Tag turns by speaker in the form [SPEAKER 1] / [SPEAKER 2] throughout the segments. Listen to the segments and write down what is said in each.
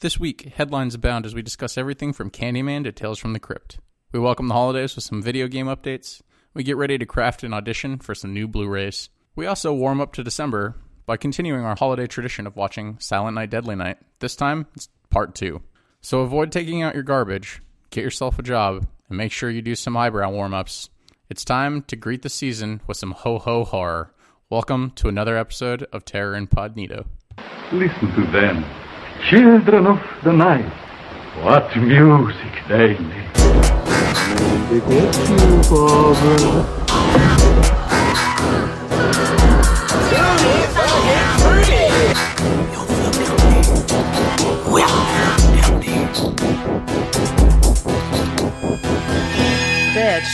[SPEAKER 1] This week, headlines abound as we discuss everything from Candyman to Tales from the Crypt. We welcome the holidays with some video game updates. We get ready to craft an audition for some new Blu rays. We also warm up to December by continuing our holiday tradition of watching Silent Night Deadly Night. This time, it's part two. So avoid taking out your garbage, get yourself a job, and make sure you do some eyebrow warm ups. It's time to greet the season with some ho ho horror. Welcome to another episode of Terror Incognito.
[SPEAKER 2] Listen to them. Children of the night. What music they make.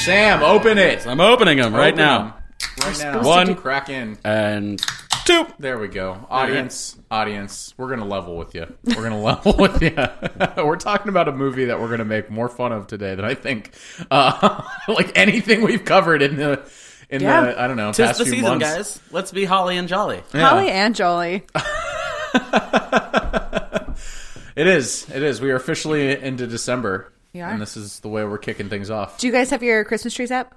[SPEAKER 3] Sam, open it. I'm opening them right
[SPEAKER 1] Open
[SPEAKER 3] now.
[SPEAKER 1] Right now.
[SPEAKER 3] One. to
[SPEAKER 1] crack in.
[SPEAKER 3] And two.
[SPEAKER 1] There we go. Audience, audience, we're going to level with you. We're going to level with you. we're talking about a movie that we're going to make more fun of today than I think uh, like anything we've covered in the in
[SPEAKER 3] Yeah.
[SPEAKER 1] the I don't know
[SPEAKER 3] Tis
[SPEAKER 1] past
[SPEAKER 3] the
[SPEAKER 1] few
[SPEAKER 3] season,
[SPEAKER 1] months.
[SPEAKER 3] guys. Let's be holly and jolly.
[SPEAKER 4] Holly and Jolly.
[SPEAKER 1] It is. It is. We are officially into December.
[SPEAKER 4] You are?
[SPEAKER 1] And this is the way we're kicking things off.
[SPEAKER 4] Do you guys have your Christmas trees up?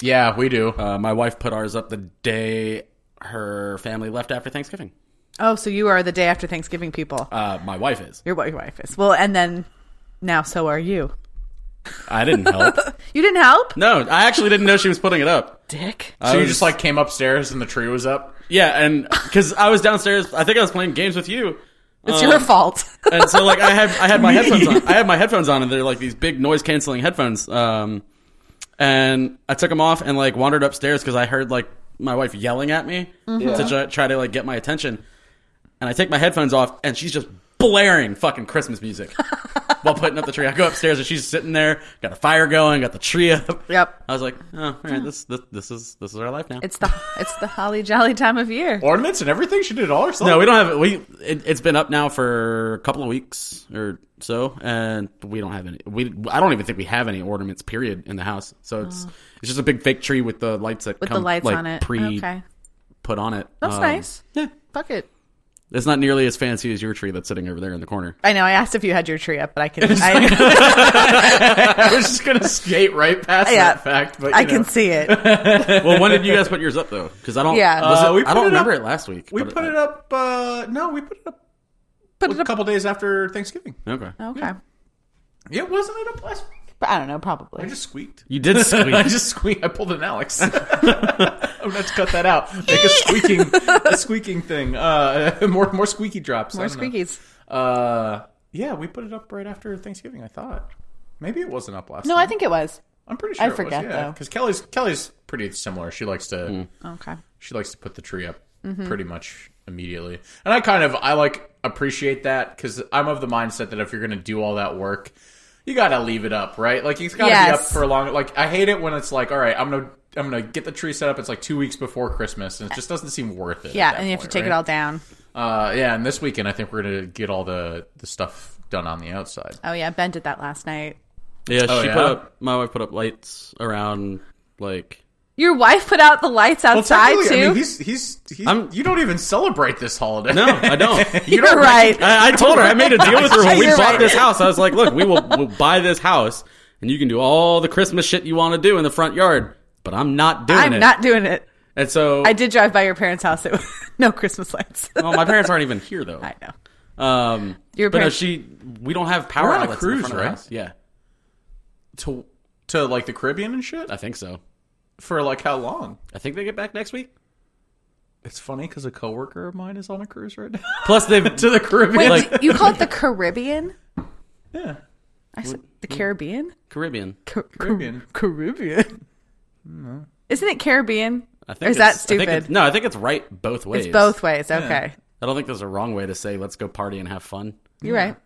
[SPEAKER 1] Yeah, we do.
[SPEAKER 3] Uh, my wife put ours up the day her family left after Thanksgiving.
[SPEAKER 4] Oh, so you are the day after Thanksgiving people.
[SPEAKER 3] Uh, my wife is.
[SPEAKER 4] You're what your wife is. Well, and then now so are you.
[SPEAKER 3] I didn't help.
[SPEAKER 4] You didn't help?
[SPEAKER 3] no, I actually didn't know she was putting it up.
[SPEAKER 4] Dick.
[SPEAKER 3] I
[SPEAKER 1] so you
[SPEAKER 3] was-
[SPEAKER 1] just like came upstairs and the tree was up.
[SPEAKER 3] yeah, and because I was downstairs, I think I was playing games with you.
[SPEAKER 4] It's your fault.
[SPEAKER 3] and so like I had I had my headphones on. I had my headphones on, and they're like these big noise canceling headphones. Um, and I took them off and like wandered upstairs because I heard like my wife yelling at me
[SPEAKER 4] Mm-hmm.
[SPEAKER 3] to try, try to like get my attention. And I take my headphones off, and she's just blaring fucking Christmas music while putting up the tree. I go upstairs, and she's sitting there, got a fire going, got the tree up.
[SPEAKER 4] Yep.
[SPEAKER 3] I was like, oh, all right, this this, this is this is our life now.
[SPEAKER 4] It's the it's the holly jolly time of year.
[SPEAKER 1] Ornaments and everything. She did it all herself.
[SPEAKER 3] no,
[SPEAKER 4] Oh.
[SPEAKER 3] we don't have we. It, it's been up now for a couple of weeks or so, and we don't have any. We I don't even think we have any ornaments. Period in the house. So it's it's just a big fake tree with the lights that
[SPEAKER 4] Oh. With
[SPEAKER 3] come,
[SPEAKER 4] the lights
[SPEAKER 3] like,
[SPEAKER 4] on it.
[SPEAKER 3] pre
[SPEAKER 4] okay.
[SPEAKER 3] put on it.
[SPEAKER 4] That's
[SPEAKER 3] Um,
[SPEAKER 4] nice.
[SPEAKER 3] Yeah,
[SPEAKER 4] Fuck it.
[SPEAKER 3] it's not nearly as fancy as your tree that's sitting over there in the corner.
[SPEAKER 4] I know. I asked if you had your tree up, but I can. I,
[SPEAKER 1] I was just gonna skate right past
[SPEAKER 4] Yeah.
[SPEAKER 1] that fact, but you
[SPEAKER 4] I
[SPEAKER 1] know.
[SPEAKER 4] can see it.
[SPEAKER 3] well, when did you guys put yours up though? Because I don't.
[SPEAKER 4] Yeah.
[SPEAKER 3] was
[SPEAKER 1] Uh,
[SPEAKER 3] it-
[SPEAKER 1] we
[SPEAKER 3] I
[SPEAKER 1] put
[SPEAKER 3] don't
[SPEAKER 1] it
[SPEAKER 3] remember
[SPEAKER 1] up-
[SPEAKER 3] it last week.
[SPEAKER 1] We put it up. Uh, no, we put it up.
[SPEAKER 4] Put
[SPEAKER 1] a
[SPEAKER 4] it up.
[SPEAKER 1] couple days after Thanksgiving.
[SPEAKER 3] Okay.
[SPEAKER 4] Okay.
[SPEAKER 1] Yeah, wasn't it up last week?
[SPEAKER 4] But I don't know.
[SPEAKER 1] I
[SPEAKER 4] Probably.
[SPEAKER 1] just squeaked.
[SPEAKER 3] You did
[SPEAKER 1] I
[SPEAKER 3] squeeze.
[SPEAKER 1] just squeaked. I pulled an Alex. I'm gonna have to cut that out. Make a squeaking, a squeaking thing. Uh, more, more squeaky drops.
[SPEAKER 4] More
[SPEAKER 1] I don't know.
[SPEAKER 4] squeakies.
[SPEAKER 1] Uh, yeah, we put it up right after Thanksgiving. I thought maybe it wasn't up last.
[SPEAKER 4] No,
[SPEAKER 1] time.
[SPEAKER 4] I think it was.
[SPEAKER 1] I'm pretty sure
[SPEAKER 4] I forget, though.
[SPEAKER 1] because Kelly's Kelly's pretty similar. She likes to
[SPEAKER 4] Okay.
[SPEAKER 1] she likes to put the tree up pretty much immediately and i kind of i like appreciate that because i'm of the mindset that if you're gonna do all that work you gotta leave it up right like it's gotta be up
[SPEAKER 4] Yes.
[SPEAKER 1] for a long like i hate it when it's like all right i'm gonna i'm gonna get the tree set up it's like two weeks before christmas and it just doesn't seem worth it
[SPEAKER 4] Yeah,
[SPEAKER 1] at that
[SPEAKER 4] and you have to
[SPEAKER 1] point,
[SPEAKER 4] take it all
[SPEAKER 1] right?
[SPEAKER 4] down.
[SPEAKER 1] uh yeah and this weekend i think we're gonna get all the the stuff done on the outside
[SPEAKER 4] Oh yeah, Ben did that last night.
[SPEAKER 3] yeah, she
[SPEAKER 1] Oh, yeah?
[SPEAKER 3] put up. My wife put up lights around like
[SPEAKER 4] Your wife put out the lights outside
[SPEAKER 1] technically,
[SPEAKER 4] too.
[SPEAKER 1] I mean, he's he's, he's
[SPEAKER 3] I'm-
[SPEAKER 1] you don't even celebrate this holiday.
[SPEAKER 3] No, I don't.
[SPEAKER 4] you are right.
[SPEAKER 3] I, I told her I made a deal with her when we
[SPEAKER 4] You're
[SPEAKER 3] bought
[SPEAKER 4] right.
[SPEAKER 3] this house. I was like, "Look, we will we'll buy this house, and you can do all the Christmas shit you want to do in the front yard." But I'm not doing
[SPEAKER 4] I'm
[SPEAKER 3] it.
[SPEAKER 4] not doing it.
[SPEAKER 3] and so,
[SPEAKER 4] I did drive by your parents' house. It was no Christmas lights.
[SPEAKER 3] well, my parents aren't even here though.
[SPEAKER 4] I know.
[SPEAKER 3] Um,
[SPEAKER 4] Your
[SPEAKER 3] but no,
[SPEAKER 4] parents-
[SPEAKER 3] she. We don't have power
[SPEAKER 1] We're on a
[SPEAKER 3] outlets in the
[SPEAKER 1] cruise,
[SPEAKER 3] front of the
[SPEAKER 1] right?
[SPEAKER 3] house. Yeah,
[SPEAKER 1] to to like the Caribbean and shit
[SPEAKER 3] I think so.
[SPEAKER 1] for like how long?
[SPEAKER 3] I think they get back next week.
[SPEAKER 1] It's funny because a coworker of mine is on a cruise right now
[SPEAKER 3] Plus, they've
[SPEAKER 1] to the Caribbean.
[SPEAKER 4] Wait,
[SPEAKER 3] Like-
[SPEAKER 4] you call it the Caribbean?
[SPEAKER 1] yeah,
[SPEAKER 4] I said the
[SPEAKER 3] Mm-hmm.
[SPEAKER 4] Caribbean.
[SPEAKER 3] Caribbean.
[SPEAKER 4] Ca-
[SPEAKER 1] Caribbean.
[SPEAKER 4] Caribbean. Isn't it Caribbean?
[SPEAKER 3] I
[SPEAKER 4] Or
[SPEAKER 3] think
[SPEAKER 4] is that
[SPEAKER 3] it's- I think
[SPEAKER 4] stupid?
[SPEAKER 3] it- no, I think it's right both ways.
[SPEAKER 4] It's both ways. Okay,
[SPEAKER 3] I don't think there's a wrong way to say let's go party and have fun.
[SPEAKER 4] you're right.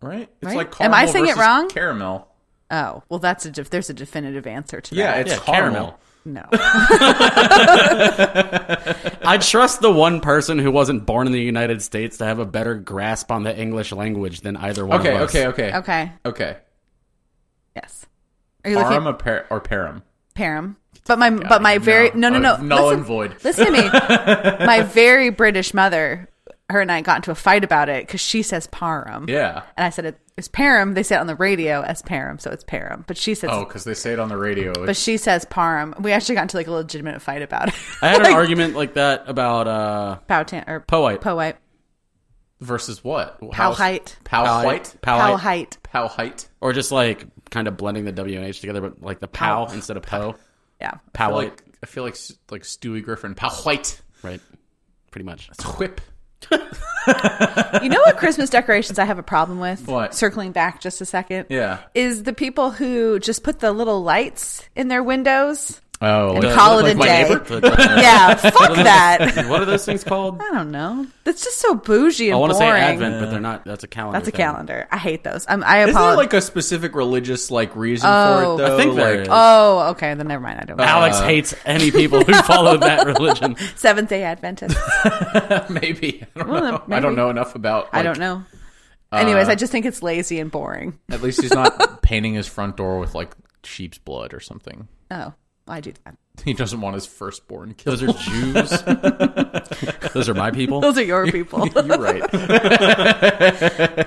[SPEAKER 1] right. It's
[SPEAKER 4] Right?
[SPEAKER 1] like
[SPEAKER 4] Am
[SPEAKER 1] caramel
[SPEAKER 4] I saying it
[SPEAKER 1] versus
[SPEAKER 4] wrong?
[SPEAKER 1] Caramel.
[SPEAKER 4] Oh well, that's a def- there's a definitive answer to
[SPEAKER 1] Yeah,
[SPEAKER 4] that.
[SPEAKER 1] it's
[SPEAKER 3] Yeah,
[SPEAKER 1] caramel.
[SPEAKER 3] caramel.
[SPEAKER 4] No,
[SPEAKER 3] I trust the one person who wasn't born in the United States to have a better grasp on the English language than either one
[SPEAKER 1] Okay,
[SPEAKER 3] of us.
[SPEAKER 1] okay, okay, okay,
[SPEAKER 4] okay,
[SPEAKER 1] okay.
[SPEAKER 4] yes. Are you looking
[SPEAKER 1] Arum
[SPEAKER 4] at
[SPEAKER 1] or, par- or param?
[SPEAKER 4] Param? But my but my very no no
[SPEAKER 1] Uh,
[SPEAKER 4] no
[SPEAKER 1] null
[SPEAKER 4] listen,
[SPEAKER 1] and void.
[SPEAKER 4] Listen to me. My very British mother, her and I got into a fight about it because she says parum.
[SPEAKER 1] Yeah.
[SPEAKER 4] And I said it, it's parum. They say it on the radio as parum, so it's parum. But she says,
[SPEAKER 1] Oh, because they say it on the radio.
[SPEAKER 4] but she says parum. We actually got into like a legitimate fight about it.
[SPEAKER 3] I had an argument like that about uh,
[SPEAKER 4] Powhatan or
[SPEAKER 3] Powhite.
[SPEAKER 4] Powhite.
[SPEAKER 1] Versus what?
[SPEAKER 4] Powhite.
[SPEAKER 1] Pow height.
[SPEAKER 3] Powhite.
[SPEAKER 4] Powhite.
[SPEAKER 1] Pow height.
[SPEAKER 3] or just like kind of blending the W and H together, but like the pow
[SPEAKER 4] Pow.
[SPEAKER 3] instead of po.
[SPEAKER 4] Yeah.
[SPEAKER 1] I
[SPEAKER 3] Pow
[SPEAKER 1] feel like I feel like S- like Stewie Griffin. Pow height.
[SPEAKER 3] right? Pretty much.
[SPEAKER 1] Whip.
[SPEAKER 4] You know what Christmas decorations I have a problem with?
[SPEAKER 1] What?
[SPEAKER 4] Circling back just a second.
[SPEAKER 1] Yeah.
[SPEAKER 4] Is the people who just put the little lights in their windows.
[SPEAKER 1] Oh,
[SPEAKER 4] like- call it a
[SPEAKER 1] my
[SPEAKER 4] day.
[SPEAKER 1] neighbor?
[SPEAKER 4] Yeah, fuck that.
[SPEAKER 3] what are those things called?
[SPEAKER 4] I don't know. That's just so bougie and
[SPEAKER 3] I want to say
[SPEAKER 4] boring.
[SPEAKER 3] Advent, but they're not. That's a calendar.
[SPEAKER 4] That's a
[SPEAKER 3] thing.
[SPEAKER 4] calendar. I hate those. I'm, I
[SPEAKER 1] Isn't there
[SPEAKER 4] apologize.
[SPEAKER 1] like a specific religious like reason
[SPEAKER 4] Oh.
[SPEAKER 1] for it though?
[SPEAKER 3] I think there
[SPEAKER 1] like,
[SPEAKER 3] is.
[SPEAKER 4] oh, okay. Then never mind. I don't.
[SPEAKER 3] Alex hates any people who follow that religion.
[SPEAKER 4] Seventh Day Adventist.
[SPEAKER 1] maybe. I don't
[SPEAKER 4] Well,
[SPEAKER 1] know. I
[SPEAKER 4] maybe.
[SPEAKER 1] don't know enough about
[SPEAKER 4] I
[SPEAKER 1] like,
[SPEAKER 4] don't know. Anyways, I just think it's lazy and boring.
[SPEAKER 1] At least he's not painting his front door with like sheep's blood or something.
[SPEAKER 4] Oh, I do that.
[SPEAKER 1] He doesn't want his firstborn killed.
[SPEAKER 3] Those are Jews. Those are my people.
[SPEAKER 4] Those are your people.
[SPEAKER 1] You're right.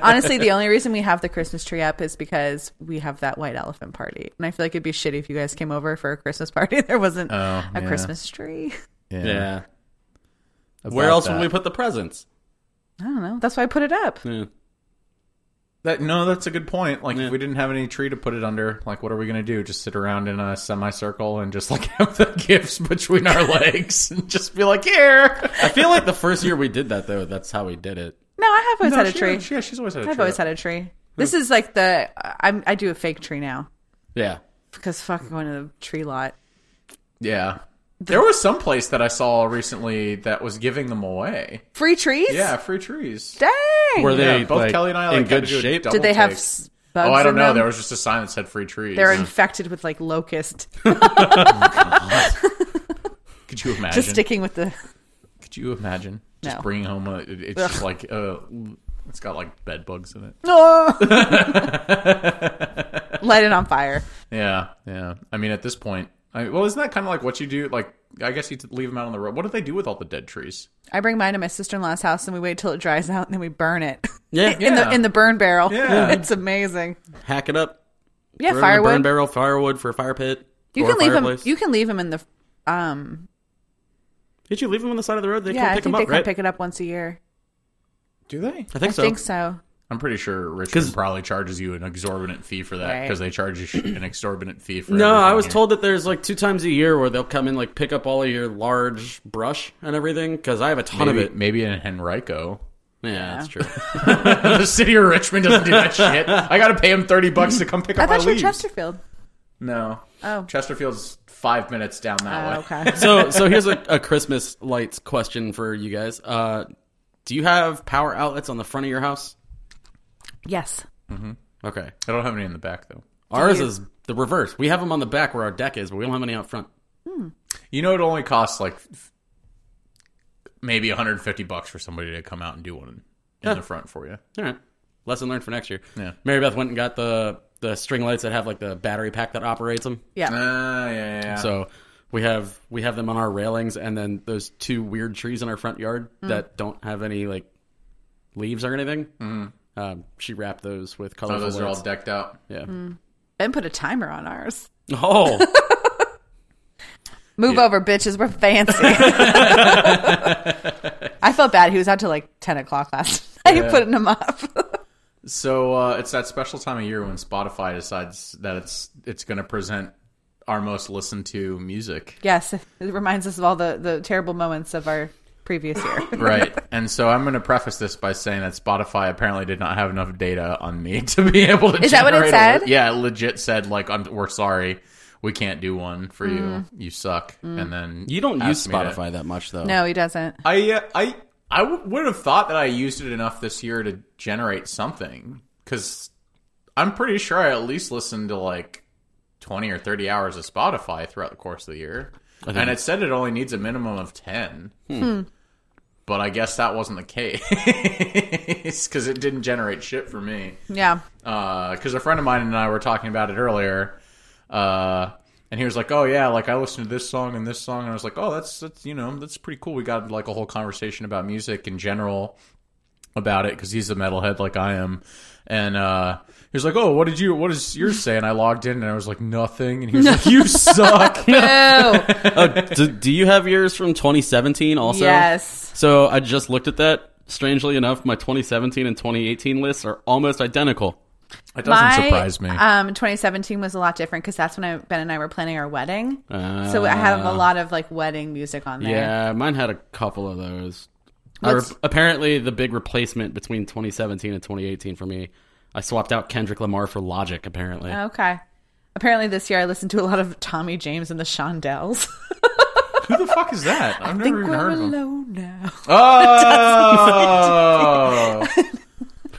[SPEAKER 4] Honestly, the only reason we have the Christmas tree up is because we have that white elephant party, and I feel like it'd be shitty if you guys came over for a Christmas party. and There wasn't a
[SPEAKER 1] yeah.
[SPEAKER 4] Christmas tree.
[SPEAKER 3] Yeah.
[SPEAKER 1] About
[SPEAKER 3] Where else
[SPEAKER 1] that.
[SPEAKER 3] would we put the presents?
[SPEAKER 4] I don't know. That's why I put it up.
[SPEAKER 3] Yeah.
[SPEAKER 1] That no, that's a good point. Like
[SPEAKER 3] Yeah.
[SPEAKER 1] if we didn't have any tree to put it under, like what are we gonna do? Just sit around in a semicircle and just like have the gifts between our legs and just be like, here.
[SPEAKER 3] I feel like the first year we did that though. That's how we did it.
[SPEAKER 4] No, I have always
[SPEAKER 1] No,
[SPEAKER 4] had a
[SPEAKER 1] she-
[SPEAKER 4] tree.
[SPEAKER 1] Yeah, she's always had a tree.
[SPEAKER 4] I've always had a tree. This is like the I'm I do a fake tree now
[SPEAKER 3] Yeah.
[SPEAKER 4] because fuck going to the tree lot.
[SPEAKER 1] Yeah. There was some place that I saw recently that was giving them away.
[SPEAKER 4] Free trees?
[SPEAKER 1] Yeah, free trees.
[SPEAKER 4] Dang.
[SPEAKER 3] Were they
[SPEAKER 1] Yeah, both
[SPEAKER 3] like,
[SPEAKER 1] Kelly and I like,
[SPEAKER 3] in
[SPEAKER 1] had
[SPEAKER 3] good
[SPEAKER 1] to do a
[SPEAKER 3] shape?
[SPEAKER 1] double
[SPEAKER 4] Did they have
[SPEAKER 1] take.
[SPEAKER 4] s- bugs?
[SPEAKER 1] Oh, I don't
[SPEAKER 4] in
[SPEAKER 1] know.
[SPEAKER 4] Them?
[SPEAKER 1] There was just a sign that said free trees.
[SPEAKER 4] They're infected with like locust.
[SPEAKER 1] Could you imagine?
[SPEAKER 4] Just sticking with the.
[SPEAKER 1] Could you imagine? Just
[SPEAKER 4] No.
[SPEAKER 1] bringing home a. it- It's just like uh, it's got like bed bugs in it.
[SPEAKER 4] Light it on fire.
[SPEAKER 1] Yeah, yeah. I mean, at this point, I, well, isn't that kind of like what you do? Like, I guess you leave them out on the road. What do they do with all the dead trees?
[SPEAKER 4] I bring mine to my sister in law's house and we wait till it dries out and then we burn it
[SPEAKER 3] Yeah.
[SPEAKER 4] in the
[SPEAKER 1] Yeah.
[SPEAKER 4] in the burn barrel.
[SPEAKER 1] Yeah.
[SPEAKER 4] it's amazing.
[SPEAKER 3] Hack it up.
[SPEAKER 4] Yeah,
[SPEAKER 3] Burn in a Burn
[SPEAKER 4] firewood.
[SPEAKER 3] barrel, firewood for a fire pit.
[SPEAKER 4] you
[SPEAKER 3] or
[SPEAKER 4] can
[SPEAKER 3] a
[SPEAKER 4] leave them.
[SPEAKER 3] fireplace.
[SPEAKER 4] You can leave them in the. Um.
[SPEAKER 3] Did you leave them on the side of the road? They
[SPEAKER 4] Yeah,
[SPEAKER 3] come
[SPEAKER 4] I
[SPEAKER 3] pick
[SPEAKER 4] think
[SPEAKER 3] them up,
[SPEAKER 4] they come
[SPEAKER 3] right?
[SPEAKER 4] pick it up once a year.
[SPEAKER 1] Do they?
[SPEAKER 3] I think
[SPEAKER 4] I
[SPEAKER 3] so.
[SPEAKER 4] think so.
[SPEAKER 1] I'm pretty sure Richmond
[SPEAKER 3] 'Cause-
[SPEAKER 1] probably charges you an exorbitant fee for that
[SPEAKER 4] Right.
[SPEAKER 1] because they charge you sh- an exorbitant fee for.
[SPEAKER 3] No,
[SPEAKER 1] everything
[SPEAKER 3] I was
[SPEAKER 1] here.
[SPEAKER 3] told that there's like two times a year where they'll come and like pick up all of your large brush and everything because I have a ton
[SPEAKER 1] maybe,
[SPEAKER 3] of it.
[SPEAKER 1] maybe in Henrico.
[SPEAKER 3] Yeah, that's true.
[SPEAKER 1] the city of Richmond doesn't do that shit. I gotta pay him thirty bucks to come pick
[SPEAKER 4] I
[SPEAKER 1] up my
[SPEAKER 4] thought you were
[SPEAKER 1] leaves.
[SPEAKER 4] Chesterfield.
[SPEAKER 1] No,
[SPEAKER 4] Oh.
[SPEAKER 1] Chesterfield's five minutes down that way.
[SPEAKER 4] Oh, okay.
[SPEAKER 3] so, so here's a, a Christmas lights question for you guys. Uh, do you have power outlets on the front of your house?
[SPEAKER 4] yes.
[SPEAKER 3] Okay,
[SPEAKER 1] I don't have any in the back though.
[SPEAKER 3] ours is the reverse. We have them on the back where our deck is, but we don't have any out front.
[SPEAKER 1] You know, it only costs like f- maybe 150 bucks for somebody to come out and do one in the front for you.
[SPEAKER 3] All right, lesson learned for next year.
[SPEAKER 1] Yeah.
[SPEAKER 3] Mary Beth went and got the the string lights that have like the battery pack that operates them.
[SPEAKER 4] Yeah.
[SPEAKER 1] Ah, yeah, yeah. So
[SPEAKER 3] So we have we have them on our railings, and then those two weird trees in our front yard
[SPEAKER 4] Hmm.
[SPEAKER 3] that don't have any like leaves or anything. Um, she wrapped those with colorful.
[SPEAKER 1] Hmm. Oh, those are all
[SPEAKER 3] lights.
[SPEAKER 1] decked out.
[SPEAKER 3] yeah.
[SPEAKER 4] Hmm. Ben put a timer on ours.
[SPEAKER 3] Oh,
[SPEAKER 4] Move over, bitches. We're fancy. I felt bad. He was out till like ten o'clock last night putting him up.
[SPEAKER 1] So uh, it's that special time of year when Spotify decides that it's it's going to present our most listened to music.
[SPEAKER 4] yes, it reminds us of all the the terrible moments of our previous year.
[SPEAKER 1] Right. and so I'm going to preface this by saying that Spotify apparently did not have enough data on me to be able to
[SPEAKER 4] Is that
[SPEAKER 1] generate
[SPEAKER 4] what it
[SPEAKER 1] a li-
[SPEAKER 4] said?
[SPEAKER 1] yeah, it legit said like I'm we're sorry. We can't do one for
[SPEAKER 4] Mm.
[SPEAKER 1] you. You suck. And then
[SPEAKER 3] you don't
[SPEAKER 1] asked
[SPEAKER 3] use
[SPEAKER 1] me to-
[SPEAKER 3] Spotify that much though.
[SPEAKER 4] no, he doesn't.
[SPEAKER 1] I uh, I I w- would have thought that I used it enough this year to generate something because I'm pretty sure I at least listened to like 20 or 30 hours of Spotify throughout the course of the year, and it said it only needs a minimum of 10. But I guess that wasn't the case because it didn't generate shit for me
[SPEAKER 4] Yeah.
[SPEAKER 1] because Uh, a friend of mine and I were talking about it earlier, uh, and he was like, "Oh yeah, like I listened to this song and this song," and I was like, "Oh, that's that's you know that's pretty cool." We got like a whole conversation about music in general, about it because he's a metalhead like I am. And uh, he was like, "Oh, what did you? What does yours say?" And I logged in and I was like, "Nothing." And he was like, "You suck."
[SPEAKER 4] Oh,
[SPEAKER 3] Oh, do, do you have yours from 2017 also?
[SPEAKER 4] yes.
[SPEAKER 3] So I just looked at that. Strangely enough, my 2017 and 2018 lists are almost identical.
[SPEAKER 1] It doesn't surprise me.
[SPEAKER 4] Um, 2017 was a lot different because that's when I, Ben and I were planning our wedding.
[SPEAKER 1] Uh,
[SPEAKER 4] so I had a lot of like wedding music on there.
[SPEAKER 3] Uh, Yeah, mine had a couple of those. I
[SPEAKER 4] What's-
[SPEAKER 3] rep- apparently, the big replacement between 2017 and 2018 for me, I swapped out Kendrick Lamar for Logic. Apparently,
[SPEAKER 4] Okay. Apparently, this year I listened to a lot of Tommy James and the Shondells.
[SPEAKER 1] Who the fuck is that? I've never even heard of him.
[SPEAKER 4] alone now.
[SPEAKER 1] Oh.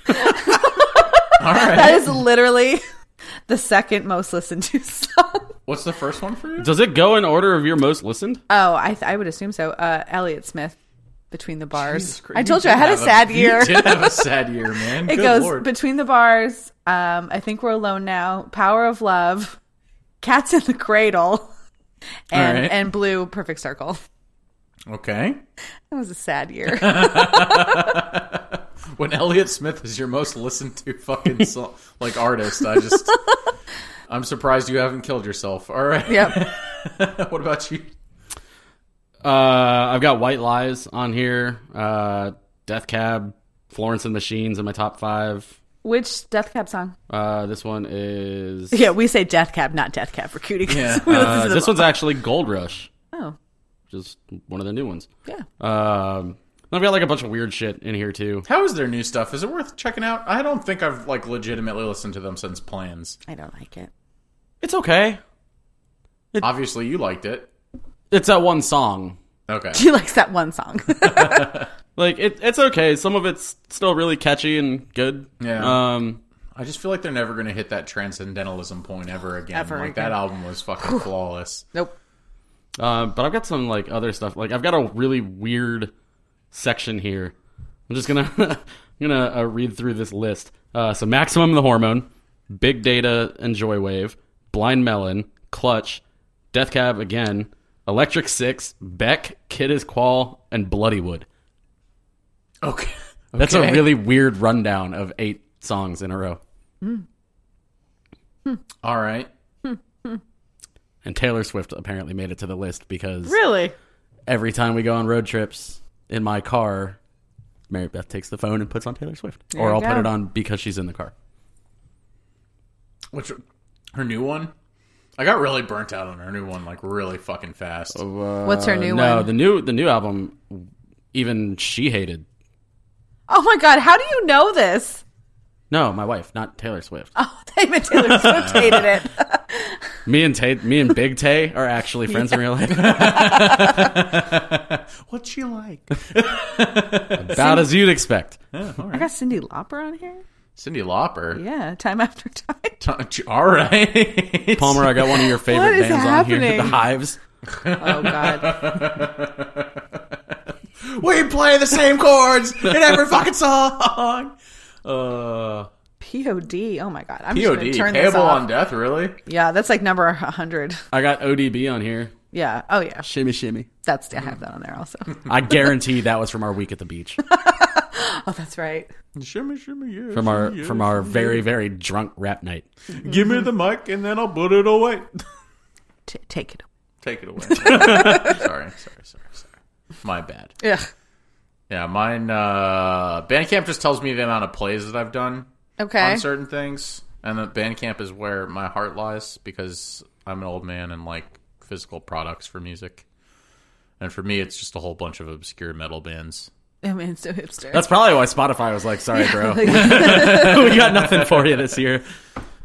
[SPEAKER 1] All right.
[SPEAKER 4] That is literally the second most listened to song.
[SPEAKER 1] What's the first one for you?
[SPEAKER 3] does it go in order of your most listened?
[SPEAKER 4] Oh, I, th- I would assume so. Uh, Elliot Smith, Between the Bars.
[SPEAKER 1] Jesus Christ.
[SPEAKER 4] I told you,
[SPEAKER 1] did
[SPEAKER 4] I had a
[SPEAKER 1] have
[SPEAKER 4] sad year.
[SPEAKER 1] You did have a sad year, man.
[SPEAKER 4] It
[SPEAKER 1] Good
[SPEAKER 4] goes
[SPEAKER 1] Lord.
[SPEAKER 4] between the bars. Um, I think we're alone now. Power of love, cats in the cradle, and
[SPEAKER 1] All right.
[SPEAKER 4] and blue perfect circle.
[SPEAKER 1] okay.
[SPEAKER 4] It was a sad year.
[SPEAKER 1] When Elliott Smith is your most listened to fucking song, like artist, I just I'm surprised you haven't killed yourself. All right.
[SPEAKER 4] yep.
[SPEAKER 1] what about you?
[SPEAKER 3] Uh, I've got White Lies on here, uh, Death Cab, Florence and the Machines in my top five.
[SPEAKER 4] Which Death Cab song?
[SPEAKER 3] Uh, this one is
[SPEAKER 4] Yeah, we say Death Cab, not Death Cab for cutie. 'cause
[SPEAKER 1] Yeah.
[SPEAKER 4] we listen
[SPEAKER 3] uh,
[SPEAKER 4] to
[SPEAKER 3] this
[SPEAKER 4] them.
[SPEAKER 3] one's actually Gold Rush,
[SPEAKER 4] Oh,
[SPEAKER 3] which is one of the new ones.
[SPEAKER 4] yeah.
[SPEAKER 3] Um, I've got like a bunch of weird shit in here too.
[SPEAKER 1] How is their new stuff? Is it worth checking out? I don't think I've like legitimately listened to them since plans.
[SPEAKER 4] I don't like it.
[SPEAKER 3] It's okay.
[SPEAKER 1] Obviously you liked it.
[SPEAKER 3] It's that one song.
[SPEAKER 1] Okay.
[SPEAKER 4] She likes that one song.
[SPEAKER 3] Like it, it's okay. Some of it's still really catchy and good.
[SPEAKER 1] Yeah.
[SPEAKER 3] Um,
[SPEAKER 1] I just feel like they're never going to hit that transcendentalism point ever again.
[SPEAKER 4] Ever
[SPEAKER 1] like
[SPEAKER 4] again.
[SPEAKER 1] that album was fucking flawless.
[SPEAKER 4] nope.
[SPEAKER 3] uh, but I've got some like other stuff. Like I've got a really weird section here. I'm just gonna I'm gonna uh, read through this list. Uh, so maximum the hormone, big data and joy wave, blind melon, clutch, death cab again, electric six, Beck, kid is qual, and bloody wood.
[SPEAKER 1] Okay.
[SPEAKER 3] That's
[SPEAKER 1] Okay.
[SPEAKER 3] a really weird rundown of eight songs in a row.
[SPEAKER 1] All right.
[SPEAKER 3] And Taylor Swift apparently made it to the list because
[SPEAKER 4] Really?
[SPEAKER 3] every time we go on road trips in my car, Mary Beth takes the phone and puts on Taylor Swift. or
[SPEAKER 4] you
[SPEAKER 3] I'll put
[SPEAKER 4] go.
[SPEAKER 3] it on because she's in the car.
[SPEAKER 1] Which her new one? I got really burnt out on her new one like really fucking fast.
[SPEAKER 4] What's her new
[SPEAKER 3] Uh, no,
[SPEAKER 4] one?
[SPEAKER 3] the new the new album even she hated.
[SPEAKER 4] oh my god! How do you know this?
[SPEAKER 3] No, my wife, not Taylor Swift.
[SPEAKER 4] Oh, David Taylor Swift hated it.
[SPEAKER 3] me and Tay, me and Big Tay are actually friends in real life.
[SPEAKER 1] What's she like?
[SPEAKER 3] About as you'd expect.
[SPEAKER 4] I got Cindy Lauper on here.
[SPEAKER 1] Cindy Lauper.
[SPEAKER 4] Yeah, time after time.
[SPEAKER 1] T- All right.
[SPEAKER 3] Palmer, I got one of your favorite
[SPEAKER 4] What is
[SPEAKER 3] bands on here,
[SPEAKER 4] happening?
[SPEAKER 3] The Hives.
[SPEAKER 4] Oh god.
[SPEAKER 1] we play the same chords in every fucking song. Uh,
[SPEAKER 4] POD. Oh my god. I'm just
[SPEAKER 1] POD,
[SPEAKER 4] gonna turn this
[SPEAKER 1] Cable
[SPEAKER 4] off.
[SPEAKER 1] on Death, really?
[SPEAKER 4] Yeah, that's like number 100.
[SPEAKER 3] I got ODB on here.
[SPEAKER 4] Yeah. Oh yeah.
[SPEAKER 3] Shimmy shimmy.
[SPEAKER 4] That's I have that on there also.
[SPEAKER 3] I guarantee that was from our week at the beach.
[SPEAKER 4] Oh, that's right.
[SPEAKER 1] Shimmy, shimmy, yeah.
[SPEAKER 3] From our from our very, very drunk rap night.
[SPEAKER 1] Give me the mic and then I'll put it away.
[SPEAKER 4] T- take it.
[SPEAKER 1] Take it away. sorry, sorry, sorry, sorry. My bad.
[SPEAKER 4] Yeah.
[SPEAKER 1] Yeah, mine. Uh, Bandcamp just tells me the amount of plays that I've done
[SPEAKER 4] Okay.
[SPEAKER 1] on certain things, and that Bandcamp is where my heart lies because I'm an old man and like physical products for music. And for me, it's just a whole bunch of obscure metal bands.
[SPEAKER 4] I mean, it's so hipster.
[SPEAKER 3] That's probably why Spotify was like, sorry, bro.
[SPEAKER 4] Like,
[SPEAKER 3] we got nothing for you this year.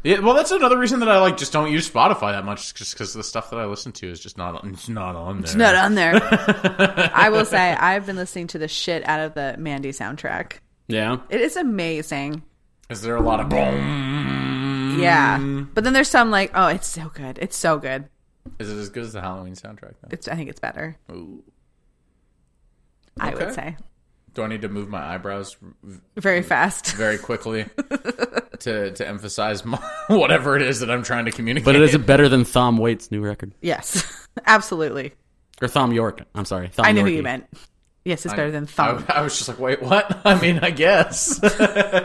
[SPEAKER 1] Yeah, well, that's another reason that I like just don't use Spotify that much, just because the stuff that I listen to is just not it's not on there.
[SPEAKER 4] it's not on there. I will say I've been listening to the shit out of the Mandy soundtrack.
[SPEAKER 3] Yeah.
[SPEAKER 4] It is amazing.
[SPEAKER 1] Is there a lot of boom?
[SPEAKER 4] Yeah.
[SPEAKER 1] Mm.
[SPEAKER 4] But then there's some like, oh, it's so good. It's so good.
[SPEAKER 1] Is it as good as the Halloween soundtrack? Though?
[SPEAKER 4] It's I think it's better.
[SPEAKER 1] Ooh.
[SPEAKER 4] I would
[SPEAKER 1] Okay.
[SPEAKER 4] say
[SPEAKER 1] Do I need to move my eyebrows
[SPEAKER 4] very fast.
[SPEAKER 1] very quickly to to emphasize my, whatever it is that I'm trying to communicate?
[SPEAKER 3] But it is better than Thom Waits' new record.
[SPEAKER 4] yes. Absolutely.
[SPEAKER 3] Or Thom York. I'm sorry. Thom
[SPEAKER 4] I knew who
[SPEAKER 3] Yorke.
[SPEAKER 4] you meant. Yes, it's better than
[SPEAKER 1] I,
[SPEAKER 4] Thumb.
[SPEAKER 1] I was just like, wait, what? I mean, I guess.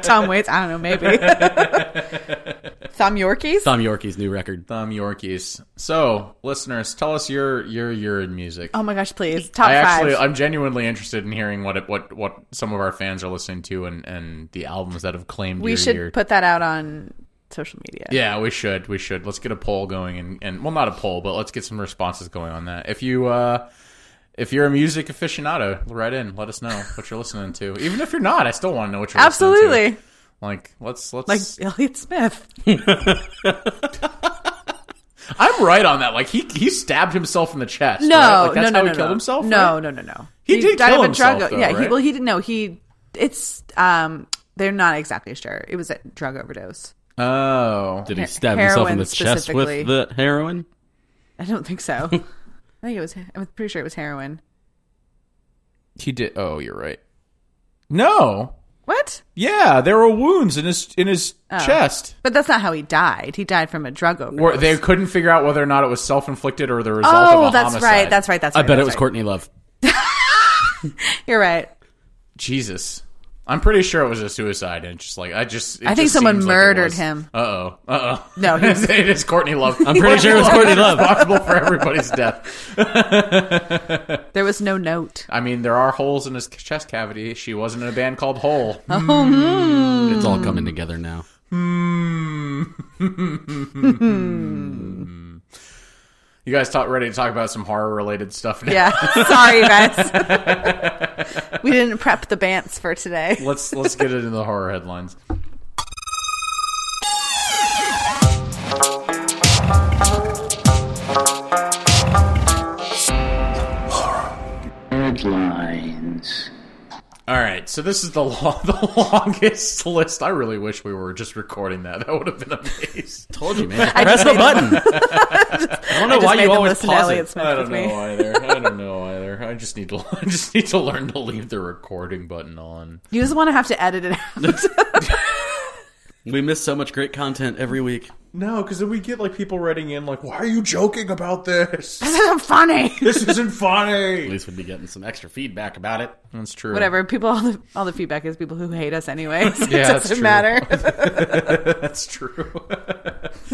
[SPEAKER 4] Tom Waits. I don't know. Maybe. Thumb Yorkies.
[SPEAKER 3] Tom Yorkie's new record.
[SPEAKER 1] Thumb Yorkies. So, listeners, tell us your your urine music.
[SPEAKER 4] Oh my gosh! Please, top
[SPEAKER 1] I actually,
[SPEAKER 4] five.
[SPEAKER 1] I'm genuinely interested in hearing what it, what what some of our fans are listening to and and the albums that have claimed
[SPEAKER 4] We
[SPEAKER 1] your
[SPEAKER 4] should
[SPEAKER 1] year.
[SPEAKER 4] put that out on social media.
[SPEAKER 1] Yeah, we should. We should. Let's get a poll going and, and well not a poll, but let's get some responses going on that. If you uh if you're a music aficionado, write in. Let us know what you're listening to. Even if you're not, I still want to know what you're listening
[SPEAKER 4] Absolutely.
[SPEAKER 1] to. Like let's let's
[SPEAKER 4] Like Elliot Smith.
[SPEAKER 1] I'm right on that. Like he he stabbed himself in the chest.
[SPEAKER 4] No,
[SPEAKER 1] right? Like, that's
[SPEAKER 4] no, no,
[SPEAKER 1] how
[SPEAKER 4] no,
[SPEAKER 1] he
[SPEAKER 4] no.
[SPEAKER 1] killed himself?
[SPEAKER 4] No,
[SPEAKER 1] right?
[SPEAKER 4] no, no, no.
[SPEAKER 1] He did kill himself,
[SPEAKER 4] o-
[SPEAKER 1] though,
[SPEAKER 4] yeah. He,
[SPEAKER 1] right?
[SPEAKER 4] well, he didn't. know. he. It's um. They're not exactly sure. It was a drug overdose.
[SPEAKER 1] Oh.
[SPEAKER 3] Did he
[SPEAKER 4] He-
[SPEAKER 3] stab himself in
[SPEAKER 4] heroin
[SPEAKER 3] the chest
[SPEAKER 4] specifically.
[SPEAKER 3] with the heroin?
[SPEAKER 4] I don't think so. I think it was. I'm pretty sure it was heroin.
[SPEAKER 1] He did Oh, you're right. No.
[SPEAKER 4] What?
[SPEAKER 1] Yeah, there were wounds in his in his
[SPEAKER 4] Oh.
[SPEAKER 1] chest.
[SPEAKER 4] But that's not how he died. He died from a drug overdose.
[SPEAKER 1] Or they couldn't figure out whether or not it was self-inflicted or the result of
[SPEAKER 4] oh,
[SPEAKER 1] a
[SPEAKER 4] that's
[SPEAKER 1] homicide.
[SPEAKER 4] right. That's right. That's
[SPEAKER 3] I
[SPEAKER 4] right.
[SPEAKER 3] bet it
[SPEAKER 4] that's
[SPEAKER 3] was
[SPEAKER 4] right.
[SPEAKER 3] Courtney Love.
[SPEAKER 4] You're right.
[SPEAKER 1] Jesus. I'm pretty sure it was a suicide, and just like I just,
[SPEAKER 4] I think someone murdered him.
[SPEAKER 1] Uh oh, uh oh.
[SPEAKER 4] No, he was-
[SPEAKER 1] it is Courtney Love.
[SPEAKER 3] I'm pretty sure it was Courtney Love.
[SPEAKER 1] responsible for everybody's death.
[SPEAKER 4] There was no note.
[SPEAKER 1] I mean, there are holes in his chest cavity. She was in a band called Hole.
[SPEAKER 3] It's all coming together now.
[SPEAKER 1] You guys talk, ready to talk about some horror-related stuff? Now?
[SPEAKER 4] Yeah. Sorry, guys. we didn't prep the bants for today.
[SPEAKER 1] let's let's get it into the horror headlines.
[SPEAKER 5] Headlines.
[SPEAKER 1] All right, so this is the lo- the longest list. I really wish we were just recording that. That would have been amazing.
[SPEAKER 3] Told you, man. Press the button. I don't know
[SPEAKER 4] just
[SPEAKER 3] why
[SPEAKER 4] made
[SPEAKER 3] you
[SPEAKER 4] them
[SPEAKER 3] always
[SPEAKER 4] listen to
[SPEAKER 3] pause
[SPEAKER 4] Elliot
[SPEAKER 3] it.
[SPEAKER 4] Smith
[SPEAKER 1] I
[SPEAKER 4] with
[SPEAKER 1] don't know
[SPEAKER 4] me.
[SPEAKER 1] either. I don't know either. I just need to I just need to learn to leave the recording button on.
[SPEAKER 4] You just want to have to edit it out.
[SPEAKER 3] We miss so much great content every week.
[SPEAKER 1] No, because then we get like people writing in like, "Why are you joking about this?
[SPEAKER 4] this isn't funny.
[SPEAKER 1] This isn't
[SPEAKER 3] At
[SPEAKER 1] funny."
[SPEAKER 3] least we'd be getting some extra feedback about it.
[SPEAKER 1] That's true.
[SPEAKER 4] Whatever. People, all the, all the feedback is people who hate us anyway.
[SPEAKER 1] Yeah,
[SPEAKER 4] So it
[SPEAKER 1] that's
[SPEAKER 4] doesn't
[SPEAKER 1] true.
[SPEAKER 4] matter.
[SPEAKER 1] That's true.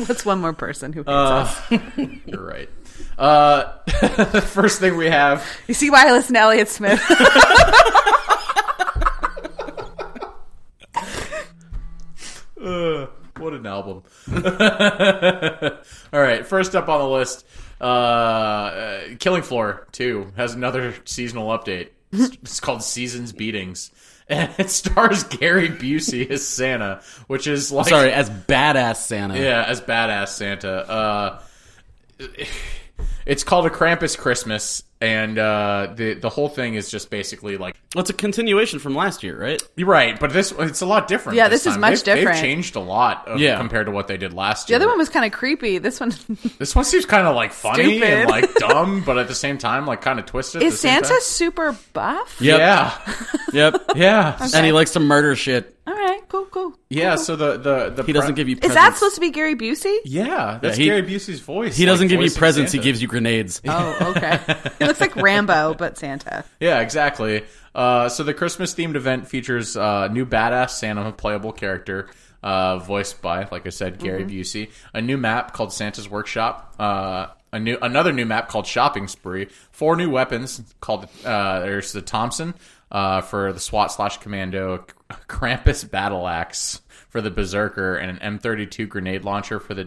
[SPEAKER 4] What's one more person who hates
[SPEAKER 1] Uh,
[SPEAKER 4] us?
[SPEAKER 1] You're right. Uh, the first thing we have
[SPEAKER 4] You see why I listen to Elliot Smith?
[SPEAKER 1] Uh, what an album. All right, first up on the list uh, uh, Killing Floor 2 has another seasonal update. It's, it's called Seasons Beatings. And it stars Gary Busey as Santa, which is like.
[SPEAKER 3] Sorry, as badass Santa.
[SPEAKER 1] Yeah, as badass Santa. Uh, it's called A Krampus Christmas. And uh, the, the whole thing is just basically like
[SPEAKER 3] Well, it's a continuation from last year, right?
[SPEAKER 1] You're right, but this it's a lot different.
[SPEAKER 4] Yeah, this is
[SPEAKER 1] time.
[SPEAKER 4] much
[SPEAKER 1] They've-
[SPEAKER 4] different.
[SPEAKER 1] They've changed a lot of,
[SPEAKER 3] Yeah.
[SPEAKER 1] compared to what they did last
[SPEAKER 4] the
[SPEAKER 1] year.
[SPEAKER 4] other one was kind of creepy. This one
[SPEAKER 1] This one seems kind of like funny and
[SPEAKER 4] Stupid.
[SPEAKER 1] like dumb, but at the same time, like kind of twisted. at
[SPEAKER 4] is
[SPEAKER 1] the same
[SPEAKER 4] Santa
[SPEAKER 1] time.
[SPEAKER 4] super buff?
[SPEAKER 3] Yep.
[SPEAKER 1] Yeah,
[SPEAKER 3] Yep.
[SPEAKER 1] yeah,
[SPEAKER 3] And he likes to murder shit.
[SPEAKER 4] All right, cool, cool.
[SPEAKER 1] yeah. So the the the
[SPEAKER 3] He doesn't give you
[SPEAKER 4] Is
[SPEAKER 3] presents.
[SPEAKER 4] that supposed to be Gary Busey?
[SPEAKER 1] Yeah, that's
[SPEAKER 3] Yeah, he-
[SPEAKER 1] Gary Busey's voice.
[SPEAKER 3] He doesn't
[SPEAKER 1] like,
[SPEAKER 3] give you
[SPEAKER 1] voicing
[SPEAKER 3] presents,
[SPEAKER 1] Santa.
[SPEAKER 3] he gives you grenades.
[SPEAKER 4] Oh, okay. He looks like Rambo, but Santa.
[SPEAKER 1] Yeah, exactly. Uh, so the Christmas themed event features uh, new badass Santa, a playable character. Uh, voiced by, like I said, Gary Busey. A new map called Santa's Workshop. Uh, a new, another new map called Shopping Spree. Four new weapons called. Uh, there's the Thompson uh, for the SWAT slash Commando, a Krampus Battle Axe for the Berserker, and an M32 grenade launcher for the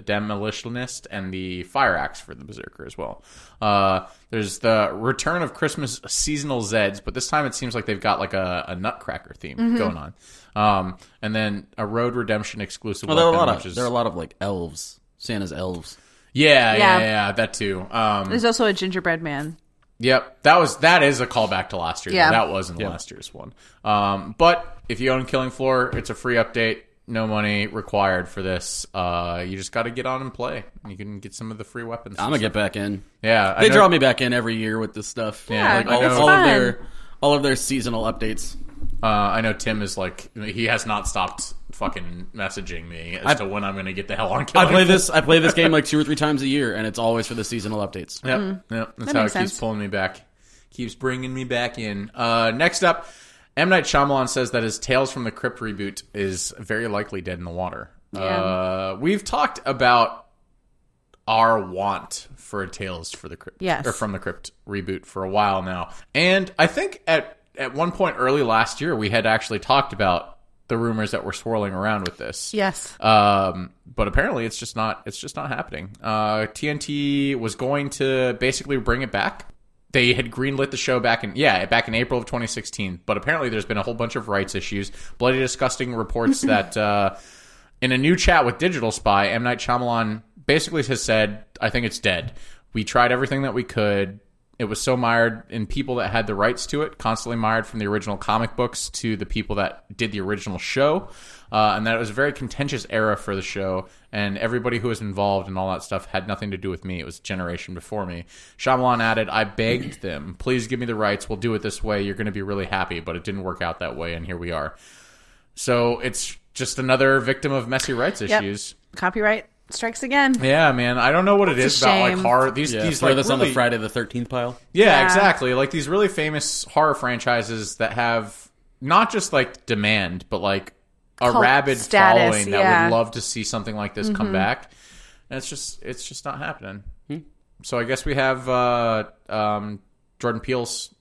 [SPEAKER 1] Demolitionist, and the Fire Axe for the Berserker as well. Uh, there's the return of Christmas seasonal Zeds, but this time it seems like they've got like a, a Nutcracker theme going on. Um, and then a Road Redemption exclusive
[SPEAKER 3] Well, Uh, there are a
[SPEAKER 1] weapon,
[SPEAKER 3] lot
[SPEAKER 1] which
[SPEAKER 3] of
[SPEAKER 1] is
[SPEAKER 3] there are a lot of like elves. Santa's elves.
[SPEAKER 1] yeah, yeah,
[SPEAKER 4] Yeah.
[SPEAKER 1] yeah, yeah, that too. Um,
[SPEAKER 4] There's also a gingerbread man.
[SPEAKER 1] Yep, that was that is a callback to last year.
[SPEAKER 4] Yeah.
[SPEAKER 1] that wasn't last year's one. Um, but if you own Killing Floor, it's a free update. No money required for this. Uh, you just got to get on and play. You can get some of the free weapons.
[SPEAKER 3] I'm gonna get back in.
[SPEAKER 1] yeah, I
[SPEAKER 3] They
[SPEAKER 1] know-
[SPEAKER 3] draw me back in every year with this stuff.
[SPEAKER 4] Yeah,
[SPEAKER 3] like
[SPEAKER 1] I
[SPEAKER 3] all,
[SPEAKER 1] know.
[SPEAKER 3] all of
[SPEAKER 4] It's
[SPEAKER 3] their all of their seasonal updates.
[SPEAKER 1] Uh, I know Tim is like he has not stopped fucking messaging me as to when I'm going to get the hell on
[SPEAKER 3] I
[SPEAKER 1] Killing.
[SPEAKER 3] play this I play this game like two or three times a year, and it's always for the seasonal updates.
[SPEAKER 1] Yep, yep. That's how it
[SPEAKER 4] Mm.
[SPEAKER 1] keeps
[SPEAKER 4] makes sense.
[SPEAKER 1] pulling me back. keeps bringing me back in. Uh, next up, M Night Shyamalan says that his Tales from the Crypt reboot is very likely dead in the water. Uh, we've talked about our want for a Tales for the Crypt
[SPEAKER 4] Yes.
[SPEAKER 1] or from the Crypt reboot for a while now, and I think at at one point early last year we had actually talked about the rumors that were swirling around with this.
[SPEAKER 4] Yes.
[SPEAKER 1] Um, but apparently, it's just not. It's just not happening. Uh, TNT was going to basically bring it back. They had greenlit the show back in yeah back in April of 2016. But apparently, there's been a whole bunch of rights issues. Bloody disgusting reports that uh, in a new chat with Digital Spy, M Night Shyamalan basically has said, "I think it's dead. We tried everything that we could." It was so mired in people that had the rights to it, constantly mired from the original comic books to the people that did the original show uh, and that it was a very contentious era for the show, and everybody who was involved and all that stuff had nothing to do with me. It was a generation before me. Shyamalan added, I begged them, please give me the rights. We'll do it this way. You're going to be really happy, but it didn't work out that way, and here we are. So it's just another victim of messy rights
[SPEAKER 4] Yep.
[SPEAKER 1] issues.
[SPEAKER 4] Copyright strikes again.
[SPEAKER 1] Yeah, man. I don't know what it
[SPEAKER 4] That's
[SPEAKER 1] is
[SPEAKER 4] a
[SPEAKER 1] about like
[SPEAKER 4] shame.
[SPEAKER 1] horror. These
[SPEAKER 3] Yeah,
[SPEAKER 1] these
[SPEAKER 3] throw
[SPEAKER 1] like
[SPEAKER 3] this on
[SPEAKER 1] really-
[SPEAKER 3] the Friday the Thirteenth pile.
[SPEAKER 1] yeah,
[SPEAKER 4] Yeah.
[SPEAKER 1] exactly. Like these really famous horror franchises that have not just like demand, but like a
[SPEAKER 4] Cult
[SPEAKER 1] rabid
[SPEAKER 4] status,
[SPEAKER 1] following that
[SPEAKER 4] yeah. Mm-hmm.
[SPEAKER 1] would love to see something like this come back. And it's just it's just not happening. So I guess we have uh, um, Jordan Peele's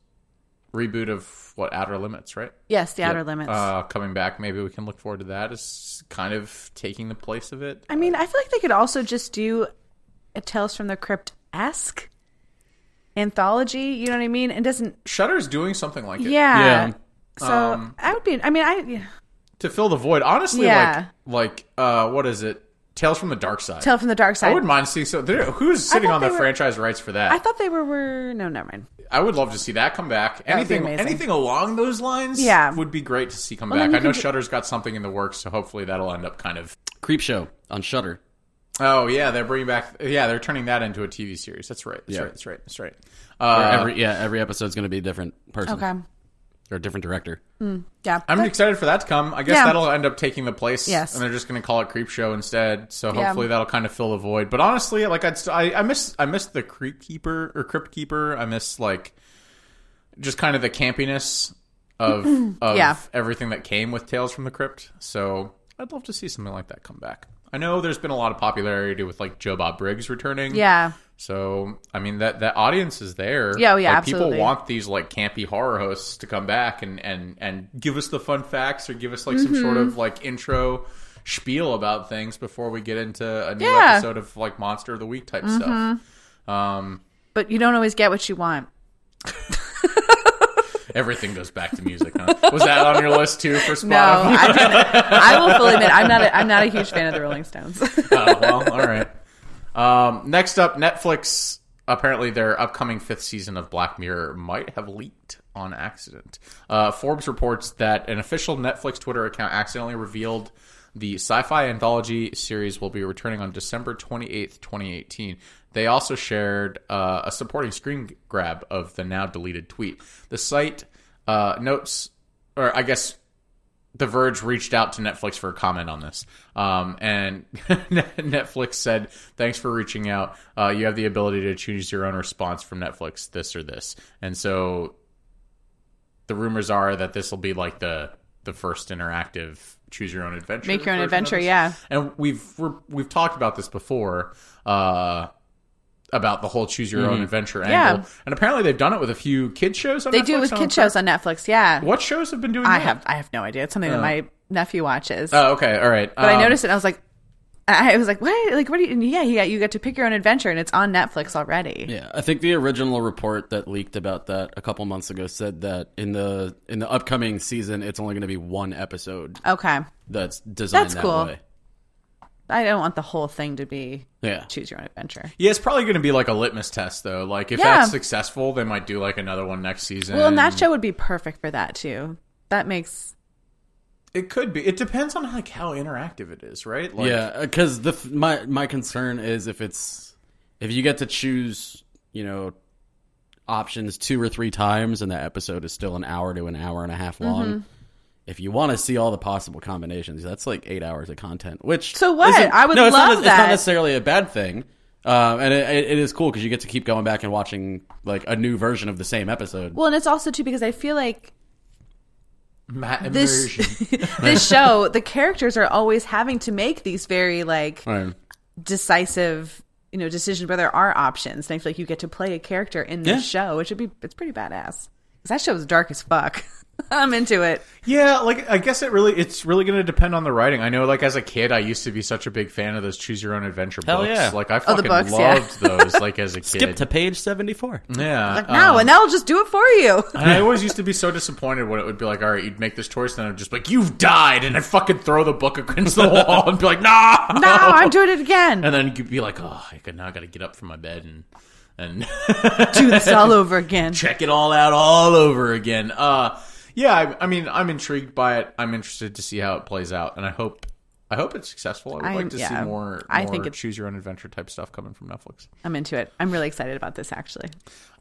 [SPEAKER 1] reboot of what Outer Limits, right?
[SPEAKER 4] Yes, the outer limits.
[SPEAKER 1] Uh, coming back. Maybe we can look forward to that. It's kind of taking the place of it.
[SPEAKER 4] I mean, I feel like they could also just do a Tales from the Crypt esque anthology. You know what I mean? It doesn't.
[SPEAKER 1] Shutter's doing something like it.
[SPEAKER 4] Yeah.
[SPEAKER 3] Yeah.
[SPEAKER 4] So
[SPEAKER 1] Um,
[SPEAKER 4] I would be. I mean, I
[SPEAKER 1] to fill the void. Honestly,
[SPEAKER 4] Yeah.
[SPEAKER 1] like like uh, what is it? Tales from the Dark Side.
[SPEAKER 4] Tale from the Dark
[SPEAKER 1] I
[SPEAKER 4] Side.
[SPEAKER 1] wouldn't mind seeing so. There, who's sitting
[SPEAKER 4] thought
[SPEAKER 1] on the
[SPEAKER 4] they were-
[SPEAKER 1] franchise rights for that?
[SPEAKER 4] I thought they were were no, never mind.
[SPEAKER 1] I would love to see that come back.
[SPEAKER 4] would be
[SPEAKER 1] Anything,
[SPEAKER 4] amazing.
[SPEAKER 1] anything along those lines,
[SPEAKER 4] Yeah.
[SPEAKER 1] would be great to see come
[SPEAKER 4] then
[SPEAKER 1] back.
[SPEAKER 4] you
[SPEAKER 1] I know
[SPEAKER 4] can ju-
[SPEAKER 1] Shutter's got something in the works, so hopefully that'll end up kind of.
[SPEAKER 3] Creep Show on Shutter.
[SPEAKER 1] Oh yeah, they're bringing back. Yeah, they're turning that into a TV series. That's right. That's
[SPEAKER 3] Yeah.
[SPEAKER 1] right. That's right. That's right.
[SPEAKER 3] Or
[SPEAKER 1] Uh,
[SPEAKER 3] every yeah, every episode's going to be a different person
[SPEAKER 4] Okay.
[SPEAKER 3] or a different director.
[SPEAKER 4] Yeah.
[SPEAKER 1] I'm excited for that to come. I guess
[SPEAKER 4] Yeah.
[SPEAKER 1] that'll end up taking the place.
[SPEAKER 4] Yes.
[SPEAKER 1] And they're just going to call it Creep Show instead. So
[SPEAKER 4] Yeah.
[SPEAKER 1] hopefully that'll kind of fill the void. But honestly, like I'd, st- I, I miss, I miss the Creep Keeper or Crypt Keeper. I miss like just kind of the campiness of of
[SPEAKER 4] Yeah.
[SPEAKER 1] everything that came with Tales from the Crypt. So I'd love to see something like that come back. I know there's been a lot of popularity with like Joe Bob Briggs returning.
[SPEAKER 4] yeah.
[SPEAKER 1] So I mean that that audience is there.
[SPEAKER 4] Yeah, oh, yeah,
[SPEAKER 1] Like,
[SPEAKER 4] absolutely.
[SPEAKER 1] People want these like campy horror hosts to come back and and and give us the fun facts or give us like
[SPEAKER 4] Mm-hmm.
[SPEAKER 1] some sort of like intro spiel about things before we get into a new
[SPEAKER 4] Yeah. Mm-hmm.
[SPEAKER 1] episode of like Monster of the Week type stuff. Um,
[SPEAKER 4] But you don't always get what you want.
[SPEAKER 1] everything goes back to music. Huh? Was that on your list too for Spotify?
[SPEAKER 4] No, I, didn't- I will fully admit I'm not. A, I'm not a huge fan of the Rolling Stones.
[SPEAKER 1] oh, well, all right. Um, next up, Netflix. Apparently, their upcoming fifth season of Black Mirror might have leaked on accident. Uh, Forbes reports that an official Netflix Twitter account accidentally revealed the sci fi anthology series will be returning on December 28th, 2018. They also shared uh, a supporting screen grab of the now deleted tweet. The site uh, notes, or I guess the Verge reached out to Netflix for a comment on this, um, and Netflix said, "Thanks for reaching out. Uh, you have the ability to choose your own response from Netflix, this or this." And so, the rumors are that this will be like the the first interactive choose your own adventure,
[SPEAKER 4] Make your own
[SPEAKER 1] version of
[SPEAKER 4] adventure,
[SPEAKER 1] this.
[SPEAKER 4] yeah.
[SPEAKER 1] And we've we're, we've talked about this before. Uh, about the whole choose your own adventure angle, and apparently they've done it with a few kid shows. On
[SPEAKER 4] They do
[SPEAKER 1] Netflix,
[SPEAKER 4] with
[SPEAKER 1] I'm
[SPEAKER 4] kid shows on Netflix. Yeah.
[SPEAKER 1] What shows have been doing?
[SPEAKER 4] I
[SPEAKER 1] that?
[SPEAKER 4] have. I have no idea. It's something that my nephew watches.
[SPEAKER 1] Oh, okay, all right.
[SPEAKER 4] But I
[SPEAKER 1] Um,
[SPEAKER 4] noticed it. and I was like, I was like, what? Like, what? Do you, and yeah, yeah. You get to pick your own adventure, and it's on Netflix already.
[SPEAKER 3] Yeah, I think the original report that leaked about that a couple months ago said that in the in the upcoming season, it's only going to be one episode
[SPEAKER 4] Okay,
[SPEAKER 3] that's designed
[SPEAKER 4] That's
[SPEAKER 3] that
[SPEAKER 4] cool.
[SPEAKER 3] way.
[SPEAKER 4] I don't want the whole thing to be
[SPEAKER 3] Yeah,
[SPEAKER 4] choose your own adventure.
[SPEAKER 1] Yeah, it's probably going to be like a litmus test, though. Like, if
[SPEAKER 4] Yeah.
[SPEAKER 1] that's successful, they might do like another one next season.
[SPEAKER 4] Well, and that show would be perfect for that too. That makes
[SPEAKER 1] it could be. It depends on like how interactive it is, right? Like,
[SPEAKER 3] yeah, because the f- my my concern is if it's if you get to choose, you know, options two or three times, and that episode is still an hour to an hour and a half long.
[SPEAKER 4] Mm-hmm.
[SPEAKER 3] If you want to see all the possible combinations, that's like eight hours of content. Which
[SPEAKER 4] So what?
[SPEAKER 3] isn't-
[SPEAKER 4] I would
[SPEAKER 3] no, it's
[SPEAKER 4] love
[SPEAKER 3] not, It's
[SPEAKER 4] that.
[SPEAKER 3] not necessarily a bad thing. Uh, and it, it- it is cool because you get to keep going back and watching like a new version of the same episode.
[SPEAKER 4] Well, and it's also too because I feel like
[SPEAKER 1] Matt
[SPEAKER 4] this
[SPEAKER 1] immersion.
[SPEAKER 4] this show the characters are always having to make these very like
[SPEAKER 3] Right.
[SPEAKER 4] decisive you know decisions where there are options and i feel like you get to play a character in this
[SPEAKER 3] Yeah.
[SPEAKER 4] show which would be it's pretty badass 'Cause that show is dark as fuck i'm into it
[SPEAKER 1] Yeah, like I guess it really it's really going to depend on the writing. I know, like as a kid, I used to be such a big fan of those choose your own adventure
[SPEAKER 3] Hell
[SPEAKER 1] books.
[SPEAKER 3] yeah.
[SPEAKER 1] Like I
[SPEAKER 4] Oh, the
[SPEAKER 1] fucking
[SPEAKER 4] books, yeah.
[SPEAKER 1] loved those. Like as a kid,
[SPEAKER 3] Skip to page seventy four.
[SPEAKER 1] yeah. Uh,
[SPEAKER 4] like no and that'll just do it for you
[SPEAKER 1] And I always used to be so disappointed when it would be like, all right, you'd make this choice, and I'd just be like, you've died, and I'd fucking throw the book against the wall and be like, nah,
[SPEAKER 4] no i'm doing it again
[SPEAKER 1] And then you'd be like, oh, I could now got to get up from my bed and and
[SPEAKER 4] do this all over again
[SPEAKER 1] check it all out all over again. Uh, yeah, I, I mean, I'm intrigued by it. I'm interested to see how it plays out, and I hope. I hope it's successful. I would
[SPEAKER 4] I am-
[SPEAKER 1] like to
[SPEAKER 4] yeah.
[SPEAKER 1] see more,
[SPEAKER 4] I
[SPEAKER 1] more
[SPEAKER 4] think it's-
[SPEAKER 1] choose your own adventure type stuff coming from Netflix.
[SPEAKER 4] i'm into it i'm really excited about this actually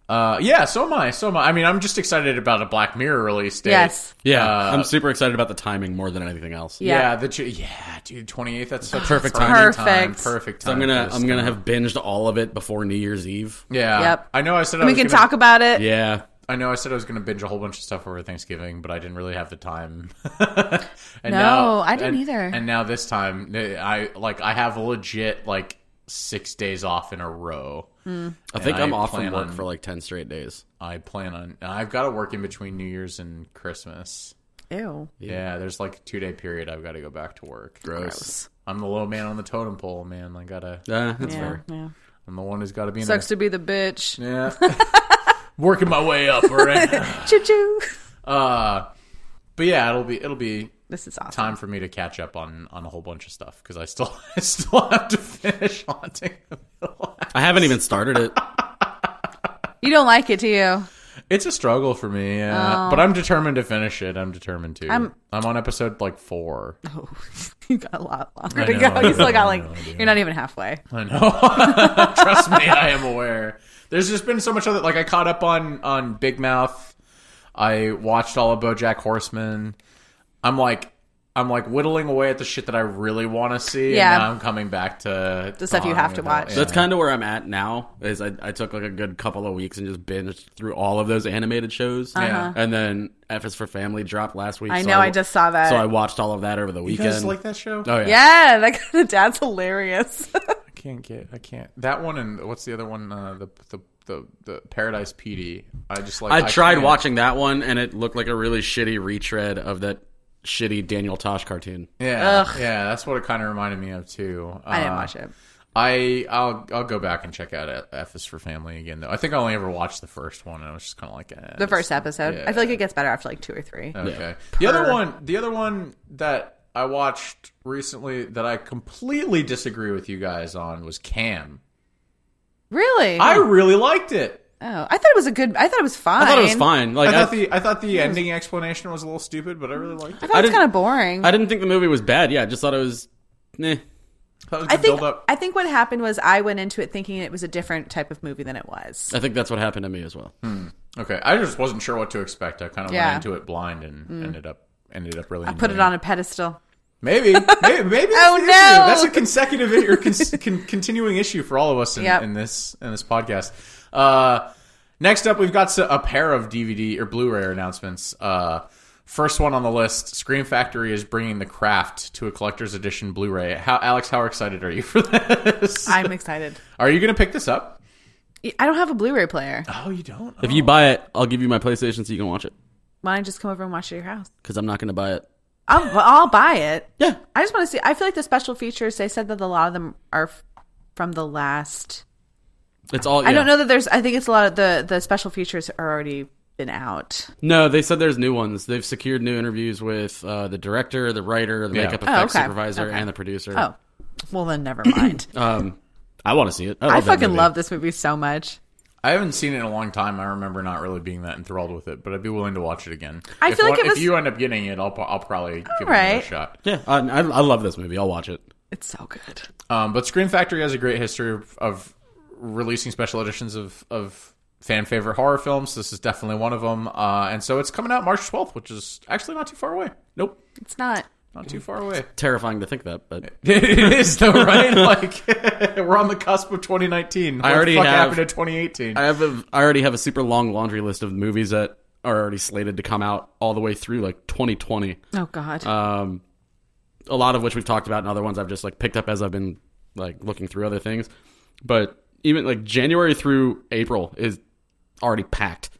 [SPEAKER 1] Uh, yeah, so am I. So am I. I mean, I'm just excited about a Black Mirror release date.
[SPEAKER 4] yes
[SPEAKER 3] Yeah,
[SPEAKER 1] Uh,
[SPEAKER 3] I'm super excited about the timing more than anything else.
[SPEAKER 1] Yeah,
[SPEAKER 4] yeah,
[SPEAKER 1] the ch- yeah, dude, 28th. That's such
[SPEAKER 3] Perfect
[SPEAKER 1] a timing
[SPEAKER 4] timing.
[SPEAKER 1] Time,
[SPEAKER 4] Perfect.
[SPEAKER 1] perfect.
[SPEAKER 3] So I'm
[SPEAKER 1] time
[SPEAKER 3] gonna
[SPEAKER 1] for this
[SPEAKER 3] I'm gonna
[SPEAKER 1] stuff.
[SPEAKER 3] have binged all of it before New Year's Eve.
[SPEAKER 1] Yeah.
[SPEAKER 4] Yep.
[SPEAKER 1] I know. I said I
[SPEAKER 4] we
[SPEAKER 1] was
[SPEAKER 4] can
[SPEAKER 1] gonna-
[SPEAKER 4] talk about it
[SPEAKER 3] Yeah,
[SPEAKER 1] I know I said I was going to binge a whole bunch of stuff over Thanksgiving, but I didn't really have the time. and
[SPEAKER 4] No, I didn't
[SPEAKER 1] and-
[SPEAKER 4] either.
[SPEAKER 1] And now this time, I like I have legit like six days off in a row.
[SPEAKER 3] I think
[SPEAKER 1] I
[SPEAKER 3] I'm off
[SPEAKER 1] plan
[SPEAKER 3] from work
[SPEAKER 1] on-
[SPEAKER 3] for like ten straight days.
[SPEAKER 1] I plan on. And I've got to work in between New Year's and Christmas.
[SPEAKER 4] ew
[SPEAKER 1] Yeah, there's like a two day period I've got to go back to work.
[SPEAKER 3] Gross.
[SPEAKER 1] I'm the low man on the totem pole, man. I gotta.
[SPEAKER 3] Yeah, that's
[SPEAKER 4] yeah,
[SPEAKER 3] fair.
[SPEAKER 4] yeah.
[SPEAKER 1] I'm the one who's got to be in
[SPEAKER 4] sucks to be the bitch
[SPEAKER 1] there. Yeah. Working my way up, all right.
[SPEAKER 4] choo choo
[SPEAKER 1] Uh, but yeah, it'll be it'll be
[SPEAKER 4] this is awesome
[SPEAKER 1] time for me to catch up on on a whole bunch of stuff because I still I still have to finish haunting. the Middle Aisle.
[SPEAKER 3] I haven't even started it.
[SPEAKER 4] you don't like it do you
[SPEAKER 1] It's a struggle for me, yeah. but I'm determined to finish it. I'm determined to.
[SPEAKER 4] Oh. I'm-
[SPEAKER 1] I'm, on episode like four.
[SPEAKER 4] Oh, you got a lot longer
[SPEAKER 1] I
[SPEAKER 4] to
[SPEAKER 1] know,
[SPEAKER 4] go.
[SPEAKER 1] I
[SPEAKER 4] You still
[SPEAKER 1] know,
[SPEAKER 4] got
[SPEAKER 1] I
[SPEAKER 4] like
[SPEAKER 1] know, I know.
[SPEAKER 4] you're not even halfway.
[SPEAKER 1] I know. Trust me, I am aware. There's just been so much other. Like I caught up on on Big Mouth. I watched all of BoJack Horseman. I'm like. I'm like whittling away at the shit that I really want to see,
[SPEAKER 4] Yeah.
[SPEAKER 1] and now I'm coming back to
[SPEAKER 4] The stuff you
[SPEAKER 1] Haunting
[SPEAKER 4] have
[SPEAKER 1] the
[SPEAKER 4] to
[SPEAKER 1] Middle
[SPEAKER 4] watch.
[SPEAKER 1] Aisle.
[SPEAKER 3] That's kind of where I'm at now. Is I, I took like a good couple of weeks and just binged through all of those animated shows.
[SPEAKER 1] Uh-huh.
[SPEAKER 3] And then F is for Family dropped last week.
[SPEAKER 4] I
[SPEAKER 3] so
[SPEAKER 4] know, I just saw that.
[SPEAKER 3] So I watched all of that over the
[SPEAKER 1] You
[SPEAKER 3] weekend.
[SPEAKER 1] guys like that show?
[SPEAKER 3] Oh yeah.
[SPEAKER 4] Yeah, that the dad's hilarious.
[SPEAKER 1] can't get I can't that one and what's the other one uh, the, the the the Paradise PD I just like
[SPEAKER 3] I tried
[SPEAKER 1] can't-
[SPEAKER 3] watching that one and it looked like a really shitty retread of that shitty Daniel Tosh cartoon.
[SPEAKER 1] yeah yeah that's what it kind of reminded me of too uh,
[SPEAKER 4] I
[SPEAKER 3] Ah,
[SPEAKER 4] didn't watch it.
[SPEAKER 1] I I'll I'll go back and check out E-, F is for Family again though I think I only ever watched the first one and I was just kind of like eh,
[SPEAKER 4] The first episode. I
[SPEAKER 1] yeah.
[SPEAKER 4] feel like it gets better after like two or three.
[SPEAKER 1] Okay. The other one, the other one that I watched recently that I completely disagree with you guys on was Cam.
[SPEAKER 4] Really?
[SPEAKER 1] I really liked it.
[SPEAKER 4] oh, I thought it was a good. I thought it was fine.
[SPEAKER 3] I thought it was fine.
[SPEAKER 1] I
[SPEAKER 3] Like I,
[SPEAKER 1] thought the I thought the ending explanation was a little stupid, but I really liked
[SPEAKER 4] I
[SPEAKER 1] it.
[SPEAKER 4] thought
[SPEAKER 3] I
[SPEAKER 4] it was
[SPEAKER 3] didn't-
[SPEAKER 4] kind of boring.
[SPEAKER 3] I didn't think the movie was bad. Yeah, I just thought it was. Meh.
[SPEAKER 1] That was a
[SPEAKER 4] I
[SPEAKER 1] good
[SPEAKER 4] think
[SPEAKER 1] build up.
[SPEAKER 4] I think what happened was I went into it thinking it was a different type of movie than it was.
[SPEAKER 3] I think that's what happened to me as well.
[SPEAKER 4] Hmm.
[SPEAKER 1] Okay, I just wasn't sure what to expect. I kind of
[SPEAKER 4] Yeah. Mm.
[SPEAKER 1] went into it blind and ended up ended up really.
[SPEAKER 4] I put it on a pedestal.
[SPEAKER 1] Maybe, maybe, maybe. That's
[SPEAKER 4] Oh,
[SPEAKER 1] the issue.
[SPEAKER 4] no.
[SPEAKER 1] That's a consecutive or con- con- continuing issue for all of us in,
[SPEAKER 4] Yep.
[SPEAKER 1] in this in this podcast. Uh, next up, we've got s- a pair of DVD or Blu-ray announcements. Uh, first one on the list: Scream Factory is bringing The Craft to a collector's edition Blu-ray. How, Alex, how excited are you for this?
[SPEAKER 4] I'm excited.
[SPEAKER 1] are you going to pick this up?
[SPEAKER 4] I don't have a Blu-ray player.
[SPEAKER 1] Oh, you don't.
[SPEAKER 3] If you buy it, I'll give you my PlayStation so you can watch it.
[SPEAKER 4] Why don't you just come over and watch it at your house?
[SPEAKER 3] Because I'm not going to buy it.
[SPEAKER 4] I'll, I'll buy it.
[SPEAKER 3] Yeah.
[SPEAKER 4] I just want to see. I feel like the special features. They said that a lot of them are f- from the last.
[SPEAKER 3] It's all.
[SPEAKER 4] I don't
[SPEAKER 3] yeah.
[SPEAKER 4] know that there's. I think it's a lot of the the special features are already been out.
[SPEAKER 3] No, they said there's new ones. They've secured new interviews with uh, the director, the writer, the
[SPEAKER 1] Yeah.
[SPEAKER 3] makeup
[SPEAKER 1] Oh,
[SPEAKER 3] effects
[SPEAKER 4] okay.
[SPEAKER 3] supervisor,
[SPEAKER 4] Okay.
[SPEAKER 3] and the producer.
[SPEAKER 4] Oh, well then never mind.
[SPEAKER 3] Um, I want to see it. I, love
[SPEAKER 4] I
[SPEAKER 3] that
[SPEAKER 4] fucking
[SPEAKER 3] movie.
[SPEAKER 4] love this movie so much.
[SPEAKER 1] I haven't seen it in a long time. I remember not really being that enthralled with it, but I'd be willing to watch it again.
[SPEAKER 4] I
[SPEAKER 1] if
[SPEAKER 4] feel like it was-
[SPEAKER 1] if you end up getting it, I'll, pro- I'll probably give it another
[SPEAKER 4] right.
[SPEAKER 1] shot.
[SPEAKER 3] Yeah, I, I, I love this movie. I'll watch it.
[SPEAKER 4] It's so good.
[SPEAKER 1] Um, but Screen Factory has a great history of, of releasing special editions of, of fan favorite horror films. This is definitely one of them, uh, and so it's coming out March twelfth, which is actually not too far away. Nope.
[SPEAKER 4] It's not.
[SPEAKER 1] Not too far away.
[SPEAKER 3] Terrifying to think that, but
[SPEAKER 1] it is though, right? like we're on the cusp of 2019. What
[SPEAKER 3] I already
[SPEAKER 1] the fuck
[SPEAKER 3] have-
[SPEAKER 1] happened in 2018?
[SPEAKER 3] I have a, I already have a super long laundry list of movies that are already slated to come out all the way through like 2020.
[SPEAKER 4] Oh God.
[SPEAKER 3] Um, a lot of which we've talked about, and other ones I've just like picked up as I've been like looking through other things. But even like January through April is already packed.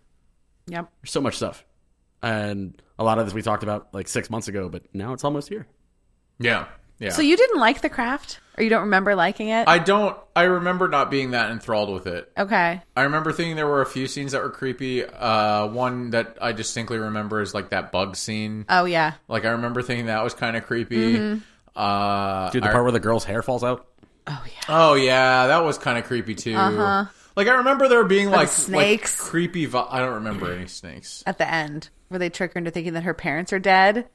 [SPEAKER 4] yep.
[SPEAKER 3] There's so much stuff, and a lot of this we talked about like six months ago, but now it's almost here.
[SPEAKER 1] yeah, yeah.
[SPEAKER 4] So you didn't like The Craft, or you don't remember liking it?
[SPEAKER 1] I don't. I remember not being that enthralled with it.
[SPEAKER 4] okay.
[SPEAKER 1] I remember thinking there were a few scenes that were creepy. Uh, one that I distinctly remember is like that bug scene.
[SPEAKER 4] Oh yeah.
[SPEAKER 1] Like I remember thinking that was kind of creepy.
[SPEAKER 4] Mm-hmm.
[SPEAKER 1] Uh,
[SPEAKER 3] Dude, the
[SPEAKER 1] I-
[SPEAKER 3] part where the girl's hair falls out.
[SPEAKER 1] oh yeah, that was kind of creepy too.
[SPEAKER 4] Uh-huh.
[SPEAKER 1] Like I remember there being like like,
[SPEAKER 4] snakes.
[SPEAKER 1] creepy. Vi- I don't remember any snakes.
[SPEAKER 4] At the end, where they trick her into thinking that her parents are dead,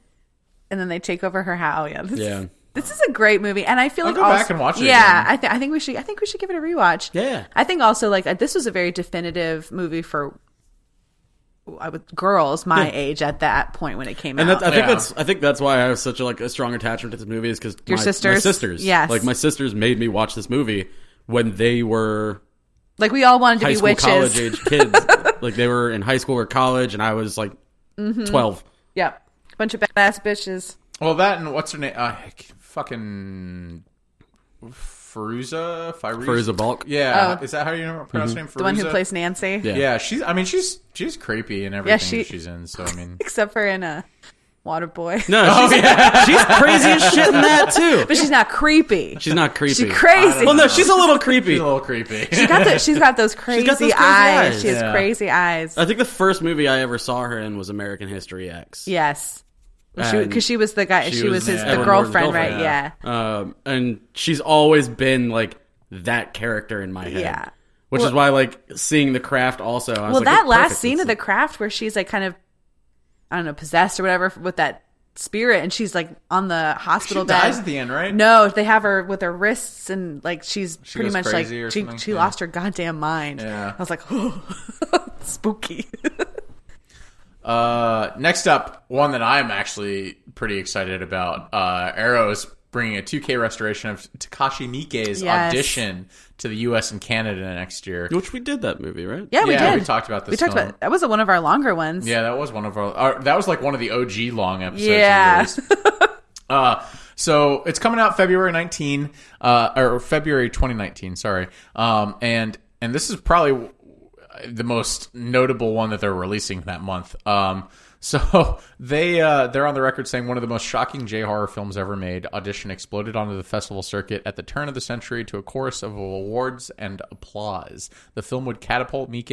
[SPEAKER 4] and then they take over her house. Yeah. This,
[SPEAKER 3] Yeah.
[SPEAKER 4] This is a great movie, and I feel
[SPEAKER 1] I'll
[SPEAKER 4] like
[SPEAKER 1] go
[SPEAKER 4] also,
[SPEAKER 1] back and watch it
[SPEAKER 4] Yeah,
[SPEAKER 1] again.
[SPEAKER 4] I think I think we should. I think we should give it a rewatch.
[SPEAKER 3] Yeah.
[SPEAKER 4] I think also like uh, this was a very definitive movie for. I would girls my age at that point when it came
[SPEAKER 3] And
[SPEAKER 4] out.
[SPEAKER 3] that, I
[SPEAKER 1] Yeah.
[SPEAKER 3] think that's I think that's why I have such a, like a strong attachment to this movie is because
[SPEAKER 4] Your
[SPEAKER 3] my, my
[SPEAKER 4] sisters?
[SPEAKER 3] sisters,
[SPEAKER 4] Yes.
[SPEAKER 3] like my sisters made me watch this movie when they were
[SPEAKER 4] like we all wanted to
[SPEAKER 3] high
[SPEAKER 4] be
[SPEAKER 3] school,
[SPEAKER 4] witches.
[SPEAKER 3] college age kids, like they were in high school or college, and I was like
[SPEAKER 4] Mm-hmm.
[SPEAKER 3] twelve.
[SPEAKER 4] Yep. Bunch of badass bitches.
[SPEAKER 1] Well, that and what's her name? Uh, fucking Feruza.
[SPEAKER 3] Faiza Balk,
[SPEAKER 1] Yeah,
[SPEAKER 4] Oh.
[SPEAKER 1] is that how you know-
[SPEAKER 3] Mm-hmm.
[SPEAKER 1] pronounce her name? Feruza?
[SPEAKER 4] The one who plays Nancy.
[SPEAKER 3] Yeah.
[SPEAKER 1] Yeah, she's. I mean, she's she's creepy in everything
[SPEAKER 4] she-
[SPEAKER 1] that she's in. So I mean,
[SPEAKER 4] Except for in a Waterboy.
[SPEAKER 3] no, she's, she's crazy as shit in that too.
[SPEAKER 4] But she's not creepy.
[SPEAKER 3] She's not creepy.
[SPEAKER 4] She's crazy.
[SPEAKER 3] Well, no, she's a little creepy.
[SPEAKER 1] she's a little creepy.
[SPEAKER 4] She's got, the, she's got those crazy,
[SPEAKER 3] got those crazy
[SPEAKER 4] eyes.
[SPEAKER 3] eyes. Uh,
[SPEAKER 4] She has
[SPEAKER 1] Yeah.
[SPEAKER 4] crazy eyes.
[SPEAKER 3] I think the first movie I ever saw her in was American History X.
[SPEAKER 4] Yes. Because
[SPEAKER 3] And
[SPEAKER 4] she, was the guy.
[SPEAKER 3] she
[SPEAKER 4] She,
[SPEAKER 3] was
[SPEAKER 4] was, his the
[SPEAKER 3] Edward Norton's
[SPEAKER 4] girlfriend, right?
[SPEAKER 3] girlfriend,
[SPEAKER 4] Yeah.
[SPEAKER 3] Um, and she's always been like that character in my head.
[SPEAKER 4] Yeah.
[SPEAKER 3] Which is why, like, seeing the craft also. I was
[SPEAKER 4] Well,
[SPEAKER 3] like,
[SPEAKER 4] that
[SPEAKER 3] "Oh,
[SPEAKER 4] last
[SPEAKER 3] perfect.
[SPEAKER 4] scene
[SPEAKER 3] It's
[SPEAKER 4] of the craft where she's like kind of, I don't know, possessed or whatever with that spirit, and she's like on the
[SPEAKER 1] she
[SPEAKER 4] hospital bed.
[SPEAKER 1] dies at the end, right?
[SPEAKER 4] No, they have her with her wrists and like she's pretty
[SPEAKER 1] goes
[SPEAKER 4] much like
[SPEAKER 1] crazy or
[SPEAKER 4] she
[SPEAKER 1] something?
[SPEAKER 4] she
[SPEAKER 1] Yeah.
[SPEAKER 4] lost her goddamn mind.
[SPEAKER 1] Yeah.
[SPEAKER 4] I was like, spooky.
[SPEAKER 1] Uh, next up, one that I'm actually pretty excited about. Uh, Arrow is bringing a 2K restoration of Takashi Miike's
[SPEAKER 4] Yes.
[SPEAKER 1] audition to the U.S. and Canada next year.
[SPEAKER 3] Which we did that movie, right?
[SPEAKER 4] Yeah, we
[SPEAKER 1] Yeah,
[SPEAKER 4] did.
[SPEAKER 1] we talked about this
[SPEAKER 4] We talked
[SPEAKER 1] film.
[SPEAKER 4] about that was one of our longer ones.
[SPEAKER 1] Yeah, that was one of our. our that was like one of the OG long episodes. we
[SPEAKER 4] Yeah.
[SPEAKER 1] released. Uh, so it's coming out February 19, uh, or February 2019, sorry. Um, and, and this is probably the most notable one that they're releasing that month. Um, so they, uh, they're on the record saying one of the most shocking J horror films ever made. Audition exploded onto the festival circuit at the turn of the century to a chorus of awards and applause. The film would catapult Mike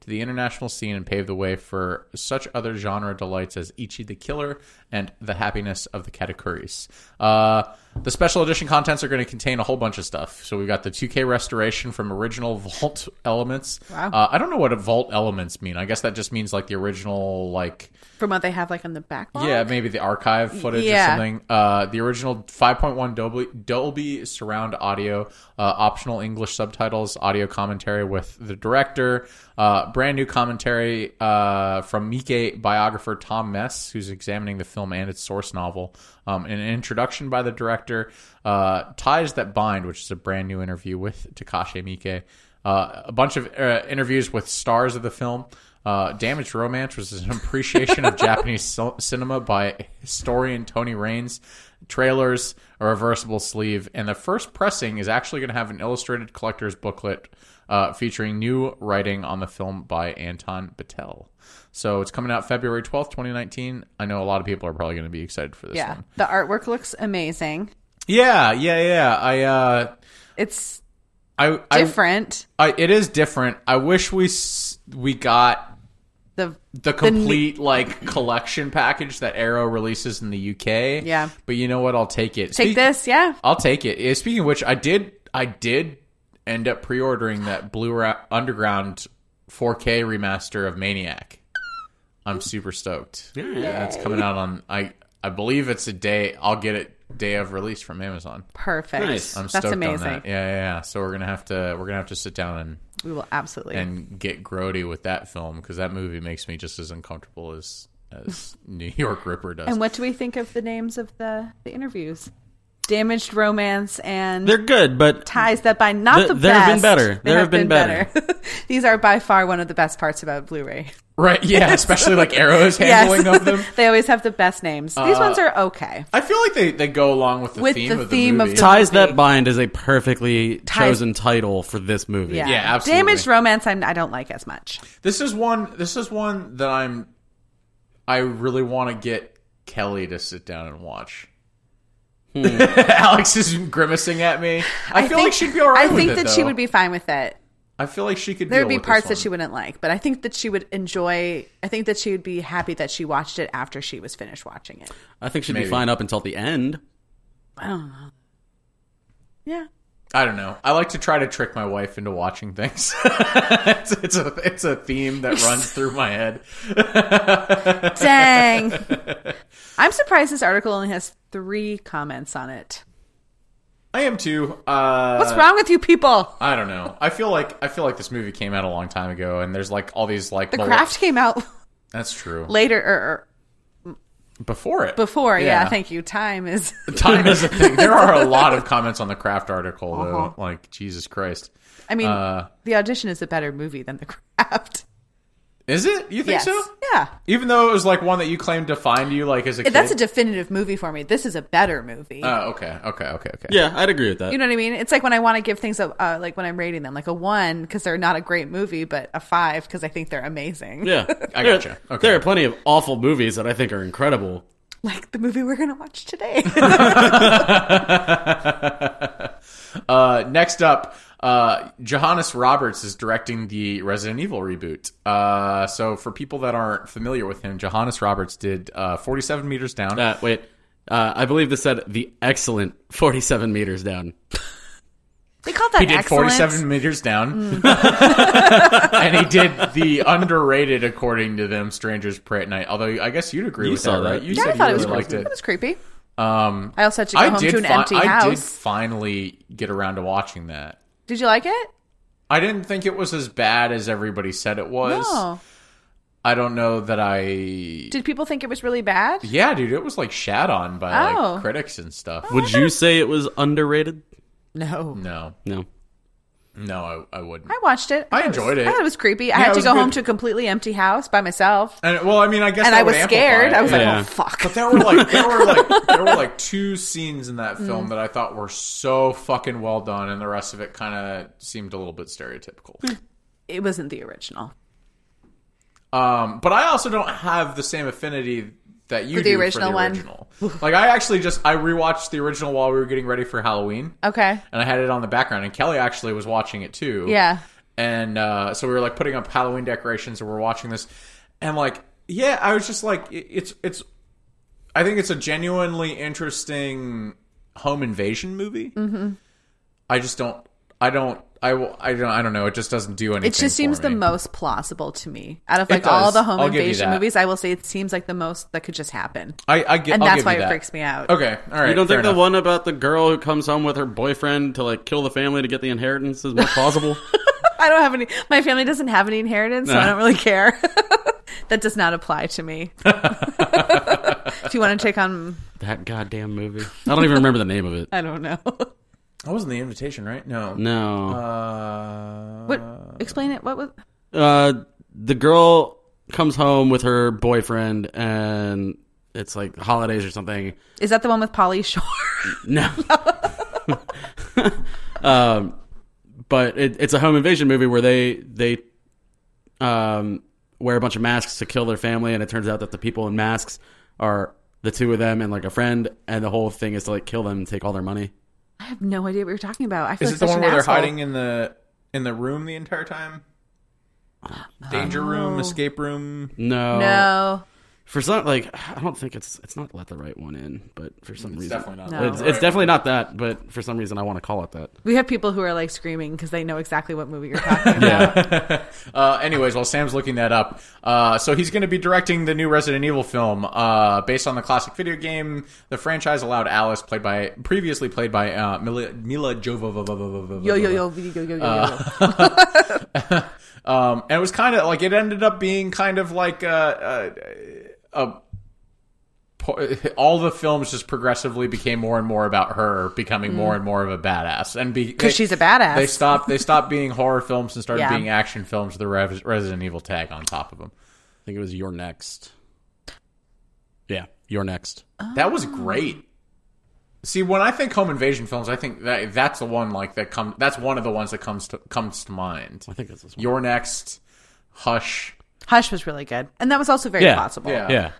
[SPEAKER 1] to the international scene and pave the way for such other genre delights as Ichi the Killer and The Happiness of the Katakuris. Uh, the special edition contents are going to contain a whole bunch of stuff. So we've got the 2K restoration from original Vault elements. Wow. Uh, I don't know what a Vault elements mean. I guess that just means like the original, like
[SPEAKER 4] From what they have like on the backlog.
[SPEAKER 1] yeah, maybe the archive footage
[SPEAKER 4] Yeah.
[SPEAKER 1] or something. Uh, the original 5.1 Dolby, Dolby surround audio, uh, optional English subtitles, audio commentary with the director, uh, brand new commentary uh, from Mike biographer Tom Mess, who's examining the film and its source novel, um, and an introduction by the director, uh, Ties That Bind, which is a brand new interview with Takashi Miike. Uh, a bunch of uh, interviews with stars of the film, uh, Damaged Romance was an appreciation of Japanese cin- cinema by historian Tony Raines. Trailers, a reversible sleeve, and the first pressing is actually going to have an illustrated collector's booklet uh, featuring new writing on the film by Anton Battelle. So it's coming out February 12th, 2019. I know a lot of people are probably going to be excited for this
[SPEAKER 4] Yeah.
[SPEAKER 1] one.
[SPEAKER 4] The artwork looks amazing.
[SPEAKER 1] Yeah, yeah, yeah. I, uh,
[SPEAKER 4] It's
[SPEAKER 1] I, I,
[SPEAKER 4] different.
[SPEAKER 1] I, it is different. I wish we s- we got
[SPEAKER 4] the
[SPEAKER 1] the complete like collection package that Arrow releases in the UK.
[SPEAKER 4] Yeah.
[SPEAKER 1] but you know what? I'll take it.
[SPEAKER 4] take
[SPEAKER 1] Speak-
[SPEAKER 4] this, yeah.
[SPEAKER 1] I'll take it. Eh, Speaking of which, I did. I did end up pre-ordering that Blue Ra- Underground 4K remaster of Maniac. I'm super stoked. Yeah, it's coming out on. I I believe it's a day. I'll get it day of release from Amazon.
[SPEAKER 4] Perfect.
[SPEAKER 3] Nice.
[SPEAKER 1] I'm
[SPEAKER 4] That's
[SPEAKER 1] stoked
[SPEAKER 4] amazing.
[SPEAKER 1] on that. Yeah, yeah, yeah. So we're gonna have to we're gonna have to sit down and
[SPEAKER 4] We will absolutely.
[SPEAKER 1] and get grody with that film because that movie makes me just as uncomfortable as as New York Ripper does.
[SPEAKER 4] And what do we think of the names of the, the interviews? Damaged romance and
[SPEAKER 3] They're good, but
[SPEAKER 4] ties that by not
[SPEAKER 3] Th-
[SPEAKER 4] the
[SPEAKER 3] there have been
[SPEAKER 4] best.
[SPEAKER 3] better.
[SPEAKER 4] They
[SPEAKER 3] There have been
[SPEAKER 4] These are by far one of the best parts about Blu-ray.
[SPEAKER 1] right? Yeah, especially like Arrow's handling of them. Uh,
[SPEAKER 4] they always have the best names. These ones are okay.
[SPEAKER 1] I feel like they, they go along with the
[SPEAKER 4] With
[SPEAKER 1] theme
[SPEAKER 4] the
[SPEAKER 1] of
[SPEAKER 4] theme
[SPEAKER 1] the
[SPEAKER 4] of
[SPEAKER 1] movie.
[SPEAKER 4] the-
[SPEAKER 3] Ties That
[SPEAKER 4] movie.
[SPEAKER 3] Bind is a perfectly
[SPEAKER 4] Ties-
[SPEAKER 3] chosen title for this movie.
[SPEAKER 4] Yeah,
[SPEAKER 1] Yeah, absolutely.
[SPEAKER 4] Damaged romance, I'm, I don't like as much.
[SPEAKER 1] this is one. This is one that I'm. I really want to get Kelly to sit down and watch. Alex is grimacing at me. I, feel like she'd be all right.
[SPEAKER 4] I think
[SPEAKER 1] with it,
[SPEAKER 4] that she
[SPEAKER 1] though.
[SPEAKER 4] would be fine with it.
[SPEAKER 1] I feel like she could.
[SPEAKER 4] There
[SPEAKER 1] deal
[SPEAKER 4] would be
[SPEAKER 1] with this
[SPEAKER 4] parts that
[SPEAKER 1] one.
[SPEAKER 4] she wouldn't like, but I think that she would enjoy. I think that she would be happy that she watched it after she was finished watching it.
[SPEAKER 3] I think she'd
[SPEAKER 1] Maybe.
[SPEAKER 3] be fine up until the end.
[SPEAKER 4] Yeah.
[SPEAKER 1] I don't know. I like to try to trick my wife into watching things. it's, it's a it's a theme that runs through my head.
[SPEAKER 4] Dang. I'm surprised this article only has three comments on it.
[SPEAKER 1] I am too. Uh,
[SPEAKER 4] What's wrong with you people?
[SPEAKER 1] I don't know. I feel like I feel like this movie came out a long time ago, and there's like all these like
[SPEAKER 4] The
[SPEAKER 1] mul-
[SPEAKER 4] craft came out
[SPEAKER 1] That's true.
[SPEAKER 4] later or, or
[SPEAKER 1] Before it,
[SPEAKER 4] before. Yeah.
[SPEAKER 1] Yeah.
[SPEAKER 4] thank you. Time is.
[SPEAKER 1] time is a thing. There are a lot of comments on the craft article, though.
[SPEAKER 4] Uh-huh.
[SPEAKER 1] Like Jesus Christ,
[SPEAKER 4] I mean,
[SPEAKER 1] Uh,
[SPEAKER 4] the audition is a better movie than the craft.
[SPEAKER 1] is it? You think
[SPEAKER 4] Yes.
[SPEAKER 1] so?
[SPEAKER 4] Yeah.
[SPEAKER 1] Even though it was like one that you claimed defined you, like as a kid.
[SPEAKER 4] That's a definitive movie for me. This is a better movie.
[SPEAKER 1] Oh, okay, okay, okay, okay.
[SPEAKER 3] Yeah, I'd agree with that.
[SPEAKER 4] You know what I mean? It's like when I want to give things a uh, like when I'm rating them, like a one because they're not a great movie, but a five because I think they're amazing.
[SPEAKER 3] yeah,
[SPEAKER 1] I
[SPEAKER 3] There-
[SPEAKER 1] gotcha. Okay.
[SPEAKER 3] There are plenty of awful movies that I think are incredible.
[SPEAKER 4] Like the movie we're gonna watch today.
[SPEAKER 1] Uh, next up, uh, Johannes Roberts is directing the Resident Evil reboot. Uh, so for people that aren't familiar with him, Johannes Roberts did uh, 47 Meters Down.
[SPEAKER 3] Uh, wait, uh, I believe this said the excellent 47 meters down.
[SPEAKER 4] they call that
[SPEAKER 1] he did
[SPEAKER 4] excellent. Mm.
[SPEAKER 1] 47 Meters Down. and he did the underrated, according to them, Strangers Pray at Night. Although I guess you'd agree with
[SPEAKER 3] saw
[SPEAKER 1] that,
[SPEAKER 3] that.
[SPEAKER 1] right? You
[SPEAKER 4] Yeah,
[SPEAKER 1] said
[SPEAKER 4] I thought
[SPEAKER 1] you
[SPEAKER 4] it
[SPEAKER 1] really
[SPEAKER 4] was
[SPEAKER 1] liked
[SPEAKER 4] creepy.
[SPEAKER 1] it.
[SPEAKER 4] It was creepy.
[SPEAKER 1] Um,
[SPEAKER 4] I also had to go
[SPEAKER 1] I
[SPEAKER 4] home
[SPEAKER 1] did,
[SPEAKER 4] to an
[SPEAKER 1] fi-
[SPEAKER 4] empty
[SPEAKER 1] I did
[SPEAKER 4] house.
[SPEAKER 1] finally get around to watching that.
[SPEAKER 4] Did. you like it?
[SPEAKER 1] I didn't think it was as bad as everybody said it was.
[SPEAKER 4] No.
[SPEAKER 1] I don't know that I
[SPEAKER 4] Did people think it was really bad?
[SPEAKER 1] Yeah, dude, it was like shat on by
[SPEAKER 4] Oh.
[SPEAKER 1] like critics and stuff.
[SPEAKER 3] Would you say it was underrated?
[SPEAKER 4] No.
[SPEAKER 1] No,
[SPEAKER 3] No.
[SPEAKER 1] no, I, I wouldn't.
[SPEAKER 4] I watched it.
[SPEAKER 1] I
[SPEAKER 4] thought was-
[SPEAKER 1] enjoyed it.
[SPEAKER 4] I thought it was creepy. I
[SPEAKER 1] Yeah,
[SPEAKER 4] had
[SPEAKER 1] it
[SPEAKER 4] to
[SPEAKER 1] was
[SPEAKER 4] go
[SPEAKER 1] good.
[SPEAKER 4] home to a completely empty house by myself,
[SPEAKER 1] and well, I mean, I guess
[SPEAKER 4] and
[SPEAKER 1] that
[SPEAKER 4] I was
[SPEAKER 1] would amplify
[SPEAKER 4] scared.
[SPEAKER 1] it,
[SPEAKER 4] I was
[SPEAKER 1] yeah.
[SPEAKER 3] Yeah.
[SPEAKER 4] like, "Oh fuck!"
[SPEAKER 1] but there were like there were like there were like two scenes in
[SPEAKER 4] Mm.
[SPEAKER 1] that film that I thought were so fucking well done, and the rest of it kind of seemed a little bit stereotypical.
[SPEAKER 4] Hmm. It wasn't the original.
[SPEAKER 1] Um, but I also don't have the same affinity that you
[SPEAKER 4] For the
[SPEAKER 1] do
[SPEAKER 4] original
[SPEAKER 1] for the
[SPEAKER 4] one.
[SPEAKER 1] original. like I actually just I rewatched the original while we were getting ready for Halloween.
[SPEAKER 4] Okay.
[SPEAKER 1] and I had it on the background, and Kelly actually was watching it too.
[SPEAKER 4] Yeah.
[SPEAKER 1] And uh, so we were like putting up Halloween decorations, and we're watching this, and like, yeah, I was just like, it- it's it's, I think it's a genuinely interesting home invasion movie. Mm-hmm. I just don't, I don't, I will, I don't, I don't know. It just doesn't do anything.
[SPEAKER 4] It just seems
[SPEAKER 1] for
[SPEAKER 4] the
[SPEAKER 1] me.
[SPEAKER 4] most plausible to me out of like
[SPEAKER 1] does.
[SPEAKER 4] all the home
[SPEAKER 1] I'll give you
[SPEAKER 4] invasion
[SPEAKER 1] that.
[SPEAKER 4] movies. I will say it seems like the most that could just happen,
[SPEAKER 1] I, I get,
[SPEAKER 4] and
[SPEAKER 1] I'll
[SPEAKER 4] that's
[SPEAKER 1] give
[SPEAKER 4] why
[SPEAKER 1] you
[SPEAKER 4] it
[SPEAKER 1] that.
[SPEAKER 4] freaks me out.
[SPEAKER 1] Okay, all right.
[SPEAKER 3] You don't
[SPEAKER 1] fair
[SPEAKER 3] think the
[SPEAKER 1] enough.
[SPEAKER 3] one about the girl who comes home with her boyfriend to like kill the family to get the inheritance is more plausible?
[SPEAKER 4] I don't have any. My family doesn't have any inheritance, so I
[SPEAKER 3] Nah.
[SPEAKER 4] don't really care. that does not apply to me. Do you want to take on?
[SPEAKER 3] that goddamn movie. I don't even remember the name of it.
[SPEAKER 4] I don't know.
[SPEAKER 1] That wasn't the invitation, right? No.
[SPEAKER 3] No.
[SPEAKER 1] Uh,
[SPEAKER 4] What? explain it. What was?
[SPEAKER 3] Uh, the girl comes home with her boyfriend and it's like holidays or something.
[SPEAKER 4] Is that the one with Polly Shore?
[SPEAKER 3] No. um, but it, it's a home invasion movie where they they um, wear a bunch of masks to kill their family, and it turns out that the people in masks are the two of them and like a friend, and the whole thing is to like kill them and take all their money.
[SPEAKER 4] I have no idea what you're talking about. I feel
[SPEAKER 1] Is
[SPEAKER 4] like
[SPEAKER 1] it the
[SPEAKER 4] such
[SPEAKER 1] one
[SPEAKER 4] an
[SPEAKER 1] where they're
[SPEAKER 4] asshole.
[SPEAKER 1] hiding in the in the room the entire time?
[SPEAKER 4] Uh,
[SPEAKER 1] Danger room, escape room.
[SPEAKER 3] No,
[SPEAKER 4] No,
[SPEAKER 3] For some like, I don't think it's it's not let the right one in, but for some reason,
[SPEAKER 1] not.
[SPEAKER 4] No.
[SPEAKER 3] It's, it's definitely not that, but for some reason, I want to call it that.
[SPEAKER 4] we have people who are like screaming because they know exactly what movie you're talking about.
[SPEAKER 1] Uh, anyways, while Sam's looking that up, uh, so he's going to be directing the new Resident Evil film uh, based on the classic video game. The franchise allowed Alice, played by previously played by uh, Mila, Mila Jovovich.
[SPEAKER 4] Yo yo yo yo yo yo yo. yo.
[SPEAKER 1] Um, and it was kind of like it ended up being kind of like uh, uh, a po- all the films just progressively became more and more about her becoming more and more of a badass, and because
[SPEAKER 4] she's a badass.
[SPEAKER 1] They stopped they stopped being horror films and started
[SPEAKER 4] Yeah.
[SPEAKER 1] being action films with the Rev- Resident Evil tag on top of them.
[SPEAKER 3] think it was Your Next. Yeah, Your Next.
[SPEAKER 1] That was great. See, when I think home invasion films, I think that that's the one like that come. That's one of the ones that comes to, comes to mind.
[SPEAKER 3] I think that's this one.
[SPEAKER 1] Your next, Hush.
[SPEAKER 4] Hush was really good, and that was also very
[SPEAKER 3] Yeah.
[SPEAKER 4] possible.
[SPEAKER 1] Yeah.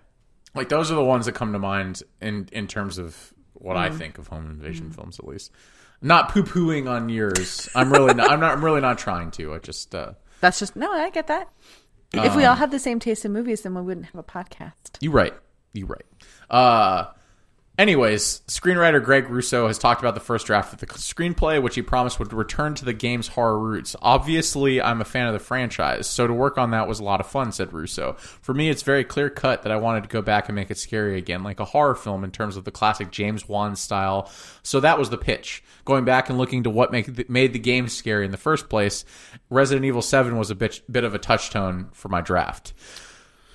[SPEAKER 1] Like those are the ones that come to mind in in terms of what
[SPEAKER 3] Mm-hmm.
[SPEAKER 1] I think of home invasion films, at least. Not poo pooing on yours. I'm really not. I'm not. I'm really not trying to. I just. Uh,
[SPEAKER 4] That's just no. I get that. if we all had the same taste in movies, then we wouldn't have a podcast.
[SPEAKER 1] You right. You right. Uh anyways, screenwriter Greg Russo has talked about the first draft of the screenplay which he promised would return to the game's horror roots. Obviously, I'm a fan of the franchise, so to work on that was a lot of fun, said Russo. For me, it's very clear cut that I wanted to go back and make it scary again, like a horror film in terms of the classic James Wan style. So that was the pitch. Going back and looking to what make, made the game scary in the first place, Resident Evil 7 was a bit, bit of a touchstone for my draft.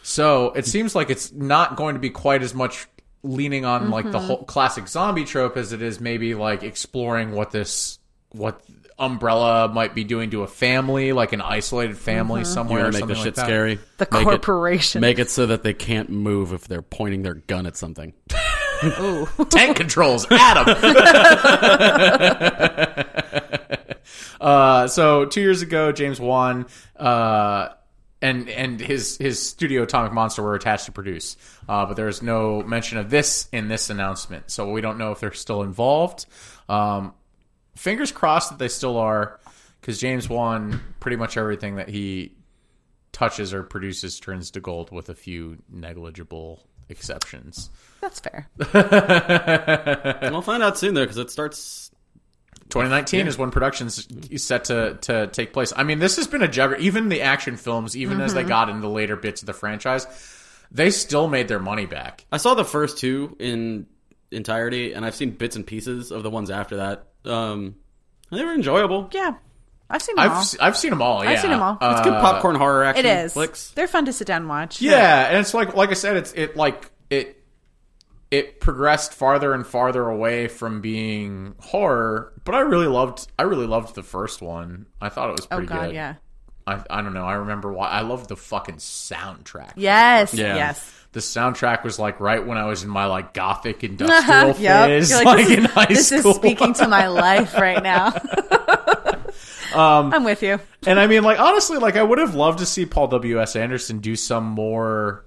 [SPEAKER 1] So it seems like it's not going to be quite as much leaning on like the whole classic zombie trope as it is maybe like exploring what this what umbrella might be doing to a family, like an isolated family
[SPEAKER 3] You
[SPEAKER 1] somewhere
[SPEAKER 3] want
[SPEAKER 1] or
[SPEAKER 3] to make
[SPEAKER 1] something
[SPEAKER 3] the
[SPEAKER 1] like
[SPEAKER 3] shit
[SPEAKER 1] that.
[SPEAKER 3] scary?
[SPEAKER 4] The
[SPEAKER 3] Make it-
[SPEAKER 4] corporation.
[SPEAKER 3] make it so that they can't move if they're pointing their gun at something.
[SPEAKER 1] Tank controls, Adam. uh, so two years ago, James Wan uh, and and his his studio Atomic Monster were attached to produce, uh, but there is no mention of this in this announcement. So we don't know if they're still involved. Um, fingers crossed that they still are, because James Wan pretty much everything that he touches or produces turns to gold, with a few negligible exceptions.
[SPEAKER 4] That's fair.
[SPEAKER 3] we'll find out soon though, because it starts.
[SPEAKER 1] 2019 is when production's set to to take place. I mean, this has been a jugger. Even the action films, even as
[SPEAKER 4] Mm-hmm.
[SPEAKER 1] they got into the later bits of the franchise, they still made their money back.
[SPEAKER 3] I saw the first two in entirety, and I've seen bits and pieces of the ones after that. Um, and they were enjoyable.
[SPEAKER 4] Yeah, I've seen them
[SPEAKER 1] I've
[SPEAKER 4] all.
[SPEAKER 1] s- I've seen them all. Yeah.
[SPEAKER 4] I've seen 'em all.
[SPEAKER 1] Uh,
[SPEAKER 4] It's
[SPEAKER 3] It's good popcorn horror
[SPEAKER 4] It
[SPEAKER 3] action.
[SPEAKER 4] is.
[SPEAKER 3] Flicks.
[SPEAKER 4] They're fun to sit down and watch.
[SPEAKER 1] yeah, and it's like like I said, it's it like it it progressed farther and farther away from being horror. But I really loved I really loved the first one. I thought it was
[SPEAKER 4] Oh
[SPEAKER 1] pretty
[SPEAKER 4] God,
[SPEAKER 1] good.
[SPEAKER 4] yeah.
[SPEAKER 1] I I don't know. I remember why I loved the fucking soundtrack.
[SPEAKER 4] Yes.
[SPEAKER 3] Yeah.
[SPEAKER 4] Yes.
[SPEAKER 1] the soundtrack was like right when I was in my like gothic industrial
[SPEAKER 4] Yep.
[SPEAKER 1] phase,
[SPEAKER 4] You're
[SPEAKER 1] like,
[SPEAKER 4] like, this is-
[SPEAKER 1] in high
[SPEAKER 4] this
[SPEAKER 1] school.
[SPEAKER 4] is speaking to my life right now. I'm with you.
[SPEAKER 1] and Um, I mean, like honestly, like I would have loved to see Paul W. S. Anderson do some more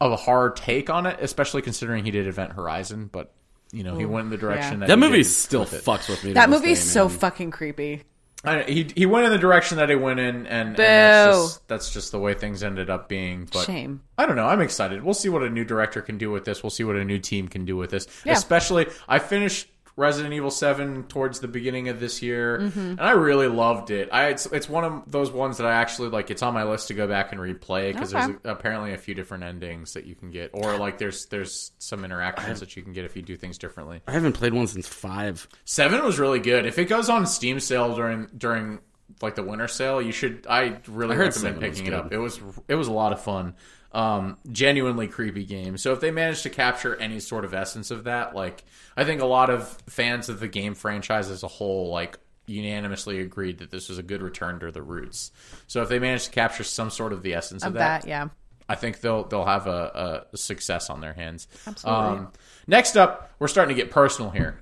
[SPEAKER 1] of a horror take on it, especially considering he did Event Horizon, but you know he went in the direction that
[SPEAKER 3] That
[SPEAKER 1] he
[SPEAKER 3] movie
[SPEAKER 1] did
[SPEAKER 3] still
[SPEAKER 1] with it.
[SPEAKER 3] fucks with me. to
[SPEAKER 4] That
[SPEAKER 3] this
[SPEAKER 4] movie's
[SPEAKER 3] day,
[SPEAKER 4] so
[SPEAKER 3] man.
[SPEAKER 4] fucking creepy.
[SPEAKER 1] I, he he went in the direction that he went in, and, and that's,
[SPEAKER 4] Boo.
[SPEAKER 1] just, that's just the way things ended up being. But
[SPEAKER 4] Shame.
[SPEAKER 1] I don't know. I'm excited. We'll see what a new director can do with this. We'll see what a new team can do with this.
[SPEAKER 4] Yeah.
[SPEAKER 1] Especially, I finished Resident Evil Seven towards the beginning of this year,
[SPEAKER 4] Mm-hmm.
[SPEAKER 1] and I really loved it. I it's, it's one of those ones that I actually like. It's on my list to go back and replay because
[SPEAKER 4] Okay.
[SPEAKER 1] there's apparently a few different endings that you can get, or like there's there's some interactions that you can get if you do things differently.
[SPEAKER 3] I haven't played one since five.
[SPEAKER 1] Seven was really good. If it goes on Steam sale during during like the winter sale, you should. I really
[SPEAKER 3] I
[SPEAKER 1] recommend
[SPEAKER 3] heard seven was
[SPEAKER 1] picking it
[SPEAKER 3] good.
[SPEAKER 1] up. It was it was a lot of fun. Um, genuinely creepy game. So if they manage to capture any sort of essence of that, like I think a lot of fans of the game franchise as a whole, like unanimously agreed that this was a good return to the roots. So if they manage to capture some sort of the essence of,
[SPEAKER 4] Of that, yeah.
[SPEAKER 1] I think they'll they'll have a, a success on their hands. Um,
[SPEAKER 4] Absolutely.
[SPEAKER 1] next up, we're starting to get personal here.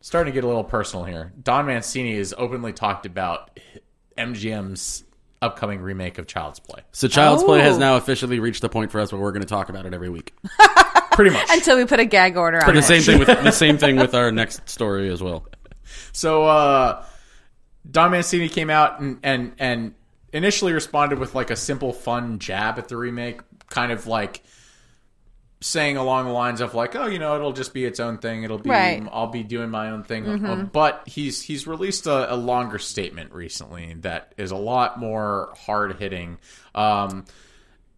[SPEAKER 1] Starting to get a little personal here. Don Mancini has openly talked about MGM's upcoming remake of Child's Play.
[SPEAKER 3] So Child's Play has
[SPEAKER 4] Oh.
[SPEAKER 3] now officially reached the point for us where we're going to talk about it every week.
[SPEAKER 1] Pretty much.
[SPEAKER 4] Until we put a gag order on
[SPEAKER 3] the
[SPEAKER 4] it.
[SPEAKER 3] same thing with the same thing with our next story as well.
[SPEAKER 1] So uh, Don Mancini came out and, and and initially responded with like a simple, fun jab at the remake, kind of like saying along the lines of like, "Oh, you know, it'll just be its own thing. It'll be
[SPEAKER 4] Right. Mm-hmm.
[SPEAKER 1] I'll be doing my own thing." Um, But he's he's released a, a longer statement recently that is a lot more hard hitting. Um,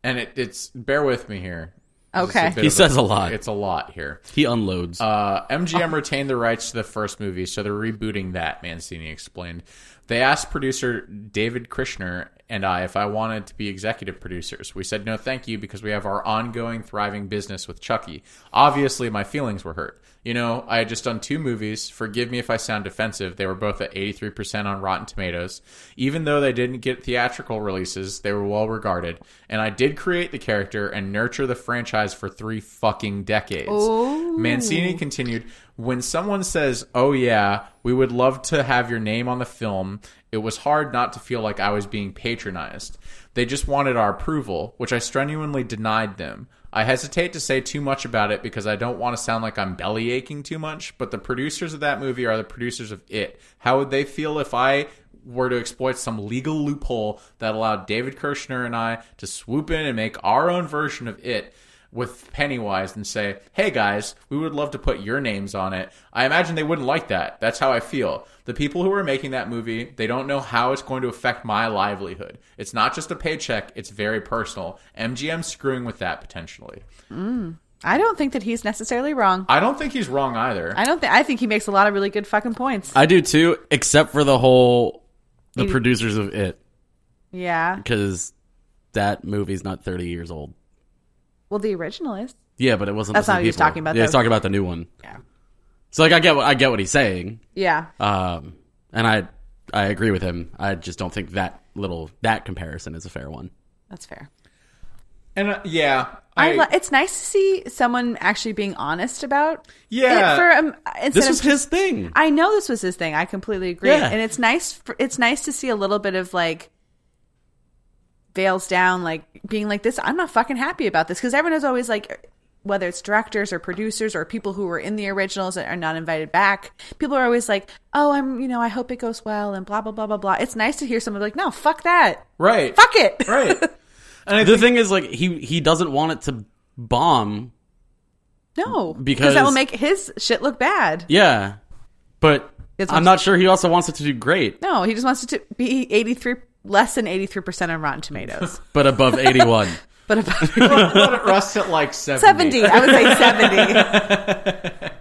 [SPEAKER 1] and it, it's bear with me here. This is a
[SPEAKER 4] Okay.
[SPEAKER 1] bit
[SPEAKER 3] He
[SPEAKER 1] of
[SPEAKER 3] says a lot.
[SPEAKER 1] It's a lot here.
[SPEAKER 3] He unloads.
[SPEAKER 1] Uh, MGM retained the rights to the first movie, so they're rebooting that, Mancini explained. They asked producer David Krishner and I if I wanted to be executive producers. We said no thank you because we have our ongoing thriving business with Chucky. Obviously, my feelings were hurt. You know, I had just done two movies. Forgive me if I sound defensive. They were both at 83% on Rotten Tomatoes. Even though they didn't get theatrical releases, they were well regarded. And I did create the character and nurture the franchise for three fucking decades. Mancini continued When someone says, Oh, yeah, we would love to have your name on the film, it was hard not to feel like I was being patronized. They just wanted our approval, which I strenuously denied them. I hesitate to say too much about it because I don't want to sound like I'm belly aching too much, but the producers of that movie are the producers of it. How would they feel if I were to exploit some legal loophole that allowed David Kirshner and I to swoop in and make our own version of it? with Pennywise and say, "Hey guys, we would love to put your names on it." I imagine they wouldn't like that. That's how I feel. The people who are making that movie, they don't know how it's going to affect my livelihood. It's not just a paycheck, it's very personal. MGM's screwing with that potentially.
[SPEAKER 4] I don't think that he's necessarily wrong.
[SPEAKER 1] I don't think he's wrong either.
[SPEAKER 4] I don't think. I think he makes a lot of really good fucking points.
[SPEAKER 3] I do too, except for the whole the
[SPEAKER 4] You-
[SPEAKER 3] producers of it
[SPEAKER 4] Yeah.
[SPEAKER 3] because that movie's not 30 years old.
[SPEAKER 4] Well, the original is.
[SPEAKER 3] Yeah, but it wasn't.
[SPEAKER 4] That's
[SPEAKER 3] the
[SPEAKER 4] not
[SPEAKER 3] same
[SPEAKER 4] what he was
[SPEAKER 3] people.
[SPEAKER 4] talking about,
[SPEAKER 3] Yeah, he's
[SPEAKER 4] though.
[SPEAKER 3] talking about the new one.
[SPEAKER 4] Yeah.
[SPEAKER 3] So like, I get what I get what he's saying,
[SPEAKER 4] Yeah.
[SPEAKER 3] um, and I I agree with him. I just don't think that little that comparison is a fair one.
[SPEAKER 4] That's fair.
[SPEAKER 1] And uh, yeah,
[SPEAKER 4] I,
[SPEAKER 1] I,
[SPEAKER 4] lo- it's nice to see someone actually being honest about
[SPEAKER 1] Yeah.
[SPEAKER 4] it for um, instead
[SPEAKER 3] This
[SPEAKER 4] of
[SPEAKER 3] was his thing.
[SPEAKER 4] I know this was his thing. I completely agree.
[SPEAKER 3] Yeah.
[SPEAKER 4] And it's nice. For, it's nice to see a little bit of like veils down, like being like this. I'm not fucking happy about this because everyone is always like, whether it's directors or producers or people who were in the originals and are not invited back. People are always like, oh, I'm, you know, I hope it goes well and blah blah blah blah blah. It's nice to hear someone like, no, fuck that,
[SPEAKER 1] right.
[SPEAKER 4] fuck it.
[SPEAKER 1] Right. And I
[SPEAKER 3] The
[SPEAKER 1] think
[SPEAKER 3] thing is, like, he he doesn't want it to bomb.
[SPEAKER 4] No,
[SPEAKER 3] Because-
[SPEAKER 4] that will make his shit look bad.
[SPEAKER 3] Yeah, but
[SPEAKER 4] It's-
[SPEAKER 3] I'm not sure he also wants it to do great,
[SPEAKER 4] No, he just wants it to be 83 less than 83% on Rotten Tomatoes.
[SPEAKER 3] but above 81.
[SPEAKER 4] but about
[SPEAKER 1] let it rust at like 70.
[SPEAKER 4] 70 i would say 70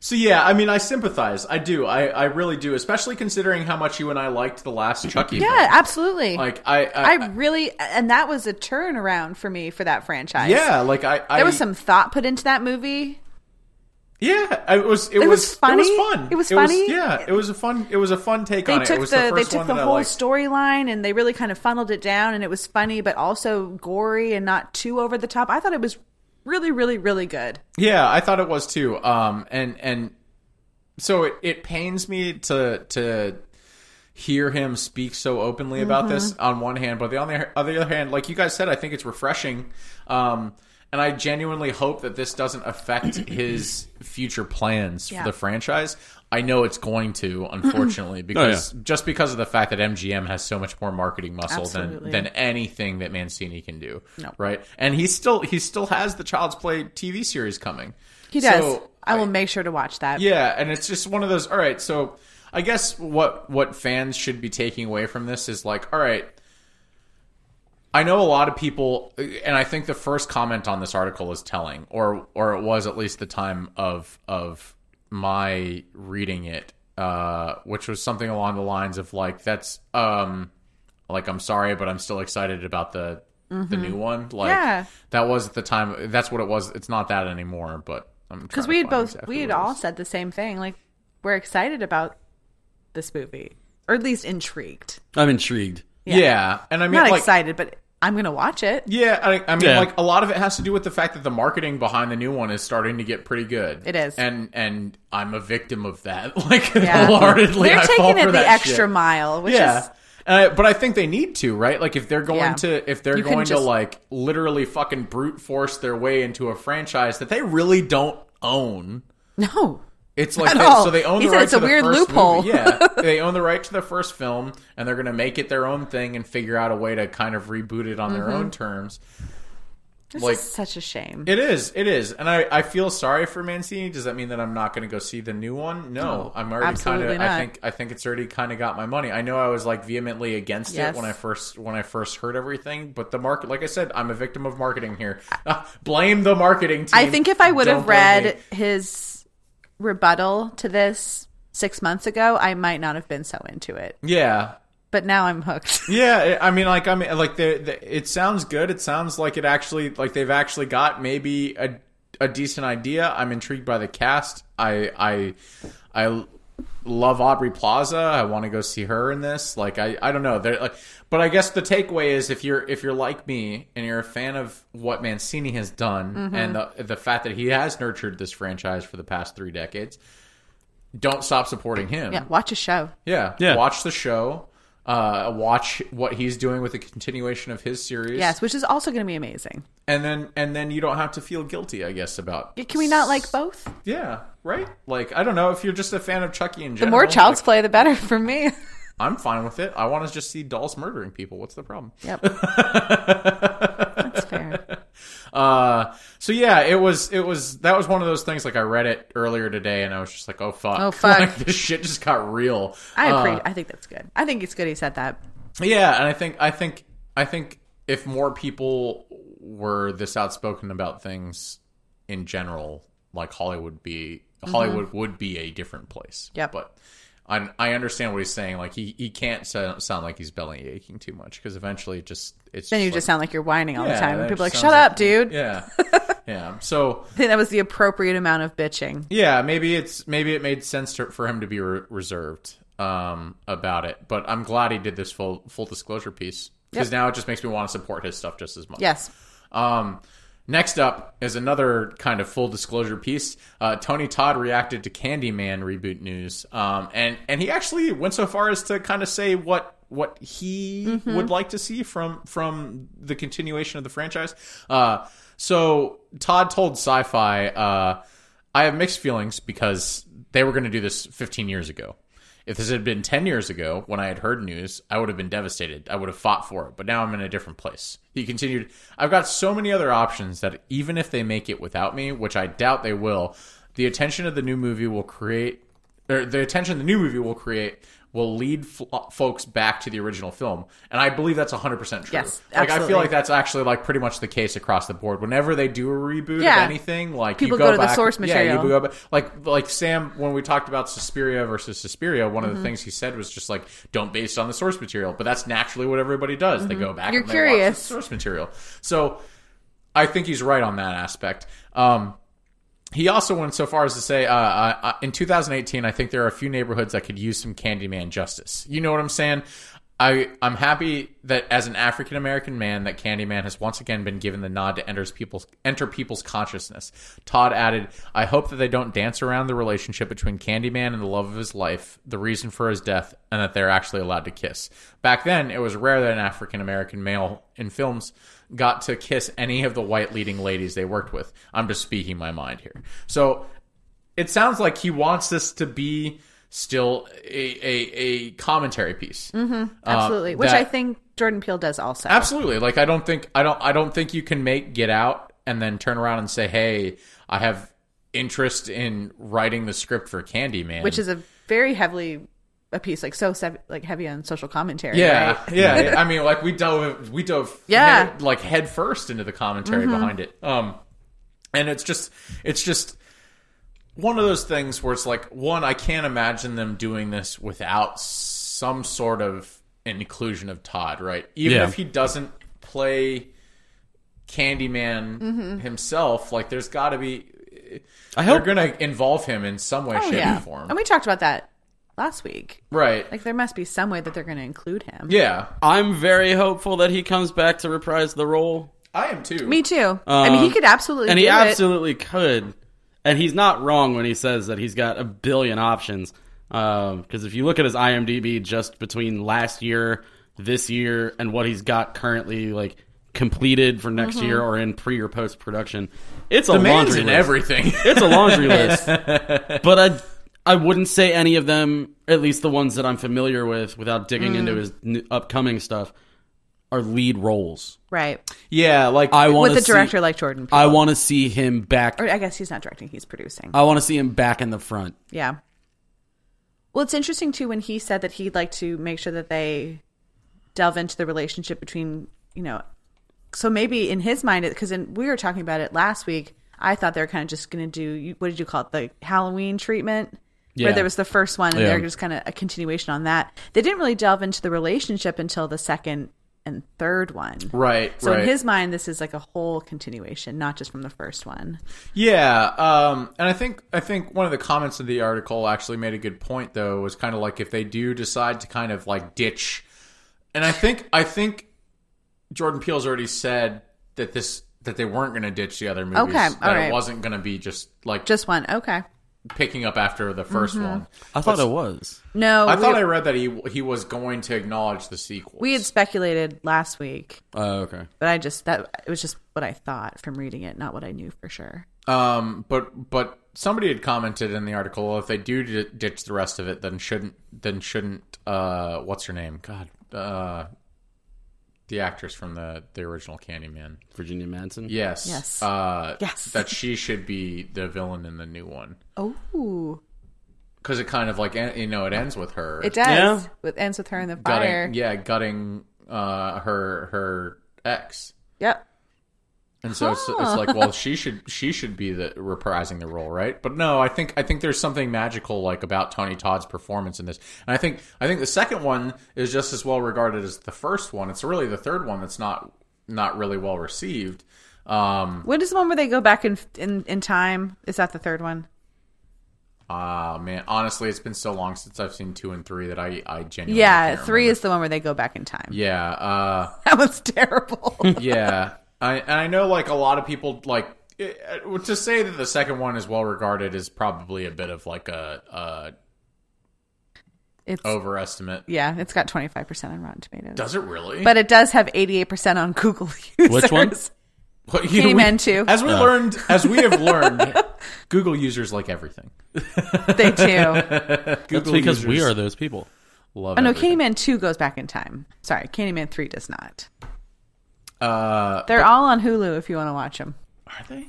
[SPEAKER 1] So yeah, I mean, I sympathize. I do. I, I really do, especially considering how much you and I liked the last Chucky.
[SPEAKER 4] yeah
[SPEAKER 1] film.
[SPEAKER 4] absolutely
[SPEAKER 1] Like I, I,
[SPEAKER 4] i really and that was a turnaround for me for that franchise
[SPEAKER 1] yeah, like I, I
[SPEAKER 4] there was some thought put into that movie
[SPEAKER 1] Yeah, I- it was. It,
[SPEAKER 4] was
[SPEAKER 1] was,
[SPEAKER 4] funny.
[SPEAKER 1] It was fun.
[SPEAKER 4] It was funny.
[SPEAKER 1] yeah, it was a fun. It was a fun take
[SPEAKER 4] they
[SPEAKER 1] on it. It
[SPEAKER 4] took
[SPEAKER 1] was
[SPEAKER 4] the, they
[SPEAKER 1] first
[SPEAKER 4] took
[SPEAKER 1] one
[SPEAKER 4] the
[SPEAKER 1] that I
[SPEAKER 4] whole
[SPEAKER 1] liked.
[SPEAKER 4] storyline and they really kind of funneled it down and it was funny but also gory and not too over the top i thought it was really really really good
[SPEAKER 1] Yeah, I thought it was too. Um, and and so it, it pains me to to hear him speak so openly about this
[SPEAKER 4] Mm-hmm.
[SPEAKER 1] on one hand, but the on the other hand, like you guys said, I think it's refreshing. Um, and I genuinely hope that this doesn't affect his future plans
[SPEAKER 4] Yeah.
[SPEAKER 1] for the franchise. I know it's going to, unfortunately, because just because of the fact that MGM has so much more marketing muscle
[SPEAKER 4] Absolutely.
[SPEAKER 1] than than anything that Mancini can do.
[SPEAKER 4] No.
[SPEAKER 1] Right? And he still he still has the Child's Play TV series coming.
[SPEAKER 4] he does
[SPEAKER 1] So,
[SPEAKER 4] i will make sure to watch that
[SPEAKER 1] yeah, and it's just one of those. All right, so I guess what what fans should be taking away from this is like, all right, I know a lot of people, and I think the first comment on this article is telling, or or it was at least the time of of my reading it, uh, which was something along the lines of like, that's um, like I'm sorry, but I'm still excited about the the new one. Like
[SPEAKER 4] Mm-hmm. Yeah.
[SPEAKER 1] that was at the time. That's what it was. It's not that anymore, but.
[SPEAKER 4] because we had both we had all said the same thing like we're excited about this movie or at least intrigued
[SPEAKER 3] I'm intrigued.
[SPEAKER 1] Yeah. and I mean,
[SPEAKER 4] I'm not
[SPEAKER 1] like,
[SPEAKER 4] excited, but I'm gonna watch it.
[SPEAKER 1] yeah, I, I mean,
[SPEAKER 3] Yeah.
[SPEAKER 1] like a lot of it has to do with the fact that the marketing behind the new one is starting to get pretty good.
[SPEAKER 4] It is.
[SPEAKER 1] and and I'm a victim of that. Like,
[SPEAKER 4] Yeah.
[SPEAKER 1] wholeheartedly,
[SPEAKER 4] They're
[SPEAKER 1] I fall
[SPEAKER 4] taking
[SPEAKER 1] for
[SPEAKER 4] it the
[SPEAKER 1] that
[SPEAKER 4] extra
[SPEAKER 1] shit.
[SPEAKER 4] mile, which
[SPEAKER 1] yeah.
[SPEAKER 4] is
[SPEAKER 1] Uh, but I think they need to, right? Like if they're going
[SPEAKER 4] Yeah.
[SPEAKER 1] to, if they're
[SPEAKER 4] You couldn't
[SPEAKER 1] going to
[SPEAKER 4] just-
[SPEAKER 1] like literally fucking brute force their way into a franchise that they really don't own,
[SPEAKER 4] no.
[SPEAKER 1] It's like
[SPEAKER 4] At
[SPEAKER 1] they,
[SPEAKER 4] all.
[SPEAKER 1] so they own
[SPEAKER 4] He
[SPEAKER 1] the
[SPEAKER 4] said
[SPEAKER 1] right
[SPEAKER 4] it's
[SPEAKER 1] to
[SPEAKER 4] a
[SPEAKER 1] the
[SPEAKER 4] weird
[SPEAKER 1] first
[SPEAKER 4] loophole.
[SPEAKER 1] movie. Yeah, they own the right to the first film, and they're going to make it their own thing and figure out a way to kind of reboot it on
[SPEAKER 4] Mm-hmm.
[SPEAKER 1] their own terms.
[SPEAKER 4] This
[SPEAKER 1] Like-
[SPEAKER 4] is such a shame.
[SPEAKER 1] It is, it is, and I, I feel sorry for Mancini. Does that mean that I'm not going to go see the new one? No, I'm already kind
[SPEAKER 4] absolutely
[SPEAKER 1] of.
[SPEAKER 4] not.
[SPEAKER 1] I think I think it's already kind of got my money. I know I was like vehemently against
[SPEAKER 4] Yes.
[SPEAKER 1] it when I first when I first heard everything, but the market, like I said, I'm a victim of marketing here. blame the marketing team.
[SPEAKER 4] I think if I would
[SPEAKER 1] Don't
[SPEAKER 4] have
[SPEAKER 1] blame me.
[SPEAKER 4] read his rebuttal to this six months ago, I might not have been so into it.
[SPEAKER 1] Yeah.
[SPEAKER 4] but now I'm hooked.
[SPEAKER 1] Yeah, I I mean, like I mean, like the, the it sounds good. It sounds like it actually like they've actually got maybe a a decent idea. I'm intrigued by the cast. I I I love Aubrey Plaza. I want to go see her in this. Like I I don't know. They're, like, but I guess the takeaway is if you're if you're like me and you're a fan of what Mancini has done and the the fact that he has nurtured this franchise for the past three decades, don't stop supporting him.
[SPEAKER 4] yeah, watch a show.
[SPEAKER 1] Yeah.
[SPEAKER 3] Yeah.
[SPEAKER 1] Watch the show. Uh, watch what he's doing with the continuation of his series.
[SPEAKER 4] Yes, which is also going to be amazing.
[SPEAKER 1] And then and then you don't have to feel guilty, I guess, about
[SPEAKER 4] Can we not like both?
[SPEAKER 1] Yeah. Right? Like, I don't know, if you're just a fan of Chucky in
[SPEAKER 4] The
[SPEAKER 1] general.
[SPEAKER 4] more child's
[SPEAKER 1] like,
[SPEAKER 4] play, the better for me.
[SPEAKER 1] I'm fine with it. I want to just see dolls murdering people. What's the problem?
[SPEAKER 4] Yep. That's fair.
[SPEAKER 1] Uh so yeah, it was it was that was one of those things like I read it earlier today and I was just like, oh fuck.
[SPEAKER 4] Oh, fuck.
[SPEAKER 1] Like this shit just got real.
[SPEAKER 4] I
[SPEAKER 1] Uh,
[SPEAKER 4] agree. I think that's good. I think it's good he said that.
[SPEAKER 1] Yeah, and I think I think I think if more people were this outspoken about things in general, like Hollywood would be Hollywood would be a different place.
[SPEAKER 4] Mm-hmm. Yep.
[SPEAKER 1] But I I understand what he's saying. Like he he can't sound, sound like he's belly aching too much because eventually it just it's
[SPEAKER 4] Then you
[SPEAKER 1] like-
[SPEAKER 4] just sound like you're whining all
[SPEAKER 1] Yeah,
[SPEAKER 4] the time,
[SPEAKER 1] that
[SPEAKER 4] and people are like,
[SPEAKER 1] just
[SPEAKER 4] "Shut
[SPEAKER 1] sounds
[SPEAKER 4] up, dude."
[SPEAKER 1] yeah yeah so
[SPEAKER 4] I think that was the appropriate amount of bitching.
[SPEAKER 1] yeah maybe it's maybe it made sense to, for him to be re- reserved um about it but i'm glad he did this full full disclosure piece because
[SPEAKER 4] Yep.
[SPEAKER 1] now it just makes me want to support his stuff just as much
[SPEAKER 4] Yes.
[SPEAKER 1] Um, next up is another kind of full disclosure piece. Uh, Tony Todd reacted to Candyman reboot news, um, and and he actually went so far as to kind of say what what he would like to see from from the continuation of the franchise. Uh, so Todd told Sci-Fi, uh, "I have mixed feelings because they were going to do this 15 years ago." If this had been 10 years ago when I had heard news, I would have been devastated. I would have fought for it, but now I'm in a different place. He continued, I've got so many other options that even if they make it without me, which I doubt they will, the attention of the new movie will create, or the attention the new movie will create will lead fl- folks back to the original film. And I believe that's 100% true.
[SPEAKER 4] Yes,
[SPEAKER 1] like, I
[SPEAKER 4] absolutely.
[SPEAKER 1] feel like that's actually like pretty much the case across the board. Whenever they do a reboot
[SPEAKER 4] Yeah.
[SPEAKER 1] of anything, like you
[SPEAKER 4] People
[SPEAKER 1] go,
[SPEAKER 4] go to the
[SPEAKER 1] back-
[SPEAKER 4] source
[SPEAKER 1] Yeah,
[SPEAKER 4] material.
[SPEAKER 1] you go but like like Sam, when we talked about Suspiria versus Suspiria, one of
[SPEAKER 4] Mm-hmm.
[SPEAKER 1] the things he said was just like, "Don't base it on the source material." But that's naturally what everybody does. They go back.
[SPEAKER 4] Mm-hmm. You're
[SPEAKER 1] and they watch the
[SPEAKER 4] curious.
[SPEAKER 1] source material. So I think he's right on that aspect. Um, he also went so far as to say, uh, uh, uh, in 2018, I think there are a few neighborhoods that could use some Candyman justice. You know what I'm saying? I, I'm happy that as an African American man, that Candyman has once again been given the nod to enters people's, enter people's consciousness. Todd added, I hope that they don't dance around the relationship between Candyman and the love of his life, the reason for his death, and that they're actually allowed to kiss. Back then, it was rare that an African American male in films got to kiss any of the white leading ladies they worked with. I'm just speaking my mind here. So it sounds like he wants this to be still a, a, a commentary piece.
[SPEAKER 4] Mm-hmm. Absolutely. Which
[SPEAKER 1] Uh, that-
[SPEAKER 4] I think Jordan Peele does also.
[SPEAKER 1] Absolutely. Like I don't think I don't I don't think you can make Get Out and then turn around and say, "Hey, I have interest in writing the script for Candyman,"
[SPEAKER 4] Which is a very heavily a piece like so sev- like heavy on social commentary.
[SPEAKER 1] Yeah,
[SPEAKER 4] right?
[SPEAKER 1] yeah, yeah. I mean, like we dove, we dove,
[SPEAKER 4] Yeah. Mm-hmm.
[SPEAKER 1] head- like head first into the commentary behind it. Um, and it's just, it's just one of those things where it's like, one, I can't imagine them doing this without some sort of inclusion of Todd, right? Even
[SPEAKER 3] Yeah.
[SPEAKER 1] if he doesn't play Candyman
[SPEAKER 4] Mm-hmm.
[SPEAKER 1] himself, like there's got to be.
[SPEAKER 3] I
[SPEAKER 1] They're
[SPEAKER 3] hope.
[SPEAKER 1] gonna involve him in some way,
[SPEAKER 4] Oh,
[SPEAKER 1] shape,
[SPEAKER 4] yeah.
[SPEAKER 1] or form,
[SPEAKER 4] And we talked about that last week.
[SPEAKER 1] right?
[SPEAKER 4] Like there must be some way that they're going to include him.
[SPEAKER 1] yeah,
[SPEAKER 3] I'm very hopeful that he comes back to reprise the role,
[SPEAKER 1] I am too.
[SPEAKER 4] Me too. I mean, he
[SPEAKER 3] Um,
[SPEAKER 4] could absolutely.
[SPEAKER 3] and he
[SPEAKER 4] do it.
[SPEAKER 3] absolutely could. And he's not wrong when he says that he's got a billion options. Because if you look at his IMDb, just between last year, this year, and what he's got currently, like completed for next year or in pre or post production, it's a
[SPEAKER 1] The man's
[SPEAKER 3] laundry
[SPEAKER 1] in
[SPEAKER 3] list.
[SPEAKER 1] everything.
[SPEAKER 3] It's a laundry list. But I I wouldn't say any of them, at least the ones that I'm familiar with, without digging into his n- upcoming stuff, are lead roles.
[SPEAKER 4] right
[SPEAKER 1] yeah, like
[SPEAKER 3] I want
[SPEAKER 4] with
[SPEAKER 3] to
[SPEAKER 4] a director like Jordan. Peele.
[SPEAKER 3] I want to see him back.
[SPEAKER 4] or I guess he's not directing; he's producing.
[SPEAKER 3] I want to see him back in the front.
[SPEAKER 4] Yeah. Well, it's interesting too when he said that he'd like to make sure that they delve into the relationship between, you know, so maybe in his mind, because we were talking about it last week, I thought they were kind of just going to do you- what did you call it, the Halloween treatment,
[SPEAKER 6] Yeah.
[SPEAKER 4] where there was the first one, and
[SPEAKER 6] Yeah.
[SPEAKER 4] they're just kind of a continuation on that. They didn't really delve into the relationship until the second and third one.
[SPEAKER 1] Right.
[SPEAKER 4] So
[SPEAKER 1] right.
[SPEAKER 4] in his mind, this is like a whole continuation, not just from the first one.
[SPEAKER 1] Yeah, um, and I think I think one of the comments in the article actually made a good point though was kind of like if they do decide to kind of like ditch, and I think I think Jordan Peele's already said that this that they weren't going to ditch the other movies.
[SPEAKER 4] Okay,
[SPEAKER 1] that
[SPEAKER 4] all
[SPEAKER 1] it
[SPEAKER 4] right.
[SPEAKER 1] wasn't going to be just like just
[SPEAKER 4] Just one. Okay.
[SPEAKER 1] picking up after the 1st one.
[SPEAKER 3] I thought it was.
[SPEAKER 4] No,
[SPEAKER 1] I
[SPEAKER 4] we,
[SPEAKER 1] thought I read that he he was going to acknowledge the sequel.
[SPEAKER 4] we had speculated last week,
[SPEAKER 3] Oh, okay.
[SPEAKER 4] but I just that it was just what I thought from reading it, not what I knew for sure.
[SPEAKER 1] Um, but but somebody had commented in the article if they do d- ditch the rest of it, then shouldn't then shouldn't uh what's her name? God, uh, the actress from the the original Candyman.
[SPEAKER 3] Virginia Madsen.
[SPEAKER 1] Yes,
[SPEAKER 4] Yes.
[SPEAKER 1] uh,
[SPEAKER 4] Yes.
[SPEAKER 1] That she should be the villain in the new one
[SPEAKER 4] Oh,
[SPEAKER 1] because it kind of like en- you know it ends with her.
[SPEAKER 4] it does.
[SPEAKER 3] Yeah.
[SPEAKER 4] With ends with her in the
[SPEAKER 1] gutting,
[SPEAKER 4] fire.
[SPEAKER 1] yeah, gutting uh her her ex.
[SPEAKER 4] Yep.
[SPEAKER 1] And so it's, it's like, well, she should she should be the reprising the role, right? But no, I think I think there's something magical like about Tony Todd's performance in this, and I think I think the second one is just as well regarded as the first one. It's really the third one that's not not really well received. Um,
[SPEAKER 4] When is the one where they go back in in, in time? Is that the third one?
[SPEAKER 1] ah, man, honestly, it's been so long since I've seen two and three that I I genuinely
[SPEAKER 4] Yeah,
[SPEAKER 1] can't
[SPEAKER 4] three
[SPEAKER 1] remember.
[SPEAKER 4] is the one where they go back in time.
[SPEAKER 1] yeah uh,
[SPEAKER 4] That was terrible.
[SPEAKER 1] yeah I, and i know like a lot of people like it, uh, to say that the second one is well regarded is probably a bit of like a,
[SPEAKER 4] it's
[SPEAKER 1] a overestimate
[SPEAKER 4] yeah, it's got twenty five percent on Rotten Tomatoes,
[SPEAKER 1] Oh. does it really
[SPEAKER 4] but it does have eighty eight percent on Google users.
[SPEAKER 3] Which one?
[SPEAKER 1] But, you know, we-
[SPEAKER 4] Candyman two.
[SPEAKER 1] as we learned as we have learned google users like everything
[SPEAKER 4] They do.
[SPEAKER 1] google
[SPEAKER 3] because we
[SPEAKER 1] users
[SPEAKER 3] are those people.
[SPEAKER 1] love
[SPEAKER 4] Oh no,
[SPEAKER 1] everything.
[SPEAKER 4] Candyman two goes back in time. Sorry, Candyman three does not.
[SPEAKER 1] uh
[SPEAKER 4] They're all on Hulu if you want to watch them.
[SPEAKER 1] are they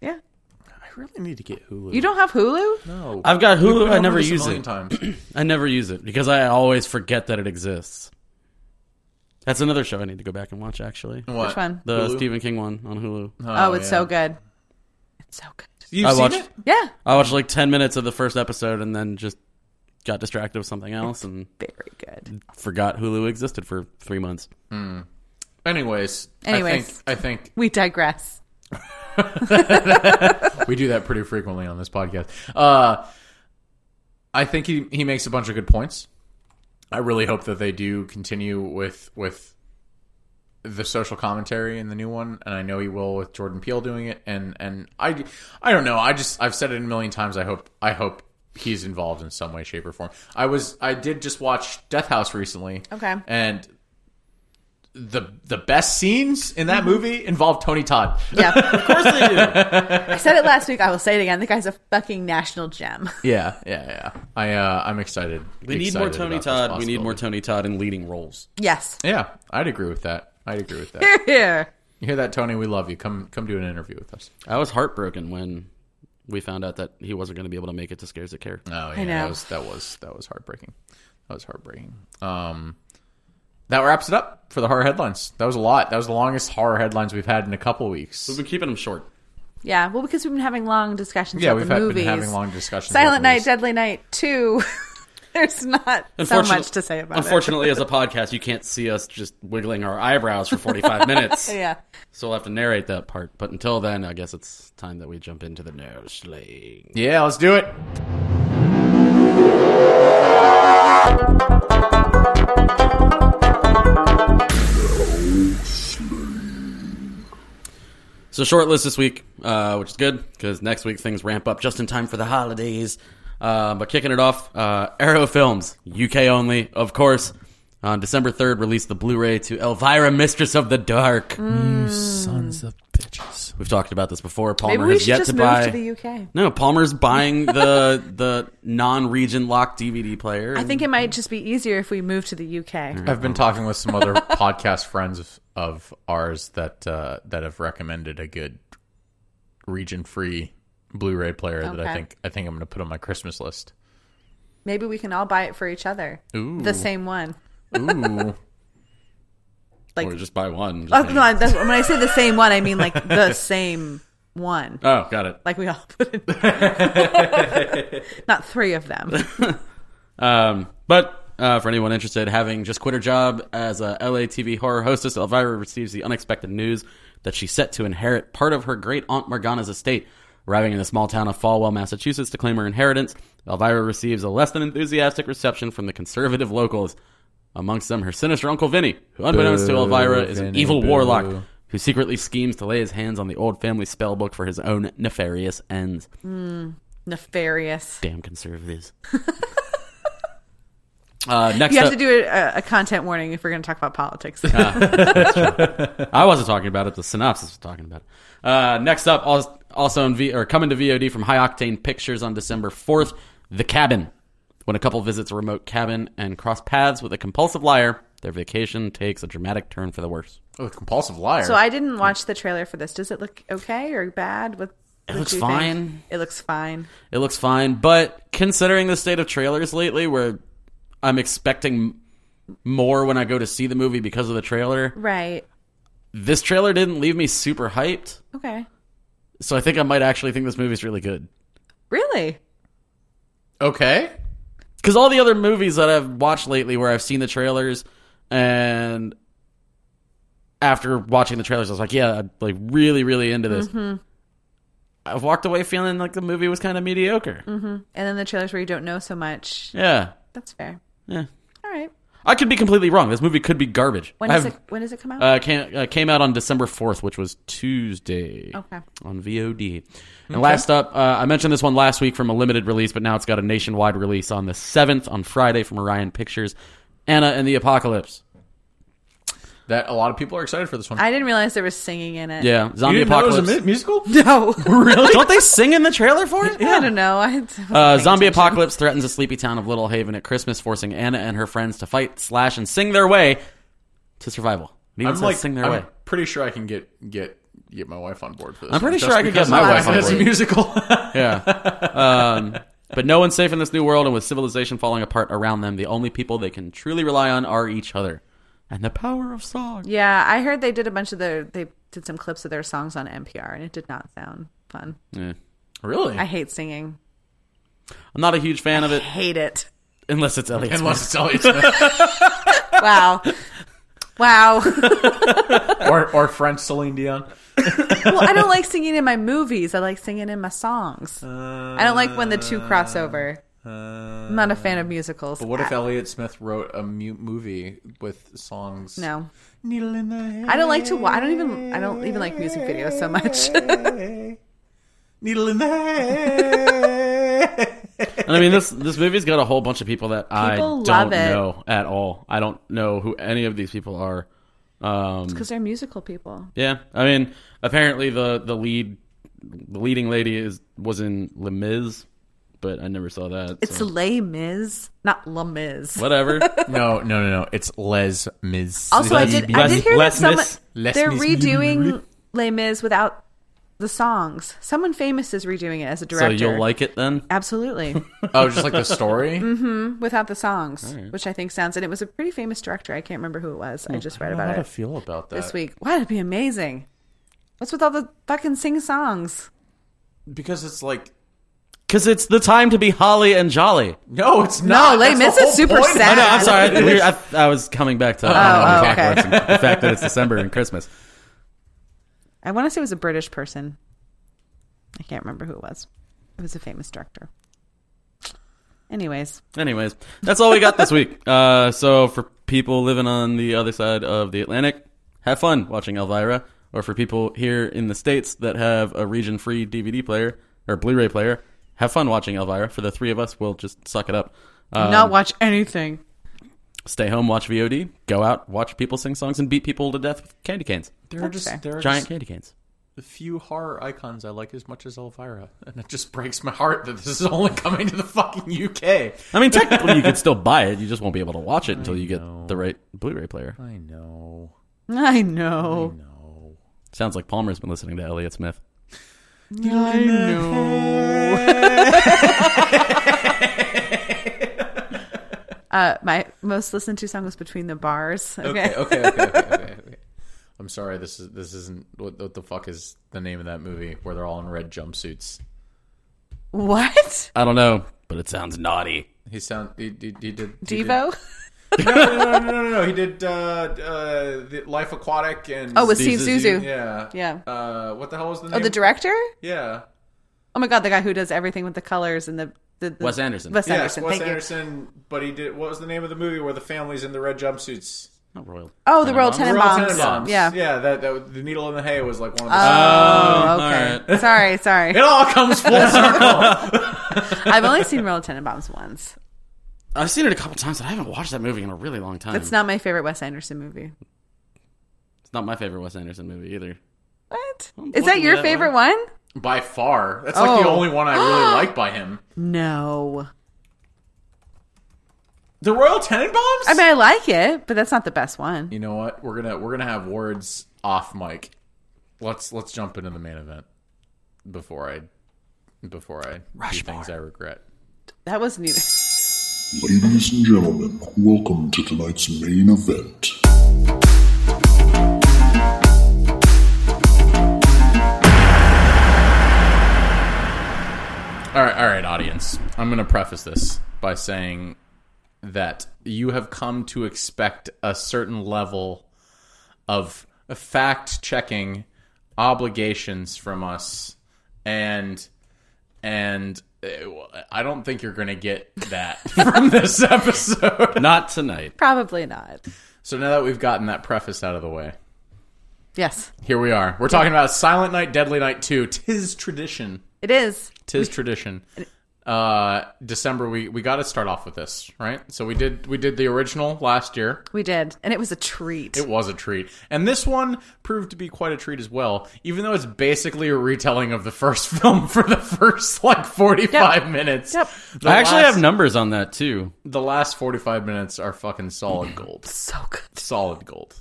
[SPEAKER 4] Yeah,
[SPEAKER 1] i really need to get hulu
[SPEAKER 4] you don't have Hulu.
[SPEAKER 1] know
[SPEAKER 3] I've got Hulu. I never
[SPEAKER 1] use
[SPEAKER 3] use it.
[SPEAKER 1] times
[SPEAKER 3] I never use it because I always forget that it exists. That's another show I need to go back and watch. Actually,
[SPEAKER 1] What?
[SPEAKER 4] Which one?
[SPEAKER 3] the
[SPEAKER 1] Hulu?
[SPEAKER 3] Stephen King one on Hulu.
[SPEAKER 4] Oh, it's
[SPEAKER 1] yeah.
[SPEAKER 4] so good. It's so good.
[SPEAKER 1] You've
[SPEAKER 3] I
[SPEAKER 1] seen
[SPEAKER 3] watched-
[SPEAKER 1] it?
[SPEAKER 4] Yeah,
[SPEAKER 3] I watched like ten minutes of the first episode and then just got distracted with something else and
[SPEAKER 4] very good.
[SPEAKER 3] forgot Hulu existed for three months.
[SPEAKER 1] anyways,
[SPEAKER 4] Anyways.
[SPEAKER 1] i think i think
[SPEAKER 4] We digress.
[SPEAKER 1] we do that pretty frequently on this podcast. Uh, I think he, he makes a bunch of good points. I really hope that they do continue with with the social commentary in the new one, and I know he will with Jordan Peele doing it. And and I I don't know. I just I've said it a million times. I hope I hope he's involved in some way, shape, or form. I was I did just watch Death House recently.
[SPEAKER 4] Okay.
[SPEAKER 1] and. The the best scenes in that movie involve Tony Todd.
[SPEAKER 4] Yeah, of course they do. I said it last week. I will say it again. The guy's a fucking national gem.
[SPEAKER 1] Yeah, yeah, yeah. I uh, I'm excited.
[SPEAKER 3] We need more
[SPEAKER 1] excited
[SPEAKER 3] Tony
[SPEAKER 1] about this
[SPEAKER 3] Todd. We need more
[SPEAKER 1] possibility.
[SPEAKER 3] Tony Todd in leading roles.
[SPEAKER 4] Yes.
[SPEAKER 1] Yeah, I'd agree with that. I'd agree with that.
[SPEAKER 4] Here, here.
[SPEAKER 1] You hear that, Tony? We love you. Come come do an interview with us.
[SPEAKER 3] I was heartbroken when we found out that he wasn't going to be able to make it to Scares the Care.
[SPEAKER 1] Oh yeah,
[SPEAKER 4] know.
[SPEAKER 1] that was that was that was heartbreaking. That was heartbreaking. Um, that wraps it up for the horror headlines. That was a lot. That was the longest horror headlines we've had in a couple weeks.
[SPEAKER 3] We've been keeping him short.
[SPEAKER 4] Yeah, well, because we've been having long discussions
[SPEAKER 1] Yeah,
[SPEAKER 4] about
[SPEAKER 1] we've
[SPEAKER 4] the
[SPEAKER 1] had,
[SPEAKER 4] movies.
[SPEAKER 1] been having long discussions.
[SPEAKER 4] Silent
[SPEAKER 1] about
[SPEAKER 4] Night,
[SPEAKER 1] movies.
[SPEAKER 4] Deadly Night 2. There's not so
[SPEAKER 3] Unfortunate-
[SPEAKER 4] much to say about
[SPEAKER 3] Unfortunately, as a podcast, you can't see us just wiggling our eyebrows for 45 minutes.
[SPEAKER 4] it. Yeah.
[SPEAKER 3] So we'll have to narrate that part. But until then, I guess it's time that we jump into the no sling.
[SPEAKER 1] Yeah, let's do it.
[SPEAKER 3] So short list this week, uh, which is good because next week things ramp up just in time for the holidays. Uh, but kicking it off, uh, Arrow Films, UK only, of course. On December 3rd, released the Blu-ray to Elvira, Mistress of the Dark.
[SPEAKER 6] Sons of bitches.
[SPEAKER 3] We've talked about this before. Palmer
[SPEAKER 4] Maybe we
[SPEAKER 3] has
[SPEAKER 4] should
[SPEAKER 3] yet
[SPEAKER 4] just
[SPEAKER 3] to
[SPEAKER 4] move
[SPEAKER 3] buy.
[SPEAKER 4] to the UK.
[SPEAKER 3] No, Palmer's buying the the non-region locked DVD player.
[SPEAKER 4] I think it might just be easier if we move to the UK.
[SPEAKER 1] I've
[SPEAKER 3] Mm-hmm.
[SPEAKER 1] been talking with some other podcast friends of, of ours that uh, that have recommended a good region free Blu-ray player that I
[SPEAKER 4] Okay.
[SPEAKER 1] think I think I'm going to put on my Christmas list.
[SPEAKER 4] Maybe we can all buy it for each other.
[SPEAKER 1] Ooh.
[SPEAKER 4] The same one.
[SPEAKER 1] Ooh,
[SPEAKER 4] like-
[SPEAKER 3] or just buy one.
[SPEAKER 4] Oh, no, I- that's, when I say the same one, I mean like the same one.
[SPEAKER 3] Oh, got it.
[SPEAKER 4] Like we all put in. Not three of them.
[SPEAKER 3] Um, but uh, for anyone interested, having just quit her job as a LA TV horror hostess, Elvira receives the unexpected news that she's set to inherit part of her great aunt Morgana's estate. Arriving in the small town of Falwell, Massachusetts, to claim her inheritance, Elvira receives a less than enthusiastic reception from the conservative locals. Amongst them, her sinister uncle Vinny, who, unbeknownst to Elvira, is an
[SPEAKER 1] Vinny,
[SPEAKER 3] evil
[SPEAKER 1] boo.
[SPEAKER 3] warlock who secretly schemes to lay his hands on the old family spell book for his own nefarious ends.
[SPEAKER 4] Nefarious.
[SPEAKER 3] Damn conservatives. uh, next
[SPEAKER 4] You have
[SPEAKER 3] up,
[SPEAKER 4] to do a, a content warning if we're going to talk about politics.
[SPEAKER 3] Ah, I wasn't talking about it. The synopsis was talking about it. Uh, next up, als- also in v- or coming to VOD from High Octane Pictures on December fourth, The Cabin. When a couple visits a remote cabin and cross paths with a compulsive liar, their vacation takes a dramatic turn for the worse.
[SPEAKER 1] Oh, the compulsive liar.
[SPEAKER 4] so I didn't watch the trailer for this. Does it look okay or bad? What, it
[SPEAKER 3] looks fine.
[SPEAKER 4] It looks fine.
[SPEAKER 3] It looks fine, but considering the state of trailers lately, where I'm expecting more when I go to see the movie because of the trailer,
[SPEAKER 4] Right.
[SPEAKER 3] this trailer didn't leave me super hyped.
[SPEAKER 4] Okay.
[SPEAKER 3] So I think I might actually think this movie's really good.
[SPEAKER 4] Really?
[SPEAKER 1] okay.
[SPEAKER 3] Because all the other movies that I've watched lately, where I've seen the trailers, and after watching the trailers, I was like, "Yeah, I'm like really, really into this." I've walked away feeling like the movie was kind of mediocre.
[SPEAKER 4] And then the trailers where you don't know so much.
[SPEAKER 3] Yeah,
[SPEAKER 4] That's fair.
[SPEAKER 3] yeah.
[SPEAKER 4] All right.
[SPEAKER 3] I could be completely wrong. This movie could be garbage.
[SPEAKER 4] When does
[SPEAKER 3] I've-
[SPEAKER 4] it when does it come out?
[SPEAKER 3] Uh, came, uh, came out on December 4th, which was Tuesday.
[SPEAKER 4] Okay.
[SPEAKER 3] On VOD. And last up, uh, I mentioned this one last week from a limited release, but now it's got a nationwide release on the 7th, on Friday, from Orion Pictures Anna and the Apocalypse.
[SPEAKER 1] That a lot of people are excited for this one.
[SPEAKER 4] I didn't realize there was singing in it.
[SPEAKER 3] Yeah,
[SPEAKER 1] you
[SPEAKER 3] Zombie
[SPEAKER 1] didn't know it was
[SPEAKER 3] Apocalypse.
[SPEAKER 1] a Oh. mu- musical?
[SPEAKER 4] No.
[SPEAKER 3] Don't they sing in the trailer for it?
[SPEAKER 4] I don't know. I
[SPEAKER 3] Uh, zombie apocalypse threatens a sleepy town of Little Haven at Christmas, forcing Anna and her friends to fight, slash, and sing their way to survival. It even
[SPEAKER 1] I'm
[SPEAKER 3] says
[SPEAKER 1] like,
[SPEAKER 3] sing their
[SPEAKER 1] I'm
[SPEAKER 3] way.
[SPEAKER 1] pretty sure I can get get get my wife on board for this.
[SPEAKER 3] I'm pretty
[SPEAKER 1] one,
[SPEAKER 3] sure
[SPEAKER 1] just
[SPEAKER 3] I could get
[SPEAKER 1] because
[SPEAKER 3] my
[SPEAKER 1] the
[SPEAKER 3] wife
[SPEAKER 1] fact
[SPEAKER 3] on
[SPEAKER 1] that It's a
[SPEAKER 3] board.
[SPEAKER 1] musical.
[SPEAKER 3] Yeah. Um, but no one's safe in this new world, and with civilization falling apart around them, the only people they can truly rely on are each other. And the power of song.
[SPEAKER 4] Yeah, I heard they did a bunch of their they did some clips of their songs on NPR and it did not sound fun.
[SPEAKER 3] Yeah.
[SPEAKER 1] really?
[SPEAKER 4] I hate singing.
[SPEAKER 3] I'm not a huge fan of it,
[SPEAKER 4] Hate it.
[SPEAKER 3] unless it's Elliot.
[SPEAKER 1] Unless it's Elliot Smith
[SPEAKER 4] Wow. Wow.
[SPEAKER 1] or or French Celine Dion.
[SPEAKER 4] Well, I don't like singing in my movies. I like singing in my songs. I don't like when the two cross over.
[SPEAKER 3] Uh,
[SPEAKER 4] I'm not a fan of musicals. Uh,
[SPEAKER 1] But what if
[SPEAKER 4] I,
[SPEAKER 1] Elliot Smith wrote a mu- movie with songs?
[SPEAKER 4] no?
[SPEAKER 1] Needle in the hay.
[SPEAKER 4] I don't like to. wa- I don't even. I don't even like music videos so much.
[SPEAKER 1] Needle in the hay.
[SPEAKER 3] And I mean, this this movie's got a whole bunch of people that I
[SPEAKER 4] People
[SPEAKER 3] don't
[SPEAKER 4] love it.
[SPEAKER 3] know at all. I don't know who any of these people are. Um,
[SPEAKER 4] Because they're musical people.
[SPEAKER 3] yeah, I mean, apparently the the lead, the leading lady is was in Les Mis, but I never saw that.
[SPEAKER 4] It's
[SPEAKER 3] so.
[SPEAKER 4] Les Mis, not La Mis.
[SPEAKER 3] whatever.
[SPEAKER 1] no, no, no, no. It's Les Mis.
[SPEAKER 4] Also, I did. I
[SPEAKER 3] Les-
[SPEAKER 4] did hear that
[SPEAKER 3] Les
[SPEAKER 4] someone
[SPEAKER 3] Mis.
[SPEAKER 1] Les
[SPEAKER 4] they're
[SPEAKER 1] Mis.
[SPEAKER 4] redoing Les Mis without the songs. Someone famous is redoing it as a
[SPEAKER 3] so
[SPEAKER 4] director.
[SPEAKER 3] you'll like it then.
[SPEAKER 4] absolutely
[SPEAKER 1] Oh, just like the story.
[SPEAKER 4] Mm-hmm. without the songs, which I think sounds. And it was a pretty famous director. I can't remember who it was.
[SPEAKER 3] Hmm,
[SPEAKER 4] I just read about it
[SPEAKER 1] feel about that?
[SPEAKER 4] this week. Wow, it'd be amazing. What's with all the fucking sing songs?
[SPEAKER 1] because it's like
[SPEAKER 3] Because it's the time to be holly and jolly.
[SPEAKER 1] no, it's not.
[SPEAKER 4] Les
[SPEAKER 1] That's
[SPEAKER 4] Mis
[SPEAKER 1] the
[SPEAKER 4] is
[SPEAKER 1] whole
[SPEAKER 4] super
[SPEAKER 1] point.
[SPEAKER 4] sad.
[SPEAKER 3] I know. I'm sorry. I, we- I- I was coming back to
[SPEAKER 4] oh,
[SPEAKER 3] the fact
[SPEAKER 4] okay.
[SPEAKER 3] that it's- the fact that it's December and Christmas.
[SPEAKER 4] I want to say it was a British person. I can't remember who it was. It was a famous director. Anyways,
[SPEAKER 3] Anyways, that's all we got this week. Uh, so for people living on the other side of the Atlantic, have fun watching Elvira. Or for people here in the states that have a region-free DVD player or Blu-ray player, have fun watching Elvira. For the three of us, we'll just suck it up. Um,
[SPEAKER 4] not watch anything.
[SPEAKER 3] Stay home, watch VOD. Go out, watch people sing songs and beat people to death with candy canes,
[SPEAKER 1] There are just
[SPEAKER 4] fair.
[SPEAKER 1] there are
[SPEAKER 3] giant
[SPEAKER 1] just
[SPEAKER 3] candy canes.
[SPEAKER 1] the few horror icons I like as much as Elvira, and it just breaks my heart that this is only coming to the fucking UK.
[SPEAKER 3] I mean, technically, you could still buy it. You just won't be able to watch it until you get the right Blu-ray player.
[SPEAKER 1] I know.
[SPEAKER 4] I know.
[SPEAKER 1] No.
[SPEAKER 3] Sounds like Palmer's been listening to Elliot Smith.
[SPEAKER 4] I know. uh, my most listened to song was Between the Bars.
[SPEAKER 1] Okay.
[SPEAKER 4] Okay.
[SPEAKER 1] Okay. Okay. okay, okay, okay. I'm sorry, this is this isn't what, what the fuck is the name of that movie where they're all in red jumpsuits.
[SPEAKER 4] What?
[SPEAKER 3] I don't know, but it sounds naughty.
[SPEAKER 1] He sound he, he, he did he did-
[SPEAKER 4] Devo?
[SPEAKER 1] no, no, no, no, no, no. He did uh, uh, the Life Aquatic and
[SPEAKER 4] Oh, with Steve
[SPEAKER 3] Steve
[SPEAKER 4] Zuzu.
[SPEAKER 3] Zissou.
[SPEAKER 1] yeah,
[SPEAKER 4] Yeah.
[SPEAKER 1] Uh, what the hell was the name?
[SPEAKER 4] Oh, the director?
[SPEAKER 1] yeah,
[SPEAKER 4] Oh my god, the guy who does everything with the colors and the the, the
[SPEAKER 3] Wes Anderson.
[SPEAKER 4] Wes
[SPEAKER 1] yes,
[SPEAKER 4] Anderson.
[SPEAKER 1] Wes
[SPEAKER 4] thank
[SPEAKER 1] Anderson. But he did. What was the name of the movie where the family's in the red jumpsuits?
[SPEAKER 3] Not royal.
[SPEAKER 4] you. Oh, the Royal
[SPEAKER 1] Royal
[SPEAKER 4] Tenenbaums.
[SPEAKER 1] Tenenbaums.
[SPEAKER 4] Yeah.
[SPEAKER 1] yeah. That, that the needle in the hay was like one of the.
[SPEAKER 4] Oh,
[SPEAKER 3] all
[SPEAKER 4] okay. Sorry, sorry.
[SPEAKER 1] it all comes full circle.
[SPEAKER 4] I've only seen Royal Tenenbaums once.
[SPEAKER 3] I've seen it a couple times, but I haven't watched that movie in a really long time.
[SPEAKER 4] It's not my favorite Wes Anderson movie.
[SPEAKER 3] It's not my favorite Wes Anderson movie either.
[SPEAKER 4] What?
[SPEAKER 3] Don't
[SPEAKER 4] Is
[SPEAKER 3] look at
[SPEAKER 4] that
[SPEAKER 3] me
[SPEAKER 4] your
[SPEAKER 3] that
[SPEAKER 4] favorite
[SPEAKER 3] way.
[SPEAKER 4] one?
[SPEAKER 1] By far, that's like the
[SPEAKER 4] Oh.
[SPEAKER 1] only one I really like by him.
[SPEAKER 4] No.
[SPEAKER 1] The Royal Tenenbaums.
[SPEAKER 4] I mean, I like it, but that's not the best one.
[SPEAKER 1] you know what? We're gonna we're gonna have words off mic. Let's let's jump into the main event before I before I do things I regret.
[SPEAKER 4] That was neither.
[SPEAKER 7] Ladies and gentlemen, welcome to tonight's main event.
[SPEAKER 1] All right, all right, audience. I'm going to preface this by saying that you have come to expect a certain level of fact checking obligations from us, and and uh, I don't think you're going to get that from this episode.
[SPEAKER 3] Not tonight.
[SPEAKER 4] Probably not.
[SPEAKER 1] So now that we've gotten that preface out of the way,
[SPEAKER 4] Yes,
[SPEAKER 1] here we are. We're talking about Silent Night, Deadly Night Two. Tis tradition.
[SPEAKER 4] it is.
[SPEAKER 1] Tis tradition. Uh, December, we, we got to start off with this, right? So we did we did the original last year.
[SPEAKER 4] We did, and it was a treat.
[SPEAKER 1] It was a treat, and this one proved to be quite a treat as well. Even though it's basically a retelling of the first film for the first like forty five minutes.
[SPEAKER 4] Yep.
[SPEAKER 1] The
[SPEAKER 3] I actually
[SPEAKER 1] last,
[SPEAKER 3] have numbers on that too.
[SPEAKER 1] the last forty five minutes are fucking solid gold.
[SPEAKER 4] so good.
[SPEAKER 1] solid gold.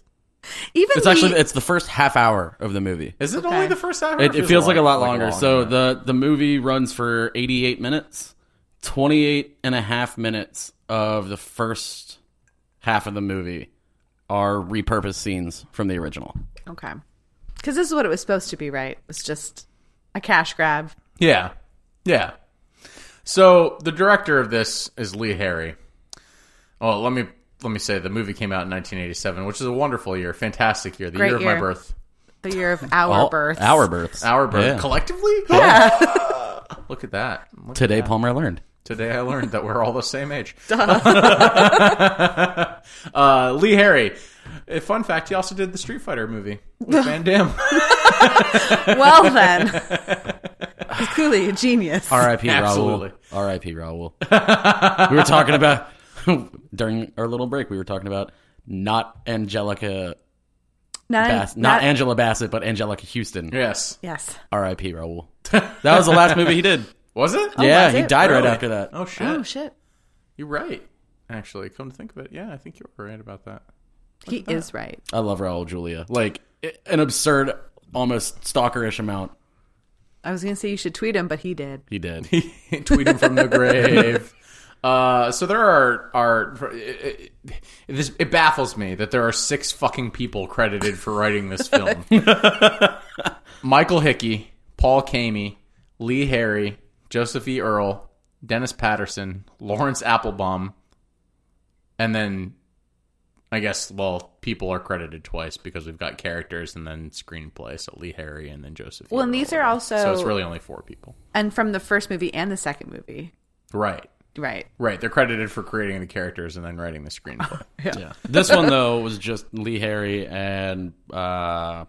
[SPEAKER 4] Even
[SPEAKER 3] It's
[SPEAKER 4] the-
[SPEAKER 3] actually it's the first half hour of the movie.
[SPEAKER 1] Is it
[SPEAKER 4] Okay.
[SPEAKER 1] only the first half? or
[SPEAKER 3] It, it feels like a lot
[SPEAKER 1] like
[SPEAKER 3] longer. so the the movie runs for 88 minutes. 28 and a half minutes of the first half of the movie are repurposed scenes from the original.
[SPEAKER 4] okay, because this is what it was supposed to be, right? It was just a cash grab.
[SPEAKER 1] Yeah. Yeah. So the director of this is Lee Harry. Oh, let me let me say the movie came out in 1987, which is a wonderful year, fantastic year, the
[SPEAKER 4] Great
[SPEAKER 1] year of my
[SPEAKER 4] year.
[SPEAKER 1] birth,
[SPEAKER 4] The year of our birth.
[SPEAKER 3] Our births.
[SPEAKER 1] our birth,
[SPEAKER 3] Yeah.
[SPEAKER 1] collectively. Look at that. Look-
[SPEAKER 3] Today Palmer learned.
[SPEAKER 1] Today I learned that we're all the same age. uh, Lee Harry. Uh, Fun fact: He also did the Street Fighter movie with Van Damme.
[SPEAKER 4] Well then, he's clearly a genius.
[SPEAKER 3] R.I.P.
[SPEAKER 1] Absolutely.
[SPEAKER 3] Raul. R.I.P. Raul. we were talking about during our little break. We were talking about not Angelica,
[SPEAKER 4] Not,
[SPEAKER 3] Bass, not, Angela Bassett, but Angelica Houston.
[SPEAKER 1] yes.
[SPEAKER 4] yes.
[SPEAKER 3] R.I.P. Raul. That was the last movie he did.
[SPEAKER 1] Oh, Was it?
[SPEAKER 3] yeah,
[SPEAKER 4] was
[SPEAKER 3] he
[SPEAKER 4] it?
[SPEAKER 3] died right
[SPEAKER 1] Really?
[SPEAKER 3] after that.
[SPEAKER 1] Oh shit.
[SPEAKER 4] Oh shit,
[SPEAKER 1] You're right. Actually, come to think of it, yeah, I think you were right about that.
[SPEAKER 4] he is right.
[SPEAKER 3] I love Raul Julia. Like i- an absurd, almost stalkerish amount.
[SPEAKER 4] I was gonna say you should tweet him, but he did.
[SPEAKER 3] He did.
[SPEAKER 1] tweeting from the grave. Uh, so there are are it, it, this it baffles me that there are six fucking people credited for writing this film. Michael Hickey, Paul Kamey, Lee Harry, Joseph E. Earl, Dennis Patterson, Lawrence Applebaum, and then I guess well people are credited twice because we've got characters and then screenplay. So Lee Harry and then Joseph. E.
[SPEAKER 4] Well, and
[SPEAKER 1] Earl.
[SPEAKER 4] these are also
[SPEAKER 1] so it's really only four people,
[SPEAKER 4] and from the first movie and the second movie,
[SPEAKER 1] right?
[SPEAKER 4] right?
[SPEAKER 1] Right, they're credited for creating the characters and then writing the screenplay.
[SPEAKER 3] this one though was just Lee Harry and uh,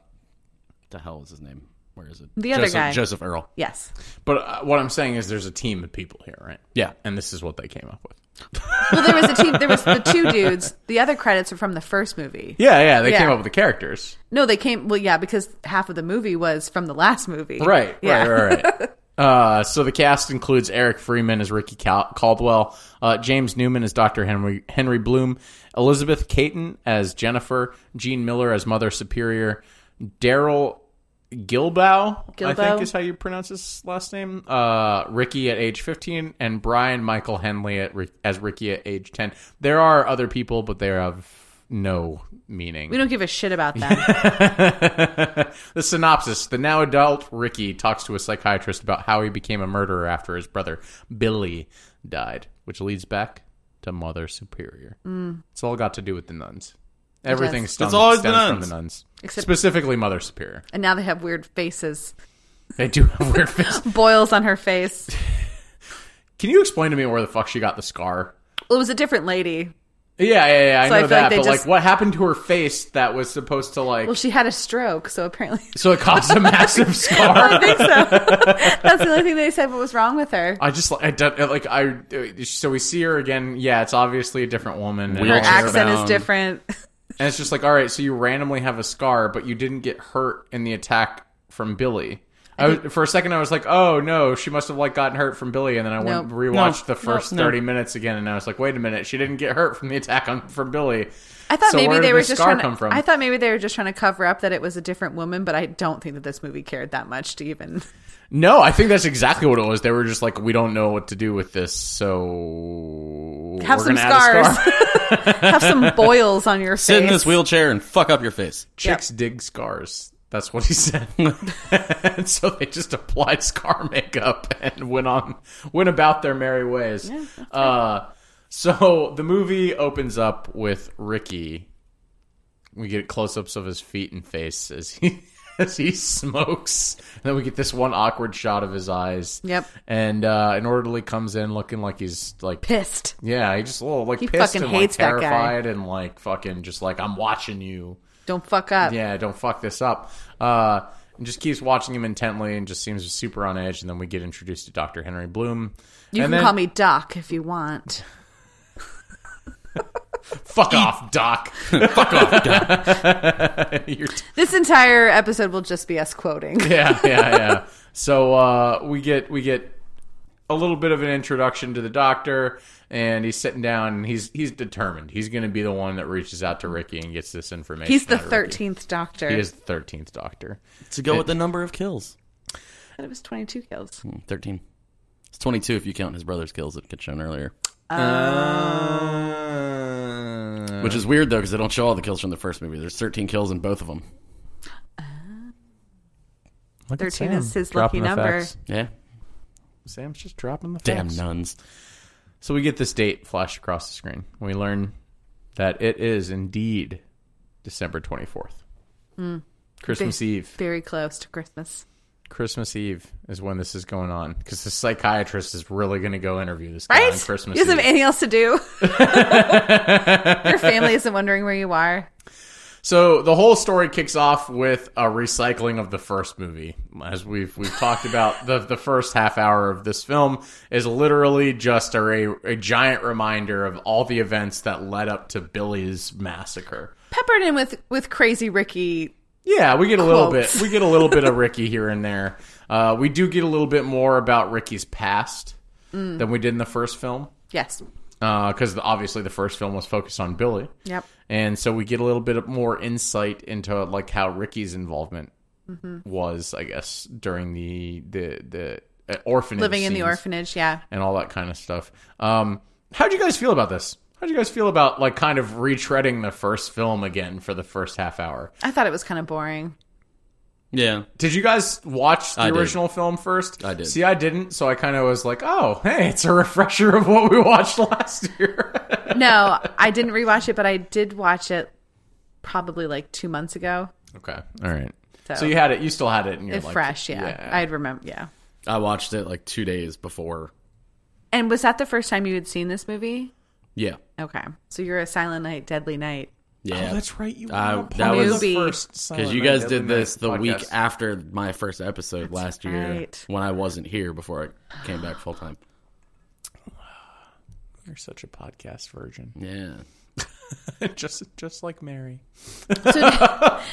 [SPEAKER 3] the hell was his name? Where is it?
[SPEAKER 4] The other
[SPEAKER 3] Joseph-
[SPEAKER 4] guy.
[SPEAKER 3] Joseph Earl.
[SPEAKER 4] Yes.
[SPEAKER 1] but uh, what I'm saying is, there's a team of people here, right?
[SPEAKER 3] Yeah.
[SPEAKER 1] and this is what they came up with.
[SPEAKER 4] Well, there was a team. There was the two dudes. The other credits are from the first movie.
[SPEAKER 1] Yeah, yeah, they
[SPEAKER 4] Yeah.
[SPEAKER 1] came up with the characters.
[SPEAKER 4] No, they came. Well, yeah, because half of the movie was from the last movie.
[SPEAKER 1] Right,
[SPEAKER 4] Yeah.
[SPEAKER 1] right, right. right. Uh, so the cast includes Eric Freeman as Ricky Cal- Caldwell, uh, James Newman as Dr. Henry Henry Bloom, Elizabeth Caton as Jennifer, Gene Miller as Mother Superior, Daryl Gilbow, I
[SPEAKER 4] Gilbow.
[SPEAKER 1] think is how you pronounce his last name, uh, Ricky at age 15, and Brian Michael Henley at, Rick- as Ricky at age 10. There are other people, but they have no meaning.
[SPEAKER 4] We don't give a shit about them.
[SPEAKER 1] The synopsis The now adult Ricky talks to a psychiatrist about how he became a murderer after his brother, Billy, died, which leads back to Mother Superior.
[SPEAKER 4] Mm.
[SPEAKER 1] It's all got to do with the nuns. Everything
[SPEAKER 4] does.
[SPEAKER 1] stems,
[SPEAKER 3] It's always the
[SPEAKER 1] stems from
[SPEAKER 3] nuns.
[SPEAKER 1] the nuns.
[SPEAKER 4] Except-
[SPEAKER 1] Specifically, Mother Superior.
[SPEAKER 4] and now they have weird faces,
[SPEAKER 1] They do have weird faces.
[SPEAKER 4] boils on her face.
[SPEAKER 1] Can you explain to me where the fuck she got the scar?
[SPEAKER 4] Well, it was a different lady.
[SPEAKER 1] Yeah, yeah, yeah. I
[SPEAKER 4] So
[SPEAKER 1] know
[SPEAKER 4] I feel like
[SPEAKER 1] that,
[SPEAKER 4] they
[SPEAKER 1] but
[SPEAKER 4] just-
[SPEAKER 1] like, what happened to her face that was supposed to like?
[SPEAKER 4] Well, she had a stroke, so apparently.
[SPEAKER 1] so it caused a massive scar.
[SPEAKER 4] I think so. That's the only thing they said. What was wrong with her?
[SPEAKER 1] I just like I don't like I. So we see her again. Yeah, it's obviously a different woman. and
[SPEAKER 4] Her
[SPEAKER 1] all this
[SPEAKER 3] Wheelchair
[SPEAKER 4] accent is
[SPEAKER 3] bound.
[SPEAKER 4] different.
[SPEAKER 1] And it's just like, all right, so you randomly have a scar, but you didn't get hurt in the attack from Billy. I was, for a second, I was like, "Oh no, she must have like gotten hurt from Billy." And then I went
[SPEAKER 4] Nope.
[SPEAKER 1] rewatched the
[SPEAKER 3] No.
[SPEAKER 1] first
[SPEAKER 3] No.
[SPEAKER 1] thirty minutes again, and I was like, "Wait a minute, she didn't get hurt from the attack on from Billy."
[SPEAKER 4] I thought
[SPEAKER 1] So
[SPEAKER 4] maybe
[SPEAKER 1] where
[SPEAKER 4] they
[SPEAKER 1] did
[SPEAKER 4] were
[SPEAKER 1] the
[SPEAKER 4] just
[SPEAKER 1] scar
[SPEAKER 4] trying to.
[SPEAKER 1] come from?
[SPEAKER 4] I thought maybe they were just trying to cover up that it was a different woman, but I don't think that this movie cared that much to even.
[SPEAKER 1] No, I think that's exactly what it was. They were just like, "We don't know what to do with this, so
[SPEAKER 4] Have
[SPEAKER 1] we're
[SPEAKER 4] some
[SPEAKER 1] gonna add a
[SPEAKER 4] scars.
[SPEAKER 1] scar."
[SPEAKER 4] Have some boils on your face.
[SPEAKER 3] Sit in this wheelchair and fuck up your face.
[SPEAKER 1] Chicks dig scars. That's what he said. and so they just applied scar makeup and went on went about their merry ways. uh, so the movie opens up with Ricky. We get close ups of his feet and face as he as he smokes. And then we get this one awkward shot of his eyes.
[SPEAKER 4] Yep.
[SPEAKER 1] And uh, an orderly comes in looking like he's like
[SPEAKER 4] Pissed.
[SPEAKER 1] yeah, he just a little like
[SPEAKER 4] He
[SPEAKER 1] pissed
[SPEAKER 4] fucking
[SPEAKER 1] and
[SPEAKER 4] hates
[SPEAKER 1] like
[SPEAKER 4] that guy.
[SPEAKER 1] terrified and like fucking just like I'm watching you
[SPEAKER 4] Don't fuck up.
[SPEAKER 1] yeah, don't fuck this up. Uh, and just keeps watching him intently and just seems super on edge. And then we get introduced to Dr. Henry Bloom.
[SPEAKER 4] You
[SPEAKER 1] And
[SPEAKER 4] can
[SPEAKER 1] then-
[SPEAKER 4] call me Doc if you want.
[SPEAKER 1] Fuck off, Doc. fuck off, Doc. You're t-
[SPEAKER 4] This entire episode will just be us quoting.
[SPEAKER 1] yeah, yeah, yeah. So uh, we get we get a little bit of an introduction to the doctor, and he's sitting down. And he's he's determined. He's going to be the one that reaches out to Ricky and gets this information.
[SPEAKER 4] He's the
[SPEAKER 1] out of Ricky.
[SPEAKER 4] thirteenth Doctor.
[SPEAKER 1] He is the thirteenth Doctor.
[SPEAKER 3] To go with the number of kills.
[SPEAKER 4] But it was twenty-two kills.
[SPEAKER 3] Hmm. 13. It's 22 if you count his brother's kills that get shown earlier.
[SPEAKER 4] Uh,
[SPEAKER 3] Which is weird, though, because they don't show all the kills from the first movie. There's 13 kills in both of them.
[SPEAKER 1] Look at
[SPEAKER 4] Thirteen is
[SPEAKER 1] Sam,
[SPEAKER 4] his lucky
[SPEAKER 1] dropping the
[SPEAKER 4] number.
[SPEAKER 1] facts.
[SPEAKER 3] Yeah.
[SPEAKER 1] Sam's just dropping the
[SPEAKER 3] Damn
[SPEAKER 1] facts.
[SPEAKER 3] nuns.
[SPEAKER 1] So we get this date flashed across the screen. We learn that it is indeed December 24th. Christmas Eve.
[SPEAKER 4] Very close to Christmas.
[SPEAKER 1] Christmas Eve is when this is going on because the psychiatrist is really going to go interview this guy
[SPEAKER 4] Right?
[SPEAKER 1] on Christmas
[SPEAKER 4] you guys have
[SPEAKER 1] Eve.
[SPEAKER 4] anything else to do? Your family isn't wondering where you are.
[SPEAKER 1] So the whole story kicks off with a recycling of the first movie. As we've we've talked about, the the first half hour of this film is literally just a, a giant reminder of all the events that led up to Billy's massacre.
[SPEAKER 4] Peppered in with with crazy Ricky.
[SPEAKER 1] Yeah, we get a little
[SPEAKER 4] Quotes.
[SPEAKER 1] bit. We get a little bit of Ricky here and there. Uh, we do get a little bit more about Ricky's past
[SPEAKER 4] Mm.
[SPEAKER 1] than we did in the first film,
[SPEAKER 4] Yes.
[SPEAKER 1] because obviously the first film was focused on Billy,
[SPEAKER 4] Yep.
[SPEAKER 1] and so we get a little bit of more insight into like how Ricky's involvement
[SPEAKER 4] Mm-hmm.
[SPEAKER 1] was, I guess, during the the the uh, orphanage,
[SPEAKER 4] Living in the
[SPEAKER 1] scenes
[SPEAKER 4] orphanage. Yeah.
[SPEAKER 1] and all that kind of stuff. Um, how'd you guys feel about this? How'd you guys feel about like kind of retreading the first film again for the first half hour?
[SPEAKER 4] I thought it was kind of boring.
[SPEAKER 3] Yeah.
[SPEAKER 1] Did you guys watch the
[SPEAKER 3] I did.
[SPEAKER 1] original film first?
[SPEAKER 3] I did.
[SPEAKER 1] See, I didn't, so I kind of was like, "Oh, hey, it's a refresher of what we watched last year."
[SPEAKER 4] No, I didn't rewatch it, but I did watch it probably like two months ago.
[SPEAKER 1] okay, all right. So,
[SPEAKER 4] So-
[SPEAKER 1] you had it. You still had it in your
[SPEAKER 4] It
[SPEAKER 1] like,
[SPEAKER 4] fresh, yeah. I'd remember yeah.
[SPEAKER 3] I watched it like two days before.
[SPEAKER 4] And was that the first time you had seen this movie?
[SPEAKER 3] Yeah.
[SPEAKER 4] Okay. So you're a Silent Night, Deadly Night.
[SPEAKER 3] Yeah.
[SPEAKER 1] Oh, that's right. You were
[SPEAKER 3] Uh,
[SPEAKER 1] on
[SPEAKER 3] that
[SPEAKER 1] the
[SPEAKER 3] was-
[SPEAKER 4] Movie.
[SPEAKER 1] first
[SPEAKER 3] Because you guys did this the week after my first episode last year
[SPEAKER 4] right.
[SPEAKER 3] when I wasn't here before I came back full time.
[SPEAKER 1] You're such a podcast virgin,
[SPEAKER 3] Yeah.
[SPEAKER 1] just just like Mary.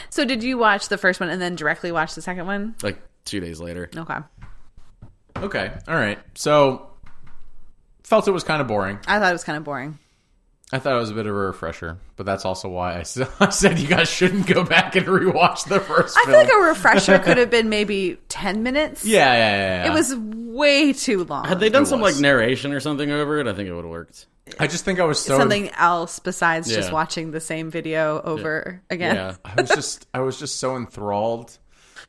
[SPEAKER 4] So did you watch the first one and then directly watch the second one?
[SPEAKER 3] Like two days later.
[SPEAKER 4] Okay.
[SPEAKER 1] Okay, all right. So felt it was kind of boring.
[SPEAKER 4] I thought it was kind of boring.
[SPEAKER 1] I thought it was a bit of a refresher, but that's also why I s- I said you guys shouldn't go back and rewatch the first.
[SPEAKER 4] I
[SPEAKER 1] film.
[SPEAKER 4] feel like a refresher could have been maybe 10 minutes.
[SPEAKER 1] Yeah, yeah, yeah, yeah.
[SPEAKER 4] It was way too long.
[SPEAKER 3] Had they done
[SPEAKER 1] It
[SPEAKER 3] some
[SPEAKER 1] was.
[SPEAKER 3] like narration or something over it, I think it would have worked.
[SPEAKER 1] I just think I was so
[SPEAKER 4] something else besides just
[SPEAKER 3] Yeah.
[SPEAKER 4] watching the same video over again.
[SPEAKER 3] Yeah.
[SPEAKER 1] uh, I was just I was just so enthralled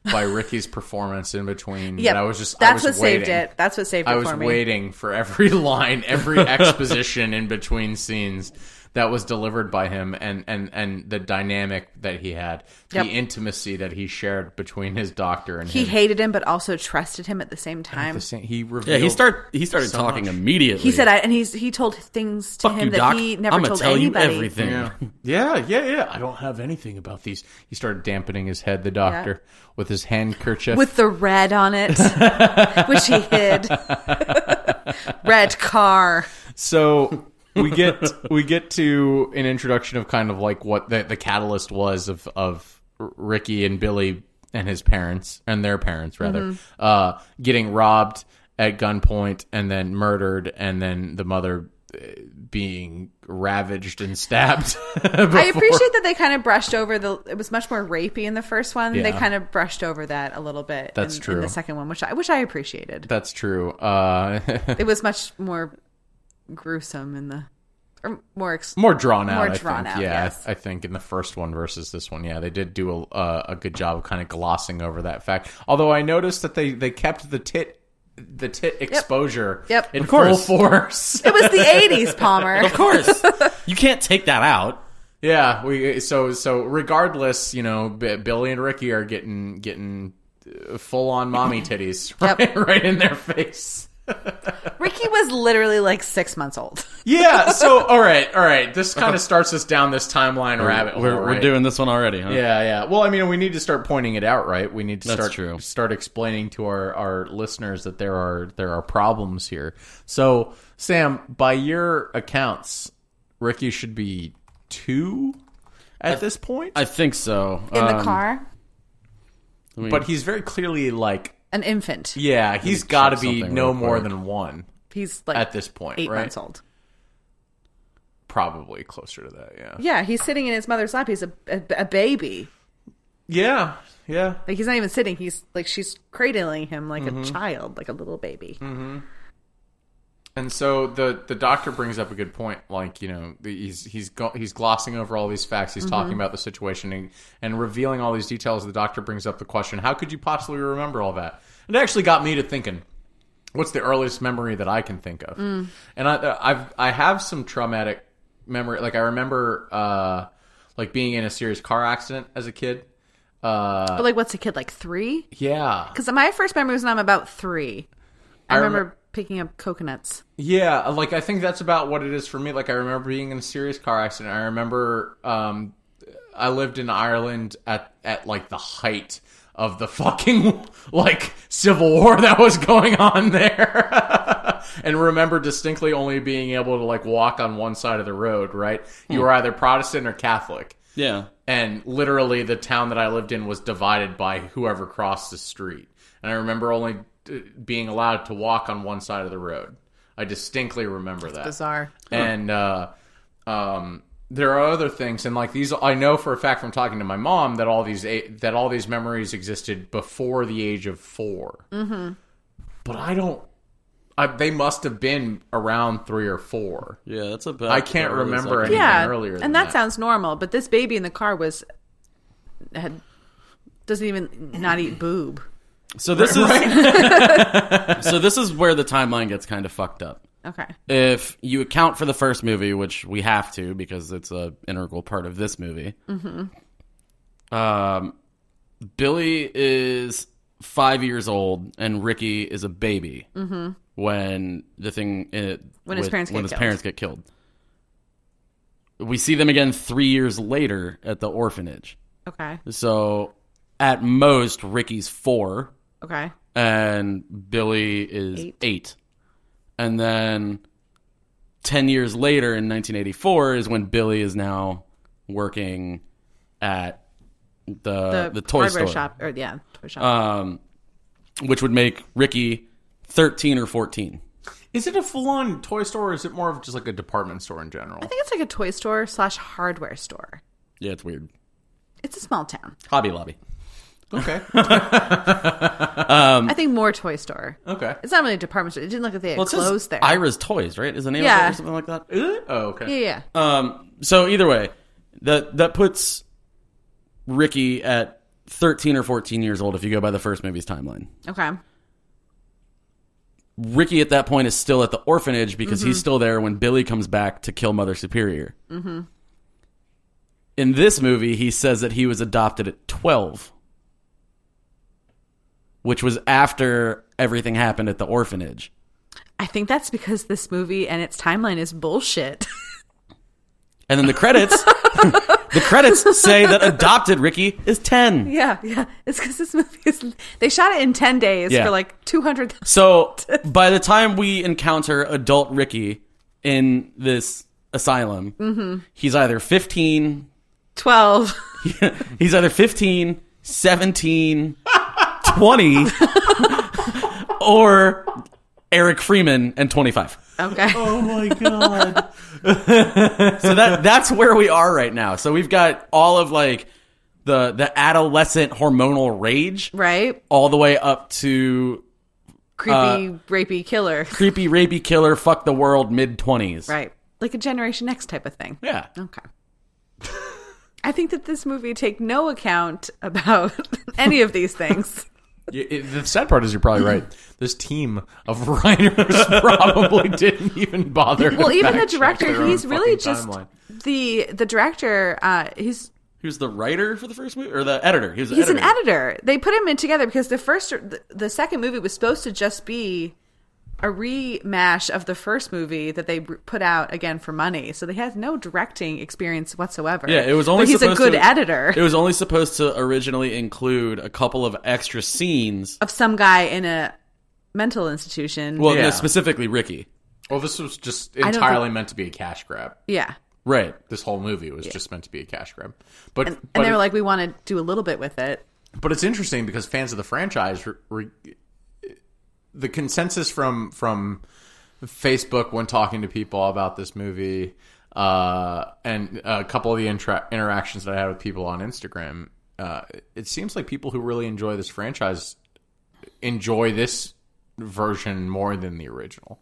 [SPEAKER 1] by Ricky's performance in between.
[SPEAKER 4] Yep.
[SPEAKER 1] that I was just
[SPEAKER 4] that's
[SPEAKER 1] I was
[SPEAKER 4] what
[SPEAKER 1] waiting.
[SPEAKER 4] saved it. That's what saved it
[SPEAKER 1] I was
[SPEAKER 4] for me.
[SPEAKER 1] waiting for every line, every exposition in between scenes that was delivered by him, and and and the dynamic that he had,
[SPEAKER 4] Yep.
[SPEAKER 1] the intimacy that he shared between his doctor and
[SPEAKER 4] He
[SPEAKER 1] him.
[SPEAKER 4] hated him, but also trusted him at the same time.
[SPEAKER 1] The same- he revealed.
[SPEAKER 3] Yeah, he start he started
[SPEAKER 1] So
[SPEAKER 3] talking
[SPEAKER 1] much.
[SPEAKER 3] immediately.
[SPEAKER 4] he said, I, and he's he told things to
[SPEAKER 3] "Fuck
[SPEAKER 4] him
[SPEAKER 3] you,
[SPEAKER 4] that
[SPEAKER 3] Doc.
[SPEAKER 4] he never
[SPEAKER 3] I'm gonna
[SPEAKER 4] told
[SPEAKER 3] tell
[SPEAKER 4] anybody.
[SPEAKER 3] you everything."
[SPEAKER 1] Yeah. yeah, yeah, yeah. I don't have anything about these. He started dampening his head, the doctor, with his handkerchief.
[SPEAKER 4] with the red on it, which he hid. red car.
[SPEAKER 1] So we get we get to an introduction of kind of like what the, the catalyst was of of R- Ricky and Billy and his parents and their parents rather
[SPEAKER 4] Mm-hmm.
[SPEAKER 1] uh, getting robbed at gunpoint and then murdered and then the mother uh, being ravaged and stabbed.
[SPEAKER 4] I appreciate that they kind of brushed over the. It was much more rapey in the first one. They
[SPEAKER 1] Yeah.
[SPEAKER 4] kind of brushed over that a little bit.
[SPEAKER 1] That's
[SPEAKER 4] in, In
[SPEAKER 1] true.
[SPEAKER 4] the second one, which I which I appreciated.
[SPEAKER 1] That's true. Uh,
[SPEAKER 4] It was much more gruesome in the, or more ex-
[SPEAKER 1] more drawn out.
[SPEAKER 4] More
[SPEAKER 1] I
[SPEAKER 4] drawn
[SPEAKER 1] think.
[SPEAKER 4] out,
[SPEAKER 1] Yeah,
[SPEAKER 4] yes.
[SPEAKER 1] I think in the first one versus this one, yeah, they did do a uh, a good job of kind of glossing over that fact. Although I noticed that they they kept the tit the tit exposure
[SPEAKER 4] Yep.
[SPEAKER 1] in
[SPEAKER 4] Of
[SPEAKER 1] full
[SPEAKER 3] course.
[SPEAKER 1] force.
[SPEAKER 4] It was the '80s, Palmer.
[SPEAKER 3] Of course, you can't take that out.
[SPEAKER 1] yeah, we so so regardless, you know, B- Billy and Ricky are getting getting uh, full on mommy titties right,
[SPEAKER 4] Yep.
[SPEAKER 1] right in their face.
[SPEAKER 4] Ricky was literally like six months old.
[SPEAKER 1] Yeah, so all right, all right. This kind of starts us down this timeline rabbit hole.
[SPEAKER 3] We're, we're
[SPEAKER 1] right?
[SPEAKER 3] doing this one already, huh?
[SPEAKER 1] Yeah, yeah. Well, I mean, we need to start pointing it out, right? We need to
[SPEAKER 3] That's
[SPEAKER 1] start
[SPEAKER 3] true.
[SPEAKER 1] start explaining to our our listeners that there are there are problems here. So, Sam, by your accounts, Ricky should be two at this point,
[SPEAKER 3] I think so.
[SPEAKER 4] in the
[SPEAKER 3] Um,
[SPEAKER 4] car.
[SPEAKER 1] but he's very clearly like,
[SPEAKER 4] An infant.
[SPEAKER 1] yeah, he's got to
[SPEAKER 3] check
[SPEAKER 1] be
[SPEAKER 3] something
[SPEAKER 1] no
[SPEAKER 3] real
[SPEAKER 1] more
[SPEAKER 3] quick.
[SPEAKER 1] than one
[SPEAKER 4] He's like
[SPEAKER 1] at this point,
[SPEAKER 4] eight
[SPEAKER 1] right?
[SPEAKER 4] months old.
[SPEAKER 1] Probably closer to that. Yeah.
[SPEAKER 4] Yeah, he's sitting in his mother's lap. He's a, a, a baby.
[SPEAKER 1] Yeah. Yeah.
[SPEAKER 4] Like he's not even sitting. He's like she's cradling him like
[SPEAKER 1] Mm-hmm.
[SPEAKER 4] a child, like a little baby.
[SPEAKER 1] Mm. And so the the doctor brings up a good point. Like you know, the- he's he's go, he's glossing over all these facts. He's talking about the situation and, and revealing all these details. The doctor brings up the question: How could you possibly remember all that? It actually got me to thinking. What's the earliest memory that I can think of? And I, uh, I've I have some traumatic memory. Like I remember, uh, like being in a serious car accident as a kid. Uh,
[SPEAKER 4] But like, what's a kid like three?
[SPEAKER 1] yeah,
[SPEAKER 4] Because my first memory was when I'm about three. I,
[SPEAKER 1] I remem-
[SPEAKER 4] remember picking up coconuts.
[SPEAKER 1] Yeah, like I think that's about what it is for me. Like I remember being in a serious car accident. I remember um, I lived in Ireland at at like the height of the fucking like civil war that was going on there. and remember distinctly only being able to like walk on one side of the road, right? You were either Protestant or Catholic.
[SPEAKER 3] Yeah.
[SPEAKER 1] And literally the town that I lived in was divided by whoever crossed the street. And I remember only uh, being allowed to walk on one side of the road. I distinctly remember that
[SPEAKER 4] Bizarre.
[SPEAKER 1] and uh, um, there are other things, and like these, I know for a fact from talking to my mom that all these eh, that all these memories existed before the age of 4 Mm-hmm. But I don't. I, they must have been around three or four.
[SPEAKER 3] Yeah, that's about.
[SPEAKER 1] I can't
[SPEAKER 3] the earliest
[SPEAKER 1] remember
[SPEAKER 3] I can-
[SPEAKER 1] any-
[SPEAKER 4] Yeah,
[SPEAKER 1] earlier than
[SPEAKER 4] and that,
[SPEAKER 1] that.
[SPEAKER 4] sounds normal. But this baby in the car was had doesn't even not eat boob.
[SPEAKER 3] So this is. so this is where the timeline gets kind of fucked up.
[SPEAKER 4] Okay,
[SPEAKER 3] If you account for the first movie, which we have to because it's a integral part of this movie,
[SPEAKER 4] Mm-hmm.
[SPEAKER 3] um, Billy is five years old and Ricky is a baby when the thing it,
[SPEAKER 4] Mm-hmm. When his parents get
[SPEAKER 3] when his
[SPEAKER 4] killed.
[SPEAKER 3] parents get killed. We see them again three years later at the orphanage.
[SPEAKER 4] okay,
[SPEAKER 3] So at most, Ricky's four
[SPEAKER 4] okay.
[SPEAKER 3] and Billy is eight.
[SPEAKER 4] Eight.
[SPEAKER 3] And then 10 years later in 1984 is when Billy is now working at Uh, the, the, toy
[SPEAKER 4] hardware
[SPEAKER 3] store.
[SPEAKER 4] shop, or yeah, toy shop.
[SPEAKER 3] Um, which would make Ricky 13 or 14.
[SPEAKER 1] Is it a full on toy store, or is it more of just like a department store in general?
[SPEAKER 4] I think it's like a toy store slash hardware store.
[SPEAKER 3] Yeah, it's weird.
[SPEAKER 4] It's a small town.
[SPEAKER 3] Hobby Lobby.
[SPEAKER 1] Okay.
[SPEAKER 4] I think more toy store.
[SPEAKER 1] Okay.
[SPEAKER 4] It's not really a department store. It didn't look like they had
[SPEAKER 3] Um, Well, it says
[SPEAKER 4] clothes there.
[SPEAKER 3] Ira's Toys, right? Is the name
[SPEAKER 4] Yeah.
[SPEAKER 3] of it or something like that?
[SPEAKER 1] Oh, okay.
[SPEAKER 4] yeah, yeah.
[SPEAKER 3] Um, so either way, that that puts Ricky at 13 or 14 years old if you go by the first movie's timeline.
[SPEAKER 4] Okay.
[SPEAKER 3] Ricky at that point is still at the orphanage because he's still there when Billy comes back to kill Mother Superior. Mm-hmm. In this movie, he says that he was adopted at 12, which was after everything happened at the orphanage.
[SPEAKER 4] I think that's because this movie and its timeline is bullshit.
[SPEAKER 3] And then the credits, the credits say that adopted Ricky is 10.
[SPEAKER 4] yeah, yeah. It's because this movie is. They shot it in 10 days
[SPEAKER 3] Yeah.
[SPEAKER 4] for like 200.
[SPEAKER 3] So by the time we encounter adult Ricky in this asylum, he's either 15,
[SPEAKER 4] 12.
[SPEAKER 3] He's either 15, 17, 20, or Eric Freeman and 25.
[SPEAKER 4] Okay.
[SPEAKER 1] Oh my god.
[SPEAKER 3] So that that's where we are right now. So we've got all of like the the adolescent hormonal rage
[SPEAKER 4] Right?
[SPEAKER 3] all the way up to
[SPEAKER 4] Creepy,
[SPEAKER 3] Uh,
[SPEAKER 4] rapey killer.
[SPEAKER 3] creepy rapey killer fuck the world mid 20s.
[SPEAKER 4] Right. Oh. Like a Generation X type of thing.
[SPEAKER 3] Yeah.
[SPEAKER 4] Okay. I think that this movie take no account about any of these things.
[SPEAKER 1] Y- it- the sad part is you're probably right. This team of writers probably didn't even bother.
[SPEAKER 4] Well,
[SPEAKER 1] to
[SPEAKER 4] even the
[SPEAKER 1] fact check their
[SPEAKER 4] director,
[SPEAKER 1] own
[SPEAKER 4] he's really
[SPEAKER 1] fucking
[SPEAKER 4] just
[SPEAKER 1] timeline.
[SPEAKER 4] the the director. Uh, he's
[SPEAKER 3] He was the writer for the first movie or the editor. He was the
[SPEAKER 4] he's
[SPEAKER 3] editor.
[SPEAKER 4] an editor. They put him in together because the first, the, the second movie was supposed to just be a remash of the first movie that they br- put out again for money. So they had no directing experience whatsoever.
[SPEAKER 3] Yeah, it was only
[SPEAKER 4] But he's a
[SPEAKER 3] supposed
[SPEAKER 4] good
[SPEAKER 3] to-
[SPEAKER 4] editor
[SPEAKER 3] It was only supposed to originally include a couple of extra scenes
[SPEAKER 4] of some guy in a mental institution.
[SPEAKER 3] Well, no,
[SPEAKER 1] Yeah.
[SPEAKER 3] specifically Ricky.
[SPEAKER 1] Well, this was just
[SPEAKER 4] don't
[SPEAKER 1] entirely
[SPEAKER 4] think-
[SPEAKER 1] meant to be a cash grab.
[SPEAKER 4] yeah.
[SPEAKER 3] Right.
[SPEAKER 1] This whole movie was just meant to be a cash grab. But but
[SPEAKER 4] And they
[SPEAKER 1] it-
[SPEAKER 4] were like, we want to do a little bit with it.
[SPEAKER 1] but it's interesting because fans of the franchise re- re- the consensus from from Facebook when talking to people about this movie uh, and a couple of the intra- interactions that I had with people on Instagram uh, it seems like people who really enjoy this franchise enjoy this version more than the original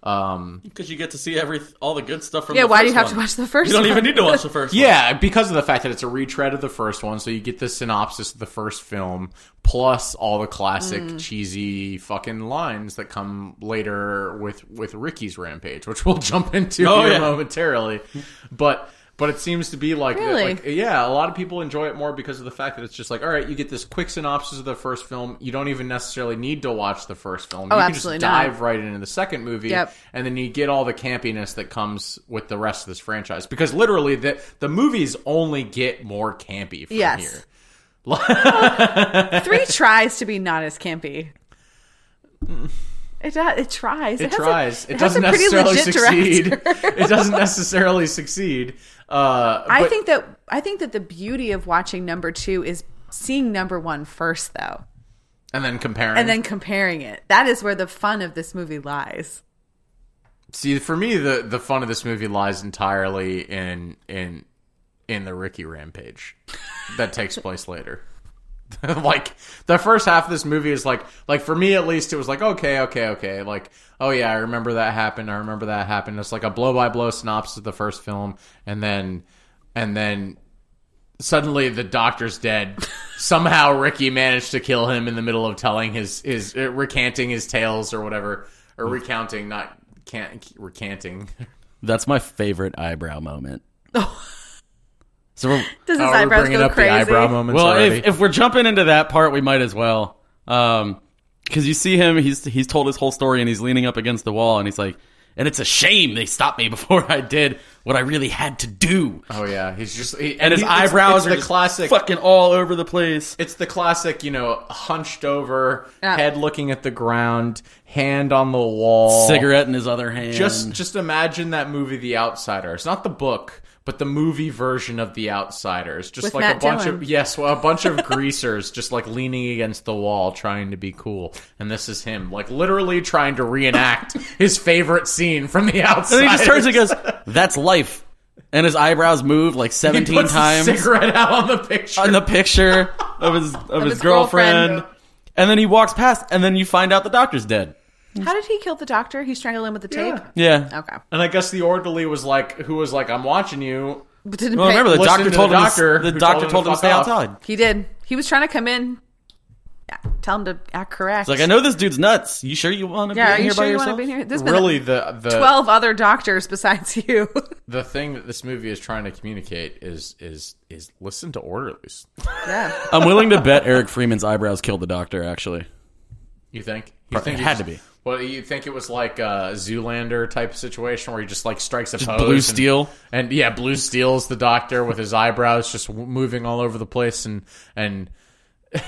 [SPEAKER 3] Because you get to see every all the good stuff from
[SPEAKER 4] Yeah,
[SPEAKER 3] the
[SPEAKER 4] why do you
[SPEAKER 3] first
[SPEAKER 4] have to
[SPEAKER 3] one.
[SPEAKER 4] watch the first
[SPEAKER 3] You don't
[SPEAKER 4] one?
[SPEAKER 3] even need to watch the first one.
[SPEAKER 1] Yeah, because of the fact that it's a retread of the first one, so you get the synopsis of the first film plus all the classic cheesy fucking lines that come later with with Ricky's rampage, which we'll jump into
[SPEAKER 3] Oh,
[SPEAKER 1] here
[SPEAKER 3] yeah.
[SPEAKER 1] momentarily. But but it seems to be like, that,
[SPEAKER 4] Really?
[SPEAKER 1] like yeah, a lot of people enjoy it more because of the fact that it's just like, all right, you get this quick synopsis of the first film. You don't even necessarily need to watch the first film.
[SPEAKER 4] Oh,
[SPEAKER 1] you
[SPEAKER 4] absolutely
[SPEAKER 1] can
[SPEAKER 4] not.
[SPEAKER 1] just dive right into the second movie
[SPEAKER 4] Yep.
[SPEAKER 1] and then you get all the campiness that comes with the rest of this franchise because literally the the movies only get more campy from
[SPEAKER 4] Yes.
[SPEAKER 1] here.
[SPEAKER 4] Three tries to be not as campy. It, uh, it tries.
[SPEAKER 1] Mm. It
[SPEAKER 4] has a-
[SPEAKER 1] tries. it,
[SPEAKER 4] has a
[SPEAKER 1] doesn't
[SPEAKER 4] pretty
[SPEAKER 1] necessarily
[SPEAKER 4] legit
[SPEAKER 1] succeed.
[SPEAKER 4] director.
[SPEAKER 1] it doesn't necessarily succeed. Uh,
[SPEAKER 4] I
[SPEAKER 1] but-
[SPEAKER 4] think that I think that the beauty of watching number two is seeing number one first, though,
[SPEAKER 1] and then comparing.
[SPEAKER 4] and then comparing it. That is where the fun of this movie lies.
[SPEAKER 1] see for me the the fun of this movie lies entirely in in in the Ricky rampage that takes place later. like the first half of this movie is like like for me at least it was like okay okay okay like oh yeah I remember that happened I remember that happened it's like a blow by blow synopsis of the first film and then and then suddenly the doctor's dead somehow Ricky managed to kill him in the middle of telling his his uh, recanting his tales or whatever or
[SPEAKER 3] Hmm.
[SPEAKER 1] recounting not can't recanting
[SPEAKER 3] That's my favorite eyebrow moment.
[SPEAKER 4] Oh.
[SPEAKER 3] so we're,
[SPEAKER 4] Does his
[SPEAKER 1] Oh, we're
[SPEAKER 4] eyebrows
[SPEAKER 1] bringing
[SPEAKER 4] go
[SPEAKER 1] up
[SPEAKER 4] crazy?
[SPEAKER 1] the eyebrow moments
[SPEAKER 3] well,
[SPEAKER 1] already.
[SPEAKER 3] if, if we're jumping into that part, we might as well. Um, because you see him, he's he's told his whole story, and he's leaning up against the wall, and he's like, "And it's a shame they stopped me before I did what I really had to do."
[SPEAKER 1] oh yeah, he's just he,
[SPEAKER 3] And his
[SPEAKER 1] he- it's-
[SPEAKER 3] eyebrows
[SPEAKER 1] it's
[SPEAKER 3] are
[SPEAKER 1] the
[SPEAKER 3] just
[SPEAKER 1] classic.
[SPEAKER 3] fucking all over the place.
[SPEAKER 1] It's the classic, you know, hunched over,
[SPEAKER 4] Yeah.
[SPEAKER 1] head looking at the ground, hand on the wall,
[SPEAKER 3] Cigarette in his other hand.
[SPEAKER 1] Just just imagine that movie, The Outsider. It's not the book, but the movie version of The Outsiders. Just
[SPEAKER 4] With
[SPEAKER 1] like
[SPEAKER 4] Matt
[SPEAKER 1] a bunch
[SPEAKER 4] Dillon.
[SPEAKER 1] of yes, well, a bunch of greasers just like leaning against the wall, trying to be cool. And this is him, like literally trying to reenact his favorite scene from The
[SPEAKER 3] And
[SPEAKER 1] Outsiders.
[SPEAKER 3] then he just turns and goes, "That's life." and his eyebrows move like
[SPEAKER 1] He
[SPEAKER 3] 17
[SPEAKER 1] puts the
[SPEAKER 3] times
[SPEAKER 1] cigarette out on the picture.
[SPEAKER 3] on the picture of his of, his,
[SPEAKER 4] his
[SPEAKER 3] girlfriend.
[SPEAKER 4] girlfriend.
[SPEAKER 3] And then he walks past, and then you find out the doctor's dead.
[SPEAKER 4] How did he kill the doctor? He strangled him with the tape.
[SPEAKER 3] Yeah.
[SPEAKER 4] Okay,
[SPEAKER 1] and I guess the orderly was like, who was like, I'm watching you.
[SPEAKER 4] but didn't
[SPEAKER 3] Well,
[SPEAKER 4] pay-
[SPEAKER 3] remember the
[SPEAKER 1] Listen
[SPEAKER 3] doctor
[SPEAKER 1] to the
[SPEAKER 3] told him.
[SPEAKER 1] doctor
[SPEAKER 3] to, the
[SPEAKER 1] who
[SPEAKER 3] doctor told him to
[SPEAKER 1] fuck
[SPEAKER 3] stay
[SPEAKER 1] off.
[SPEAKER 3] outside.
[SPEAKER 4] he did. He was trying to come in. Yeah, Tell him to act correct.
[SPEAKER 3] It's like I know this dude's nuts. You sure you want to
[SPEAKER 4] Yeah,
[SPEAKER 3] be
[SPEAKER 4] are
[SPEAKER 3] in here
[SPEAKER 4] you
[SPEAKER 3] by
[SPEAKER 4] sure you
[SPEAKER 3] yourself?
[SPEAKER 4] want to be in here? There's been
[SPEAKER 1] Really, the the
[SPEAKER 3] uh,
[SPEAKER 4] twelve other doctors besides you.
[SPEAKER 1] the thing that this movie is trying to communicate is is is listen to orderlies.
[SPEAKER 4] yeah.
[SPEAKER 3] I'm willing to bet Eric Freeman's eyebrows killed the doctor. Actually,
[SPEAKER 1] You think? You think
[SPEAKER 3] it
[SPEAKER 1] he
[SPEAKER 3] had
[SPEAKER 1] just-
[SPEAKER 3] to be.
[SPEAKER 1] Well, you think it was like a Zoolander type situation where he just like strikes a pose
[SPEAKER 3] blue
[SPEAKER 1] and-
[SPEAKER 3] steel?
[SPEAKER 1] and yeah, blue steel's the doctor with his eyebrows just w- moving all over the place, and and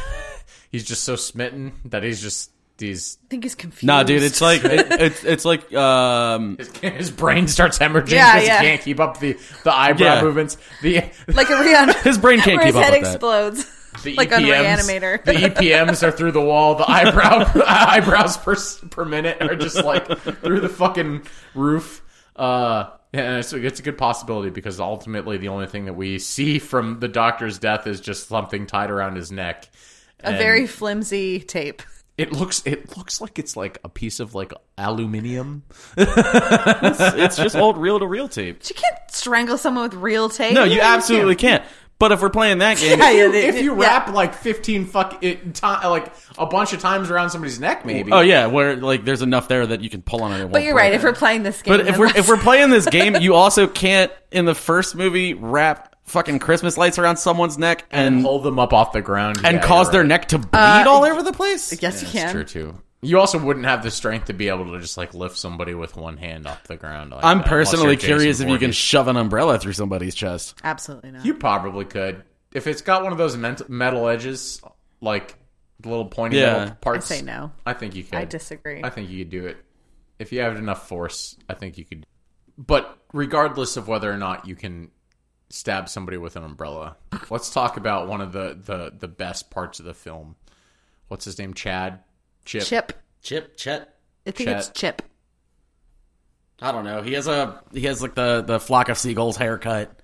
[SPEAKER 1] he's just so smitten that he's just these
[SPEAKER 4] I think he's confused.
[SPEAKER 3] nah, dude. It's like it, it's it's like um,
[SPEAKER 1] his brain starts hemorrhaging because
[SPEAKER 4] Yeah, yeah.
[SPEAKER 1] he can't keep up the the eyebrow
[SPEAKER 3] Yeah.
[SPEAKER 1] movements. The
[SPEAKER 4] like a Rihanna.
[SPEAKER 3] his brain can't
[SPEAKER 4] where
[SPEAKER 3] keep
[SPEAKER 4] his
[SPEAKER 3] up
[SPEAKER 4] head
[SPEAKER 3] with that.
[SPEAKER 4] explodes.
[SPEAKER 1] the
[SPEAKER 4] like on
[SPEAKER 1] EPMs,
[SPEAKER 4] Reanimator.
[SPEAKER 1] the EPMs are through the wall. The eyebrow eyebrows per per minute are just like through the fucking roof. Uh, and it's, it's a good possibility because ultimately the only thing that we see from the doctor's death is just something tied around his neck.
[SPEAKER 4] a very flimsy tape.
[SPEAKER 1] It looks it looks like it's like a piece of like aluminium.
[SPEAKER 3] it's just old reel to reel tape.
[SPEAKER 4] But you can't strangle someone with real tape.
[SPEAKER 3] No, you absolutely can't. But if we're playing that game,
[SPEAKER 4] Yeah, yeah, they-
[SPEAKER 1] If you
[SPEAKER 4] yeah.
[SPEAKER 1] wrap like fifteen fuck it, ti like a bunch of times around somebody's neck, maybe.
[SPEAKER 3] oh yeah, where like there's enough there that you can pull on it. it
[SPEAKER 4] But you're right. If we're playing this game,
[SPEAKER 3] but if
[SPEAKER 4] then
[SPEAKER 3] we're
[SPEAKER 4] let's-
[SPEAKER 3] if we're playing this game, you also can't in the first movie wrap fucking Christmas lights around someone's neck and
[SPEAKER 1] Hold them up off the ground
[SPEAKER 3] and
[SPEAKER 1] Yeah,
[SPEAKER 3] cause
[SPEAKER 1] you're
[SPEAKER 3] their
[SPEAKER 1] right.
[SPEAKER 3] neck to bleed
[SPEAKER 4] Uh,
[SPEAKER 3] all over the place.
[SPEAKER 4] yes, you
[SPEAKER 1] That's
[SPEAKER 4] can.
[SPEAKER 1] true too. You also wouldn't have the strength to be able to just like lift somebody with one hand off the ground. Like
[SPEAKER 3] I'm
[SPEAKER 1] that, unless
[SPEAKER 3] personally
[SPEAKER 1] you're Jason
[SPEAKER 3] curious if you can
[SPEAKER 1] Voorhees.
[SPEAKER 3] shove an umbrella through somebody's chest.
[SPEAKER 4] Absolutely not.
[SPEAKER 1] you probably could if it's got one of those ment- metal edges, like the little pointy
[SPEAKER 3] Yeah.
[SPEAKER 1] metal parts.
[SPEAKER 4] say no.
[SPEAKER 1] I think you could.
[SPEAKER 4] I disagree.
[SPEAKER 1] I think you could do it if you have enough force. I think you could. But regardless of whether or not you can stab somebody with an umbrella, let's talk about one of the the the best parts of the film. What's his name? Chad. Chip.
[SPEAKER 4] Chip.
[SPEAKER 3] Chip, Chet.
[SPEAKER 4] I think it's
[SPEAKER 1] Chet.
[SPEAKER 4] Chip.
[SPEAKER 3] I don't know. He has a he has like the the flock of seagulls haircut.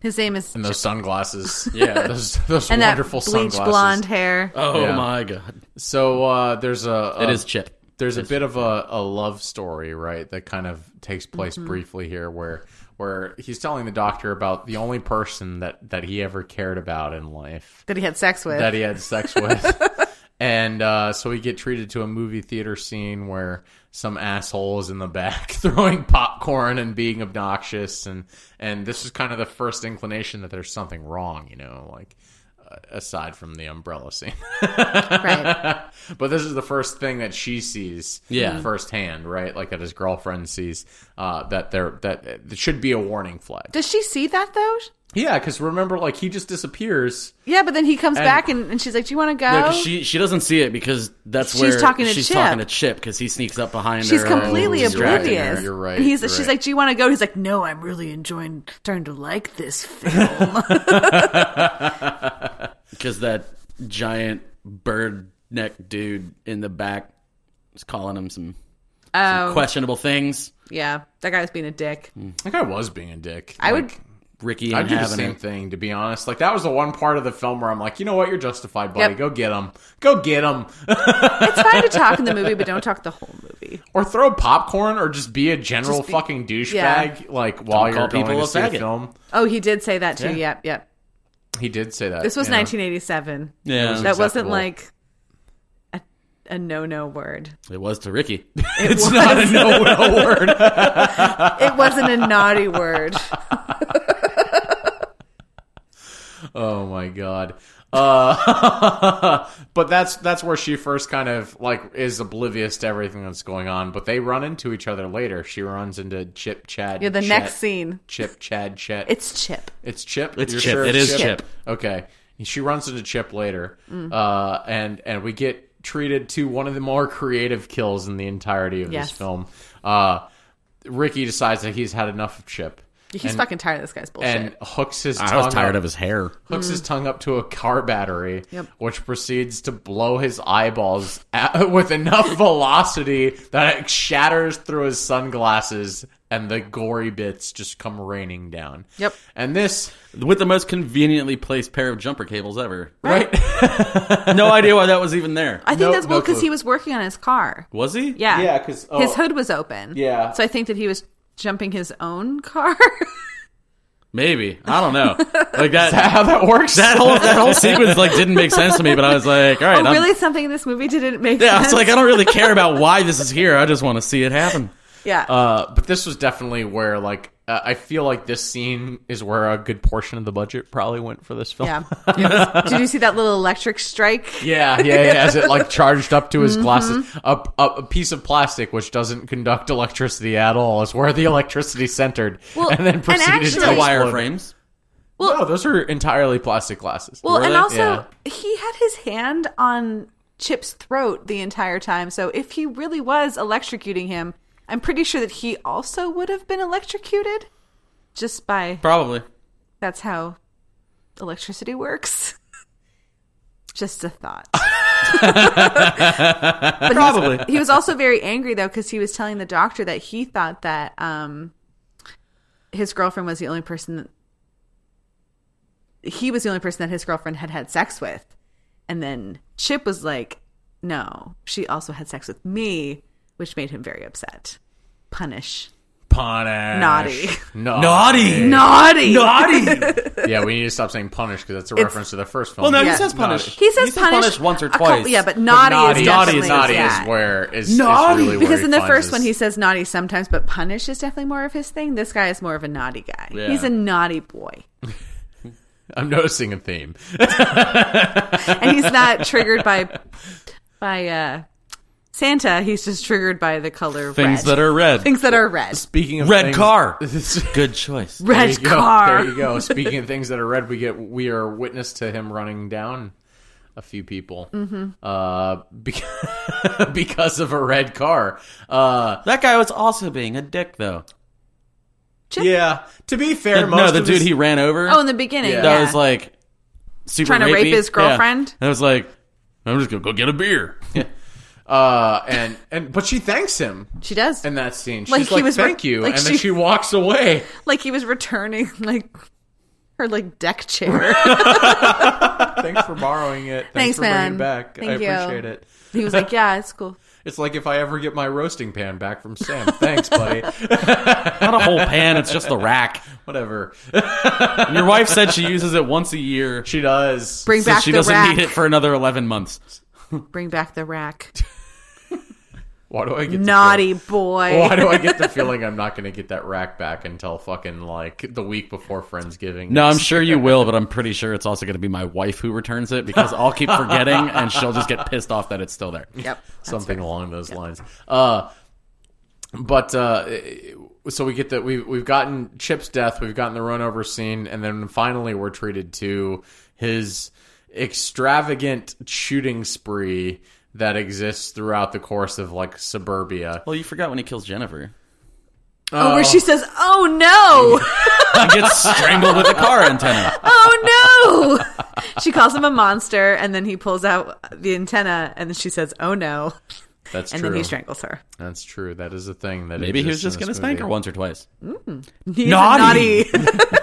[SPEAKER 4] His name is
[SPEAKER 1] And those sunglasses. Yeah, those those
[SPEAKER 4] and that
[SPEAKER 1] wonderful
[SPEAKER 4] bleach
[SPEAKER 1] sunglasses.
[SPEAKER 4] blonde hair.
[SPEAKER 3] Oh
[SPEAKER 1] Yeah.
[SPEAKER 3] my god,
[SPEAKER 1] So uh, there's a, a
[SPEAKER 3] it is Chip.
[SPEAKER 1] there's a bit of a, a love story, right? That kind of takes place
[SPEAKER 4] Mm-hmm.
[SPEAKER 1] briefly here, where where he's telling the doctor about the only person that that he ever cared about in life
[SPEAKER 4] that he had sex with.
[SPEAKER 1] that he had sex with. And uh, so we get treated to a movie theater scene where some asshole is in the back throwing popcorn and being obnoxious, and and this is kind of the first inclination that there's something wrong, you know, like uh, aside from the umbrella scene.
[SPEAKER 4] right.
[SPEAKER 1] but this is the first thing that she sees,
[SPEAKER 3] Yeah.
[SPEAKER 1] firsthand, right? Like that his girlfriend sees uh, that there that it should be a warning flag.
[SPEAKER 4] Does she see that though?
[SPEAKER 1] Yeah, because remember, like he just disappears.
[SPEAKER 4] Yeah, but then he comes back and, and she's like, "Do you want to go?"
[SPEAKER 3] No, 'cause she she doesn't see it because that's
[SPEAKER 4] Oh. She's
[SPEAKER 3] where
[SPEAKER 4] talking to
[SPEAKER 3] she's
[SPEAKER 4] Chip.
[SPEAKER 3] talking to Chip because he sneaks up behind
[SPEAKER 4] she's
[SPEAKER 3] her. Oh,
[SPEAKER 4] completely
[SPEAKER 1] you're right,
[SPEAKER 4] oblivious.
[SPEAKER 1] you're right,
[SPEAKER 4] And he's
[SPEAKER 1] you're
[SPEAKER 4] she's
[SPEAKER 1] right.
[SPEAKER 4] like, "Do you want to go?" He's like, "No, I'm really enjoying starting to like this film."
[SPEAKER 3] because that giant bird neck dude in the back is calling him some, some
[SPEAKER 4] Oh.
[SPEAKER 3] questionable things.
[SPEAKER 4] yeah, that guy was being a dick.
[SPEAKER 1] Like I was being a dick.
[SPEAKER 4] I would
[SPEAKER 3] Ricky
[SPEAKER 1] I'd
[SPEAKER 3] and
[SPEAKER 1] do the
[SPEAKER 3] having
[SPEAKER 1] same
[SPEAKER 3] it.
[SPEAKER 1] thing, to be honest. Like that was the one part of the film where I'm like, you know what, you're justified, buddy.
[SPEAKER 4] Yep.
[SPEAKER 1] Go get him. Go get him.
[SPEAKER 4] it's fine to talk in the movie, but don't talk the whole movie.
[SPEAKER 1] or throw popcorn, or just be a general
[SPEAKER 4] Just be-
[SPEAKER 1] fucking douchebag.
[SPEAKER 4] yeah.
[SPEAKER 1] Like while
[SPEAKER 3] call
[SPEAKER 1] you're going
[SPEAKER 3] people
[SPEAKER 1] to
[SPEAKER 3] a
[SPEAKER 1] see a
[SPEAKER 3] faggot.
[SPEAKER 1] film,
[SPEAKER 4] Oh, he did say that too. Yep, yep.
[SPEAKER 1] he did say that.
[SPEAKER 4] This was
[SPEAKER 1] you know?
[SPEAKER 4] 1987.
[SPEAKER 3] Yeah,
[SPEAKER 4] That wasn't
[SPEAKER 1] acceptable.
[SPEAKER 4] like a, a no-no word.
[SPEAKER 3] it was to Ricky.
[SPEAKER 1] It's not a no-will word.
[SPEAKER 4] It wasn't a naughty word.
[SPEAKER 1] Oh my god. Uh, but that's that's where she first kind of like is oblivious to everything that's going on. But they run into each other later. She runs into Chip, Chad.
[SPEAKER 4] Yeah, the
[SPEAKER 1] Chet.
[SPEAKER 4] next scene.
[SPEAKER 1] Chip, Chad, Chet.
[SPEAKER 4] It's Chip.
[SPEAKER 1] It's Chip.
[SPEAKER 3] It's
[SPEAKER 1] You're
[SPEAKER 3] Chip.
[SPEAKER 1] sure
[SPEAKER 3] It
[SPEAKER 1] it's
[SPEAKER 3] is Chip.
[SPEAKER 1] Okay. She runs into Chip later, uh, and and we get treated to one of the more creative kills in the entirety of
[SPEAKER 4] Yes.
[SPEAKER 1] this film. Uh, Ricky decides that he's had enough of Chip
[SPEAKER 4] He's fucking tired of this guy's bullshit.
[SPEAKER 1] and hooks his.
[SPEAKER 3] I was
[SPEAKER 1] tongue
[SPEAKER 3] tired
[SPEAKER 1] up-
[SPEAKER 3] of his hair.
[SPEAKER 1] hooks his tongue up to a car battery,
[SPEAKER 4] Mm. Yep.
[SPEAKER 1] which proceeds to blow his eyeballs at, with enough velocity that it shatters through his sunglasses and the gory bits just come raining down.
[SPEAKER 4] Yep.
[SPEAKER 1] And this,
[SPEAKER 3] with the most conveniently placed pair of jumper cables ever.
[SPEAKER 1] right?
[SPEAKER 3] no idea why that was even there.
[SPEAKER 4] I think
[SPEAKER 1] No-
[SPEAKER 4] that's well
[SPEAKER 1] no
[SPEAKER 4] because
[SPEAKER 1] clue.
[SPEAKER 4] he was working on his car.
[SPEAKER 3] Was he?
[SPEAKER 4] Yeah.
[SPEAKER 1] Yeah, 'cause- oh.
[SPEAKER 4] his hood was open.
[SPEAKER 1] Yeah.
[SPEAKER 4] So I think that he was jumping his own car.
[SPEAKER 3] Maybe. I don't know. Like that.
[SPEAKER 1] How that works?
[SPEAKER 3] that whole that whole sequence like didn't make sense to me. But I was like, all right,
[SPEAKER 4] oh,
[SPEAKER 3] I'm-
[SPEAKER 4] really? Something in this movie didn't make
[SPEAKER 3] yeah. I
[SPEAKER 4] sense.
[SPEAKER 3] was like, I don't really care about why this is here. I just want to see it happen.
[SPEAKER 4] yeah.
[SPEAKER 1] Uh, but this was definitely where, like, uh, I feel like this scene is where a good portion of the budget probably went for this film.
[SPEAKER 4] yeah. It was- did you see that little electric strike?
[SPEAKER 1] Yeah, yeah, yeah. As it like charged up to his glasses,
[SPEAKER 4] Mm-hmm.
[SPEAKER 1] a, a, a piece of plastic which doesn't conduct electricity at all is where the electricity centered,
[SPEAKER 4] Well,
[SPEAKER 1] and then
[SPEAKER 4] and
[SPEAKER 1] proceeded
[SPEAKER 4] actually-
[SPEAKER 1] to
[SPEAKER 4] The
[SPEAKER 1] explode.
[SPEAKER 3] Wireframes.
[SPEAKER 1] No, those are entirely plastic glasses.
[SPEAKER 4] Well, and
[SPEAKER 3] they?
[SPEAKER 4] also
[SPEAKER 1] Yeah.
[SPEAKER 4] he had his hand on Chip's throat the entire time. So if he really was electrocuting him, I'm pretty sure that he also would have been electrocuted. Just by
[SPEAKER 3] Probably.
[SPEAKER 4] that's how electricity works. Just a thought. But he's-
[SPEAKER 3] Probably.
[SPEAKER 4] he was also very angry though because he was telling the doctor that he thought that um, his girlfriend was the only person that he was the only person that his girlfriend had had sex with, and then Chip was like, "No, she also had sex with me," which made him very upset. Punish
[SPEAKER 1] Punish.
[SPEAKER 4] Naughty.
[SPEAKER 1] No.
[SPEAKER 3] Naughty.
[SPEAKER 4] naughty
[SPEAKER 3] Naughty.
[SPEAKER 1] Yeah, we need to stop saying punish because that's a reference to the first film.
[SPEAKER 3] Well, no,
[SPEAKER 4] Yeah.
[SPEAKER 3] he says punish.
[SPEAKER 4] He says, punish,
[SPEAKER 3] once or
[SPEAKER 4] a couple-
[SPEAKER 3] twice.
[SPEAKER 4] yeah, but naughty,
[SPEAKER 1] naughty,
[SPEAKER 4] is
[SPEAKER 1] naughty,
[SPEAKER 4] definitely
[SPEAKER 1] is, naughty
[SPEAKER 4] yeah.
[SPEAKER 1] is where is,
[SPEAKER 3] Naughty.
[SPEAKER 1] is really where
[SPEAKER 4] because
[SPEAKER 1] he
[SPEAKER 4] in the
[SPEAKER 1] finds
[SPEAKER 4] first
[SPEAKER 1] his-
[SPEAKER 4] one he says naughty sometimes, but punish is definitely more of his thing. This guy is more of a naughty guy.
[SPEAKER 3] Yeah.
[SPEAKER 4] He's a naughty boy,
[SPEAKER 1] I'm noticing a theme.
[SPEAKER 4] and he's not triggered by by uh, Santa. He's just triggered by the color
[SPEAKER 3] things
[SPEAKER 4] red.
[SPEAKER 3] that are red.
[SPEAKER 4] things that are red.
[SPEAKER 1] Speaking of
[SPEAKER 3] red
[SPEAKER 1] things-
[SPEAKER 3] car.
[SPEAKER 1] There
[SPEAKER 3] Good choice.
[SPEAKER 1] you
[SPEAKER 4] Red
[SPEAKER 1] go.
[SPEAKER 4] car.
[SPEAKER 1] There you go. Speaking of things that are red, we get we are witness to him running down a few people
[SPEAKER 4] Mm-hmm.
[SPEAKER 1] uh, beca- because of a red car. Uh,
[SPEAKER 3] That guy was also being a dick though.
[SPEAKER 1] yeah. To be fair, most
[SPEAKER 3] no, the
[SPEAKER 1] of
[SPEAKER 3] dude
[SPEAKER 1] his-
[SPEAKER 3] he ran over.
[SPEAKER 4] Oh, in the beginning,
[SPEAKER 1] Yeah.
[SPEAKER 4] yeah.
[SPEAKER 3] that was like super
[SPEAKER 4] Trying to rape
[SPEAKER 3] rapey.
[SPEAKER 4] his girlfriend?
[SPEAKER 3] Yeah. And I was like, I'm just gonna go get a beer.
[SPEAKER 1] uh, and and but she thanks him
[SPEAKER 4] she does.
[SPEAKER 1] in that scene. She's
[SPEAKER 4] Like
[SPEAKER 1] like,
[SPEAKER 4] he was re-
[SPEAKER 1] "Thank you,"
[SPEAKER 4] like
[SPEAKER 1] and then
[SPEAKER 4] she-
[SPEAKER 1] she walks away.
[SPEAKER 4] like he was returning like her like deck chair.
[SPEAKER 1] Thanks for borrowing it. Thanks,
[SPEAKER 4] Thanks,
[SPEAKER 1] for bringing
[SPEAKER 4] man.
[SPEAKER 1] it back. I
[SPEAKER 4] Thank you.
[SPEAKER 1] appreciate it.
[SPEAKER 4] he was like, "Yeah, it's cool."
[SPEAKER 1] It's like if I ever get my roasting pan back from Sam. Thanks, buddy.
[SPEAKER 3] Not a whole pan, it's just the rack.
[SPEAKER 1] Whatever.
[SPEAKER 3] And your wife said she uses it once a year.
[SPEAKER 1] She does.
[SPEAKER 4] Bring
[SPEAKER 3] so
[SPEAKER 4] back
[SPEAKER 3] she
[SPEAKER 4] the
[SPEAKER 3] doesn't
[SPEAKER 4] rack.
[SPEAKER 3] need it for another 11 months.
[SPEAKER 4] Bring back the rack.
[SPEAKER 1] Why do I get the
[SPEAKER 4] Naughty
[SPEAKER 1] feel-
[SPEAKER 4] boy.
[SPEAKER 1] Why do I get the feeling I'm not going to get that rack back until fucking like the week before Friendsgiving?
[SPEAKER 3] No, I'm sure you will, but I'm pretty sure it's also going to be my wife who returns it because I'll keep forgetting and she'll just get pissed off that it's still there.
[SPEAKER 4] Yep.
[SPEAKER 1] something along those lines. Uh, but uh, so we get that we we've gotten Chip's death, we've gotten the run over scene, and then finally we're treated to his extravagant shooting spree that exists throughout the course of like suburbia.
[SPEAKER 3] Well, you forgot when he kills Jennifer.
[SPEAKER 4] Oh, where she says, "Oh no,
[SPEAKER 3] He gets strangled with a car antenna.
[SPEAKER 4] oh no!" she calls him a monster, and then he pulls out the antenna, and she says, "Oh no,"
[SPEAKER 1] That's
[SPEAKER 4] and
[SPEAKER 1] true.
[SPEAKER 4] then he strangles her.
[SPEAKER 1] That's true. That is a thing that
[SPEAKER 3] Maybe he was
[SPEAKER 1] exists
[SPEAKER 3] just
[SPEAKER 1] in
[SPEAKER 3] going to
[SPEAKER 1] this
[SPEAKER 3] spank
[SPEAKER 1] movie.
[SPEAKER 3] her once or twice.
[SPEAKER 4] He's
[SPEAKER 3] Naughty.
[SPEAKER 4] a naughty.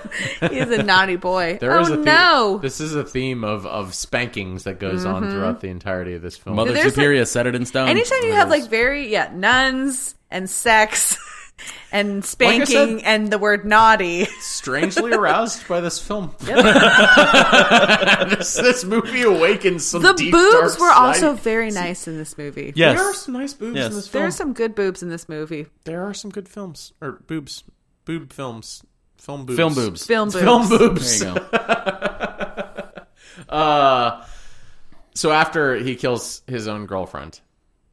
[SPEAKER 4] He's a naughty boy.
[SPEAKER 1] There
[SPEAKER 4] oh
[SPEAKER 1] is a theme-
[SPEAKER 4] no! Mm-hmm.
[SPEAKER 1] This is a theme of of spankings that goes on throughout the entirety of this film.
[SPEAKER 3] Mother
[SPEAKER 4] There's
[SPEAKER 3] Superior set it in stone.
[SPEAKER 4] Anytime you have like very yeah nuns and sex and
[SPEAKER 1] I said-
[SPEAKER 4] spanking and the word naughty,
[SPEAKER 1] strangely aroused by this film. this, this movie awakens some
[SPEAKER 4] the
[SPEAKER 1] deep, dark
[SPEAKER 4] boobs were
[SPEAKER 1] side.
[SPEAKER 4] also very nice in this movie.
[SPEAKER 3] Yes.
[SPEAKER 1] There are some nice boobs
[SPEAKER 3] Yes.
[SPEAKER 1] in this film.
[SPEAKER 4] There are some good boobs in this movie.
[SPEAKER 1] There are some good films or boobs, boob films, film boobs,
[SPEAKER 3] Film boobs.
[SPEAKER 4] Film boobs.
[SPEAKER 1] film
[SPEAKER 3] There
[SPEAKER 1] boobs.
[SPEAKER 3] you go.
[SPEAKER 1] Uh, so after he kills his own girlfriend,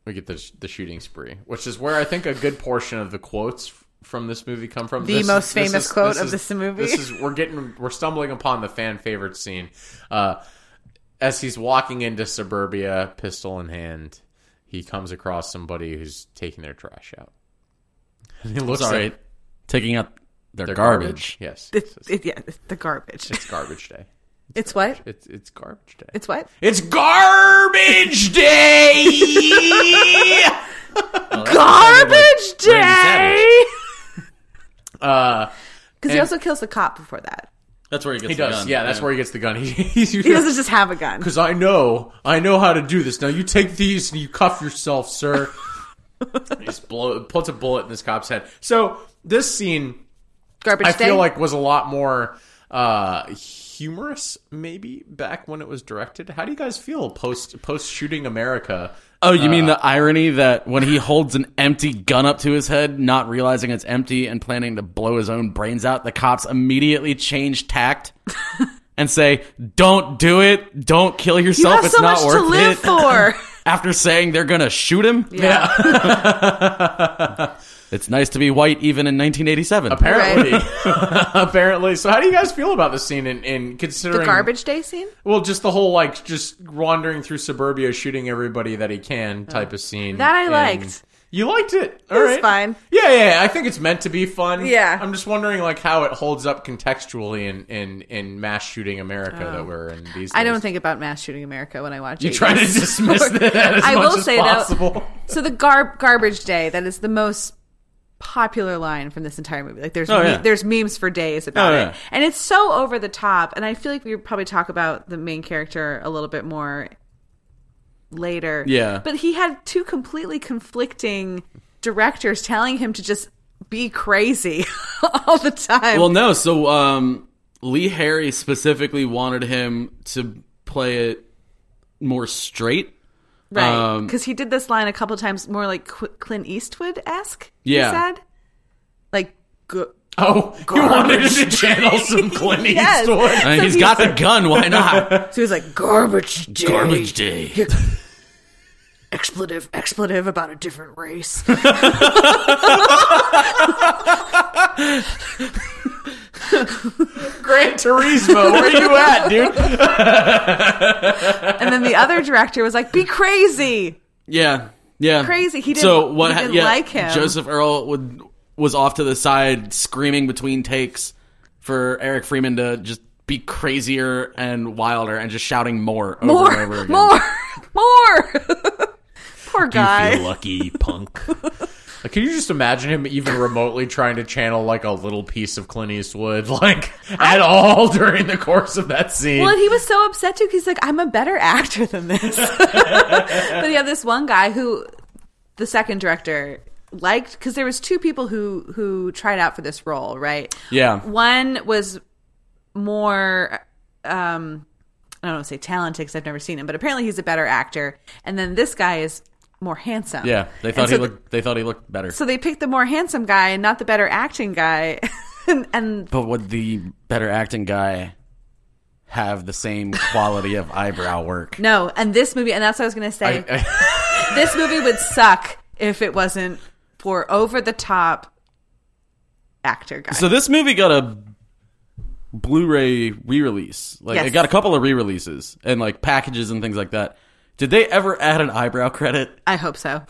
[SPEAKER 1] we get the the shooting spree, which is where I think a good portion of the quotes f- from this movie come from.
[SPEAKER 4] The most famous quote of this movie.
[SPEAKER 1] This is we're getting we're stumbling upon the fan favorite scene. Uh, as he's walking into suburbia, pistol in hand, he comes across somebody who's taking their trash out. And he looks
[SPEAKER 3] Sorry.
[SPEAKER 1] at
[SPEAKER 3] Taking out their,
[SPEAKER 1] their
[SPEAKER 3] garbage.
[SPEAKER 1] Yes,
[SPEAKER 4] It, it- yeah, it's the garbage.
[SPEAKER 1] it's garbage day.
[SPEAKER 4] It's what?
[SPEAKER 1] It's it's garbage day.
[SPEAKER 4] It's what?
[SPEAKER 1] It's garbage day.
[SPEAKER 4] Garbage
[SPEAKER 3] Randy
[SPEAKER 4] day.
[SPEAKER 1] Uh,
[SPEAKER 4] Because he
[SPEAKER 1] And-
[SPEAKER 4] also kills the cop before that.
[SPEAKER 3] That's where he gets.
[SPEAKER 1] he
[SPEAKER 3] the
[SPEAKER 1] does.
[SPEAKER 3] gun.
[SPEAKER 1] Yeah, that's where he gets the gun. He, he's
[SPEAKER 4] He doesn't just have a gun.
[SPEAKER 1] because I know, I know how to do this. Now you take these and you cuff yourself, sir. he just blow, puts a bullet in this cop's head. So this scene,
[SPEAKER 4] Garbage
[SPEAKER 1] I
[SPEAKER 4] day.
[SPEAKER 1] feel like, was a lot more uh, humorous, maybe back when it was directed. How do you guys feel post post shooting America?
[SPEAKER 3] Oh, you mean
[SPEAKER 4] Uh,
[SPEAKER 3] the irony that when he holds an empty gun up to his head, not realizing it's empty and planning to blow his own brains out, the cops immediately change tact and say, "Don't do it. Don't kill
[SPEAKER 4] you
[SPEAKER 3] yourself.
[SPEAKER 4] have
[SPEAKER 3] it's
[SPEAKER 4] so
[SPEAKER 3] not
[SPEAKER 4] much
[SPEAKER 3] worth
[SPEAKER 4] to live
[SPEAKER 3] it."
[SPEAKER 4] for.
[SPEAKER 3] After saying they're gonna shoot him,
[SPEAKER 4] Yeah.
[SPEAKER 3] it's nice to be white even in 1987.
[SPEAKER 1] Apparently, apparently. So, how do you guys feel about this scene? In, in considering
[SPEAKER 4] The garbage day scene?
[SPEAKER 1] well, just the whole like just wandering through suburbia, shooting everybody that he can type of scene
[SPEAKER 4] Oh. That I
[SPEAKER 1] And-
[SPEAKER 4] liked.
[SPEAKER 1] You liked it. All
[SPEAKER 4] was
[SPEAKER 1] right.
[SPEAKER 4] fine.
[SPEAKER 1] Yeah, yeah. I think it's meant to be fun.
[SPEAKER 4] Yeah.
[SPEAKER 1] I'm just wondering like how it holds up contextually in in, in mass shooting America that we're in these. Days.
[SPEAKER 4] Oh. I don't think about mass shooting America when I watch
[SPEAKER 1] you try to dismiss that as
[SPEAKER 4] I
[SPEAKER 1] much
[SPEAKER 4] will
[SPEAKER 1] as
[SPEAKER 4] say, though-
[SPEAKER 1] possible.
[SPEAKER 4] So the gar- garbage day, that is the most popular line from this entire movie. Like there's
[SPEAKER 3] Oh,
[SPEAKER 4] me-
[SPEAKER 3] yeah.
[SPEAKER 4] there's memes for days about
[SPEAKER 3] Oh,
[SPEAKER 4] it.
[SPEAKER 3] yeah.
[SPEAKER 4] And it's so over the top and I feel like we would probably talk about the main character a little bit more later.
[SPEAKER 3] Yeah.
[SPEAKER 4] But he had two completely conflicting directors telling him to just be crazy all the time.
[SPEAKER 3] Well, no. So um, Lee Harry specifically wanted him to play it more straight.
[SPEAKER 4] right.
[SPEAKER 3] um,
[SPEAKER 4] Cuz he did this line a couple times more like Qu- Clint Eastwood-esque.
[SPEAKER 3] Yeah.
[SPEAKER 4] He said like go-
[SPEAKER 1] Oh, you wanted to channel some Clint
[SPEAKER 4] Yes.
[SPEAKER 1] Eastwood.
[SPEAKER 3] I mean,
[SPEAKER 4] So
[SPEAKER 3] he's
[SPEAKER 4] he's-
[SPEAKER 3] got the gun. Why not?
[SPEAKER 4] So he's like garbage day.
[SPEAKER 3] Garbage day.
[SPEAKER 4] expletive expletive about a different race.
[SPEAKER 1] Gran Turismo, where you at, dude?
[SPEAKER 4] and then the other director was like, "Be crazy."
[SPEAKER 3] Yeah, yeah,
[SPEAKER 4] Crazy. He didn't-
[SPEAKER 3] so what?
[SPEAKER 4] he
[SPEAKER 3] ha-
[SPEAKER 4] didn't
[SPEAKER 3] yeah,
[SPEAKER 4] like him.
[SPEAKER 3] Joseph Earl would, was off to the side screaming between takes for Eric Freeman to just be crazier and wilder and just shouting more over
[SPEAKER 4] More,
[SPEAKER 3] and over again.
[SPEAKER 4] more, more. Poor guy.
[SPEAKER 1] lucky, punk. Can you just imagine him even remotely trying to channel like a little piece of Clint Eastwood, like at all during the course of that scene?
[SPEAKER 4] Well, and he was so upset too. 'cause He's like, "I'm a better actor than this." but yeah, this one guy who the second director liked because there was two people who who tried out for this role, right?
[SPEAKER 3] Yeah,
[SPEAKER 4] One was more um I don't want to say talented because I've never seen him, but apparently he's a better actor. And then this guy is more handsome.
[SPEAKER 3] yeah. They thought
[SPEAKER 4] And
[SPEAKER 3] he
[SPEAKER 4] so,
[SPEAKER 3] looked. They thought he looked better.
[SPEAKER 4] So they picked the more handsome guy and not the better acting guy. and, and
[SPEAKER 3] but would the better acting guy have the same quality of eyebrow work?
[SPEAKER 4] no, and this movie, and that's what I was going to say.
[SPEAKER 1] I-
[SPEAKER 4] this movie would suck if it wasn't for over the top actor guy.
[SPEAKER 3] So this movie got a Blu-ray re-release. Like
[SPEAKER 4] Yes.
[SPEAKER 3] it got a couple of re-releases and like packages and things like that. Did they ever add an eyebrow credit?
[SPEAKER 4] I hope so.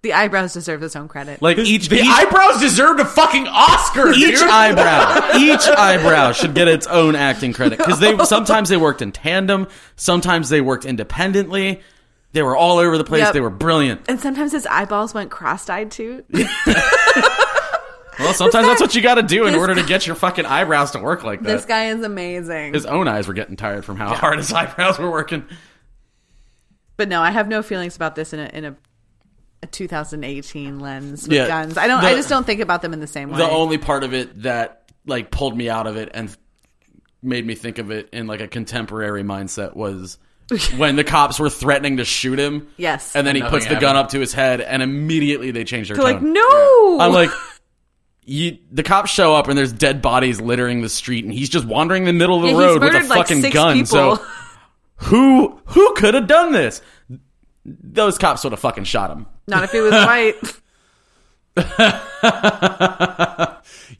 [SPEAKER 4] The eyebrows deserve his own credit.
[SPEAKER 3] Like each
[SPEAKER 1] the
[SPEAKER 3] each,
[SPEAKER 1] eyebrows deserved a fucking Oscar.
[SPEAKER 3] each
[SPEAKER 1] dude.
[SPEAKER 3] eyebrow, each eyebrow should get its own acting credit because they sometimes they worked in tandem, sometimes they worked independently. They were all over the place.
[SPEAKER 4] Yep.
[SPEAKER 3] They were brilliant.
[SPEAKER 4] and sometimes his eyeballs went cross-eyed too.
[SPEAKER 3] Well, sometimes that's what you got to do in order to get your fucking eyebrows to work like
[SPEAKER 4] This
[SPEAKER 3] that.
[SPEAKER 4] guy is amazing.
[SPEAKER 3] His own eyes were getting tired from how hard his eyebrows were working.
[SPEAKER 4] But no, I have no feelings about this in a in a, a 2018 lens with
[SPEAKER 3] Yeah.
[SPEAKER 4] guns. I don't.
[SPEAKER 3] The-
[SPEAKER 4] I just don't think about them in the same way.
[SPEAKER 3] the only part of it that like pulled me out of it and made me think of it in like a contemporary mindset was when the cops were threatening to shoot him.
[SPEAKER 4] Yes.
[SPEAKER 3] And then he
[SPEAKER 1] Nothing
[SPEAKER 3] puts the
[SPEAKER 1] happened.
[SPEAKER 3] gun up to his head and immediately they change their
[SPEAKER 4] They're
[SPEAKER 3] tone.
[SPEAKER 4] like no.
[SPEAKER 3] I'm like you, the cops show up and there's dead bodies littering the street and he's just wandering the middle of the
[SPEAKER 4] Yeah, he's
[SPEAKER 3] road with a
[SPEAKER 4] murdered, like,
[SPEAKER 3] fucking
[SPEAKER 4] six
[SPEAKER 3] gun.
[SPEAKER 4] people.
[SPEAKER 3] So who who could have done this? Those cops would have fucking shot him.
[SPEAKER 4] not if he was white.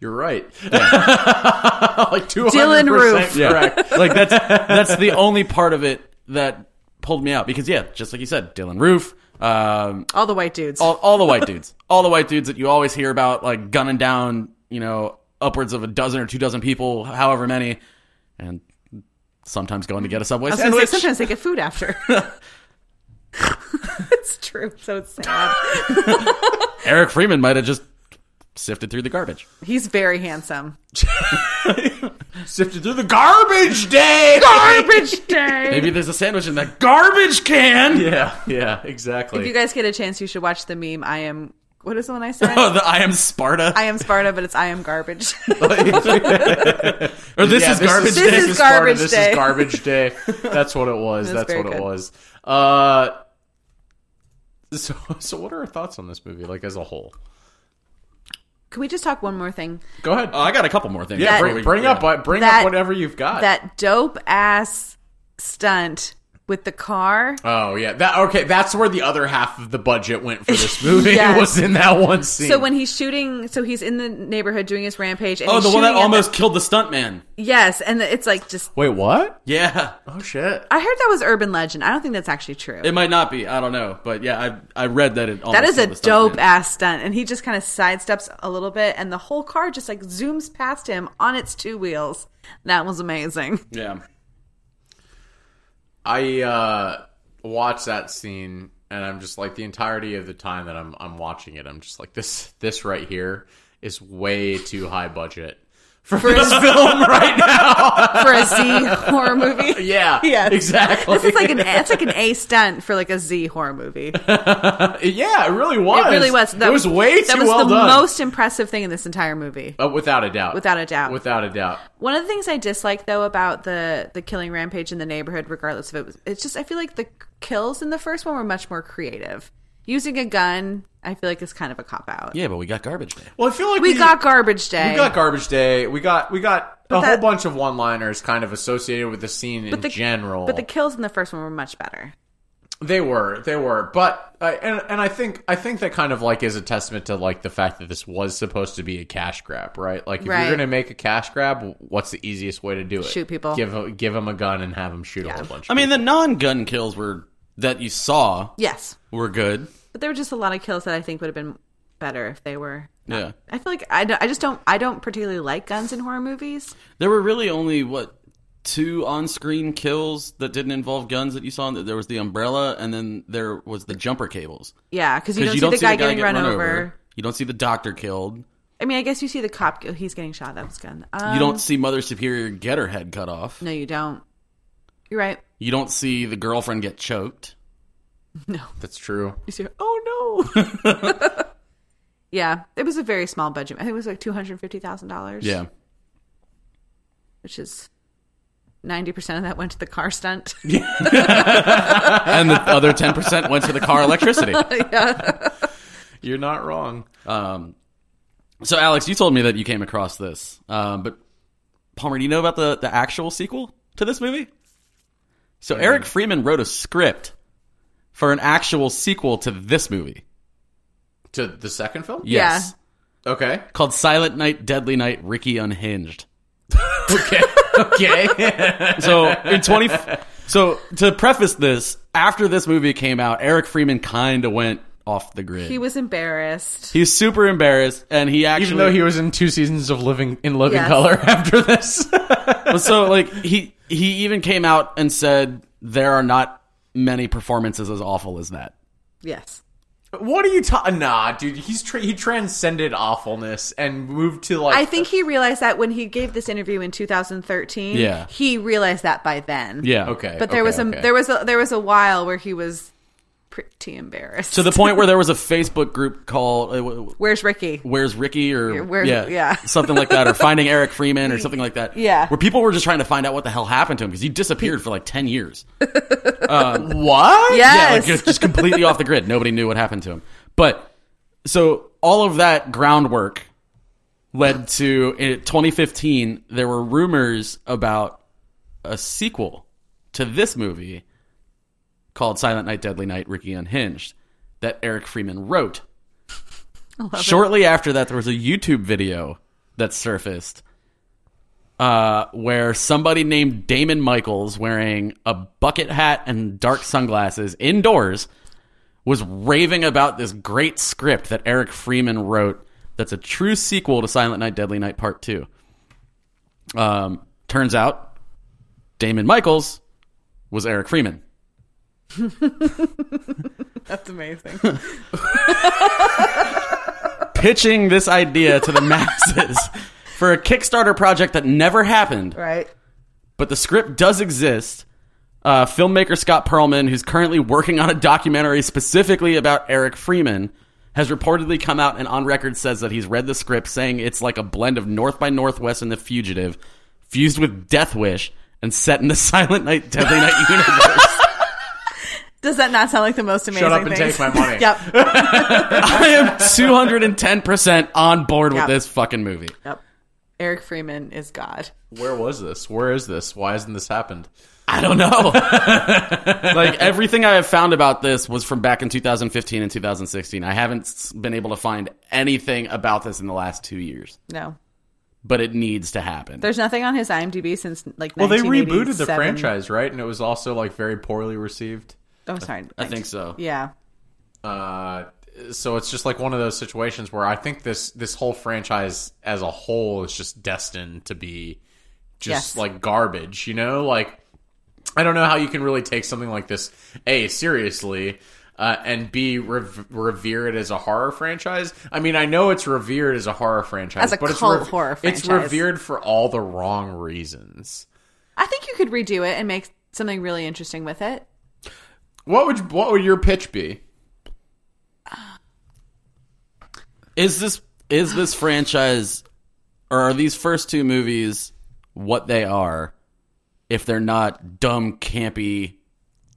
[SPEAKER 1] You're right. like 200%
[SPEAKER 4] Dylan Roof.
[SPEAKER 1] Yeah.
[SPEAKER 3] Correct. like that's that's the only part of it that pulled me out because yeah, just like you said, Dylan Roof, um,
[SPEAKER 4] All the white dudes.
[SPEAKER 3] all, all the white dudes, all the white dudes that you always hear about, like gunning down, you know, upwards of a dozen or two dozen people, however many, and sometimes going to get a subway
[SPEAKER 4] I was gonna say,
[SPEAKER 3] sandwich.
[SPEAKER 4] sometimes they get food after. it's true. So it's sad.
[SPEAKER 3] Eric Freeman might have just sifted through the garbage.
[SPEAKER 4] He's very handsome.
[SPEAKER 1] Sifted through the garbage day.
[SPEAKER 4] Garbage day.
[SPEAKER 3] Maybe there's a sandwich in that garbage can.
[SPEAKER 1] Yeah, yeah,
[SPEAKER 4] If you
[SPEAKER 1] exactly.
[SPEAKER 4] guys get a chance, you should watch the meme. I am. What is the one I said?
[SPEAKER 3] Oh, the I am Sparta.
[SPEAKER 4] I am Sparta, but it's I am garbage.
[SPEAKER 3] or this
[SPEAKER 1] Yeah,
[SPEAKER 3] is garbage.
[SPEAKER 4] This is
[SPEAKER 1] Sparta,
[SPEAKER 4] garbage
[SPEAKER 1] This
[SPEAKER 4] day.
[SPEAKER 1] is garbage day. That's what it was.
[SPEAKER 4] That's
[SPEAKER 1] That's
[SPEAKER 4] very
[SPEAKER 1] what it
[SPEAKER 4] good.
[SPEAKER 1] was. Uh, so, so what are our thoughts on this movie, like as a whole?
[SPEAKER 4] Can we just talk one more thing?
[SPEAKER 1] Go ahead.
[SPEAKER 3] Oh, I got a couple more things.
[SPEAKER 1] yeah,
[SPEAKER 4] that-
[SPEAKER 3] before
[SPEAKER 1] bring,
[SPEAKER 3] we-
[SPEAKER 1] bring
[SPEAKER 3] yeah.
[SPEAKER 1] up, uh, bring
[SPEAKER 4] That-
[SPEAKER 1] up whatever you've got.
[SPEAKER 4] That dope ass stunt with the car.
[SPEAKER 1] oh yeah, that okay. That's where the other half of the budget went for this movie.
[SPEAKER 4] Yes.
[SPEAKER 1] was in that one scene.
[SPEAKER 4] So when he's shooting, so he's in the neighborhood doing his rampage. And
[SPEAKER 3] Oh,
[SPEAKER 4] he's
[SPEAKER 3] the one that
[SPEAKER 4] shooting at
[SPEAKER 3] almost killed the stuntman.
[SPEAKER 4] yes, and it's like just.
[SPEAKER 1] wait, what?
[SPEAKER 3] Yeah,
[SPEAKER 1] Oh shit.
[SPEAKER 4] I heard that was urban legend. I don't think that's actually true.
[SPEAKER 3] it might not be. I don't know, but yeah, I I read that it. Almost
[SPEAKER 4] that is a
[SPEAKER 3] killed the stuntman.
[SPEAKER 4] dope ass stunt, and he just kind of sidesteps a little bit, and the whole car just like zooms past him on its two wheels. That was amazing.
[SPEAKER 3] Yeah.
[SPEAKER 1] I uh, watch that scene, and I'm just like the entirety of the time that I'm I'm watching it, I'm just like this this right here is way too high budget for this film right now.
[SPEAKER 4] for a Z horror movie.
[SPEAKER 1] yeah,
[SPEAKER 4] Yes.
[SPEAKER 1] exactly.
[SPEAKER 4] This is like an it's like an A stunt for like a Z horror movie. It
[SPEAKER 1] yeah, it really was.
[SPEAKER 4] really was.
[SPEAKER 1] it was way
[SPEAKER 4] That
[SPEAKER 1] too
[SPEAKER 4] was
[SPEAKER 1] well
[SPEAKER 4] the
[SPEAKER 1] done.
[SPEAKER 4] most impressive thing in this entire movie.
[SPEAKER 1] Uh, without a doubt.
[SPEAKER 4] Without a doubt.
[SPEAKER 1] Without a doubt.
[SPEAKER 4] One of the things I dislike though about the the killing rampage in the neighborhood, regardless of it was, it's just I feel like the kills in the first one were much more creative. Using a gun, I feel like is kind of a cop out.
[SPEAKER 3] Yeah, but we got garbage day.
[SPEAKER 1] Well, I feel like
[SPEAKER 4] We got garbage day.
[SPEAKER 1] We got garbage day. We got we got a
[SPEAKER 4] that-
[SPEAKER 1] whole bunch of one-liners kind of associated with the scene in
[SPEAKER 4] the-
[SPEAKER 1] general.
[SPEAKER 4] but the kills in the first one were much better.
[SPEAKER 1] They were, they were, but uh, and and I think I think that kind of like is a testament to like the fact that this was supposed to be a cash grab, right? Like if
[SPEAKER 4] Right.
[SPEAKER 1] you're going to make a cash grab, what's the easiest way to do it?
[SPEAKER 4] Shoot people.
[SPEAKER 1] Give a, give them a gun and have them shoot a whole bunch.
[SPEAKER 3] I mean, the non-gun kills were that you saw
[SPEAKER 4] Yes,
[SPEAKER 3] were good.
[SPEAKER 4] but there were just a lot of kills that I think would have been better if they were
[SPEAKER 3] Yeah,
[SPEAKER 4] I feel like I, don't- I just don't I don't particularly like guns in horror movies.
[SPEAKER 3] there were really only what two on-screen kills that didn't involve guns that you saw. There was the umbrella, and then there was the jumper cables.
[SPEAKER 4] Yeah, because you don't
[SPEAKER 3] Because
[SPEAKER 4] see the guy getting run, over.
[SPEAKER 3] You don't see the doctor killed.
[SPEAKER 4] I mean, I guess you see the cop. go- He's getting shot. That was a gun. Um,
[SPEAKER 3] you don't see Mother Superior get her head cut off.
[SPEAKER 4] No, you don't. You're right.
[SPEAKER 3] You don't see the girlfriend get choked.
[SPEAKER 1] That's true.
[SPEAKER 4] You see. Oh no. yeah, it was a very small budget. I think it was like two hundred fifty thousand dollars.
[SPEAKER 3] Yeah.
[SPEAKER 4] which is ninety percent of that went to the car stunt.
[SPEAKER 3] And the other 10% went to the car electricity.
[SPEAKER 1] You're not wrong.
[SPEAKER 3] Um, so, Alex, you told me that you came across this. Um, but, Palmer, do you know about the, the actual sequel to this movie? So,
[SPEAKER 1] Uh,
[SPEAKER 3] Eric Freeman wrote a script for an actual sequel to this movie.
[SPEAKER 1] To the second film?
[SPEAKER 3] Yes.
[SPEAKER 1] Okay.
[SPEAKER 3] Called Silent Night, Deadly Night, Ricky Unhinged.
[SPEAKER 1] Okay. okay.
[SPEAKER 3] So in twenty, so to preface this, after this movie came out, Eric Freeman kind of went off the grid.
[SPEAKER 4] he was embarrassed.
[SPEAKER 3] He's super embarrassed, and he actually
[SPEAKER 1] Even though he was in two seasons of Living in Living
[SPEAKER 4] Yes.
[SPEAKER 1] Color after this.
[SPEAKER 3] so like he he even came out and said there are not many performances as awful as that.
[SPEAKER 4] Yes.
[SPEAKER 1] what are you talking? Nah, dude. He's tra- he transcended awfulness and moved to like
[SPEAKER 4] I think he realized that when he gave this interview in 2013.
[SPEAKER 3] Yeah.
[SPEAKER 4] He realized that by then.
[SPEAKER 3] Yeah,
[SPEAKER 1] Okay.
[SPEAKER 4] But there
[SPEAKER 1] okay,
[SPEAKER 4] was a
[SPEAKER 1] okay.
[SPEAKER 4] there was a there was a while where he was pretty embarrassed.
[SPEAKER 3] To the point where there was a Facebook group called uh, w-
[SPEAKER 4] Where's Ricky?
[SPEAKER 3] "Where's Ricky?" or
[SPEAKER 4] Where- yeah.
[SPEAKER 3] something like that, or "Finding Eric Freeman" or something like that.
[SPEAKER 4] Yeah.
[SPEAKER 3] where people were just trying to find out what the hell happened to him because he disappeared for like ten years.
[SPEAKER 1] what?
[SPEAKER 3] Yeah, like
[SPEAKER 4] Yes.
[SPEAKER 3] just, just completely off the grid. Nobody knew what happened to him. But so all of that groundwork led to in 2015. There were rumors about a sequel to this movie called Silent Night, Deadly Night, Ricky Unhinged that Eric Freeman wrote. Shortly after that, there was a YouTube video that surfaced uh, where somebody named Damon Michaels, wearing a bucket hat and dark sunglasses indoors, was raving about this great script that Eric Freeman wrote that's a true sequel to Silent Night, Deadly Night Part 2. Um, turns out Damon Michaels was Eric Freeman.
[SPEAKER 4] That's amazing.
[SPEAKER 3] pitching this idea to the masses for a Kickstarter project that never happened.
[SPEAKER 4] right?
[SPEAKER 3] but the script does exist. Uh, filmmaker Scott Perlman, who's currently working on a documentary specifically about Eric Freeman, has reportedly come out and on record says that he's read the script, saying it's like a blend of North by Northwest and The Fugitive, fused with Death Wish and set in the Silent Night, Deadly Night universe.
[SPEAKER 4] Does that not sound like the most amazing?
[SPEAKER 1] Shut up and
[SPEAKER 4] things?
[SPEAKER 1] take my money.
[SPEAKER 4] yep.
[SPEAKER 3] I am two hundred and ten percent on board
[SPEAKER 4] Yeah.
[SPEAKER 3] with this fucking movie.
[SPEAKER 4] Yep. Eric Freeman is God.
[SPEAKER 1] Where was this? Where is this? Why hasn't this happened?
[SPEAKER 3] I don't know. like everything I have found about this was from back in 2015 and 2016. I haven't s- been able to find anything about this in the last two years,
[SPEAKER 4] No,
[SPEAKER 3] but it needs to happen.
[SPEAKER 4] there's nothing on his IMDb since like.
[SPEAKER 1] Well, they rebooted the
[SPEAKER 4] 1987.
[SPEAKER 1] franchise, right? And it was also like very poorly received.
[SPEAKER 4] Oh, sorry.
[SPEAKER 3] I think so.
[SPEAKER 4] Yeah.
[SPEAKER 1] Uh, so it's just like one of those situations where I think this this whole franchise as a whole is just destined to be just
[SPEAKER 4] Yes.
[SPEAKER 1] like garbage, you know? Like I don't know how you can really take something like this a seriously. Uh, and B, rev- revere it as a horror franchise. I mean, I know it's revered as a horror franchise,
[SPEAKER 4] As a
[SPEAKER 1] but it's
[SPEAKER 4] cult horror
[SPEAKER 1] It's
[SPEAKER 4] franchise.
[SPEAKER 1] revered for all the wrong reasons.
[SPEAKER 4] I think you could redo it and make something really interesting with it.
[SPEAKER 1] What would what would your pitch be?
[SPEAKER 3] Is this is this franchise or are these first two movies what they are if they're not dumb, campy,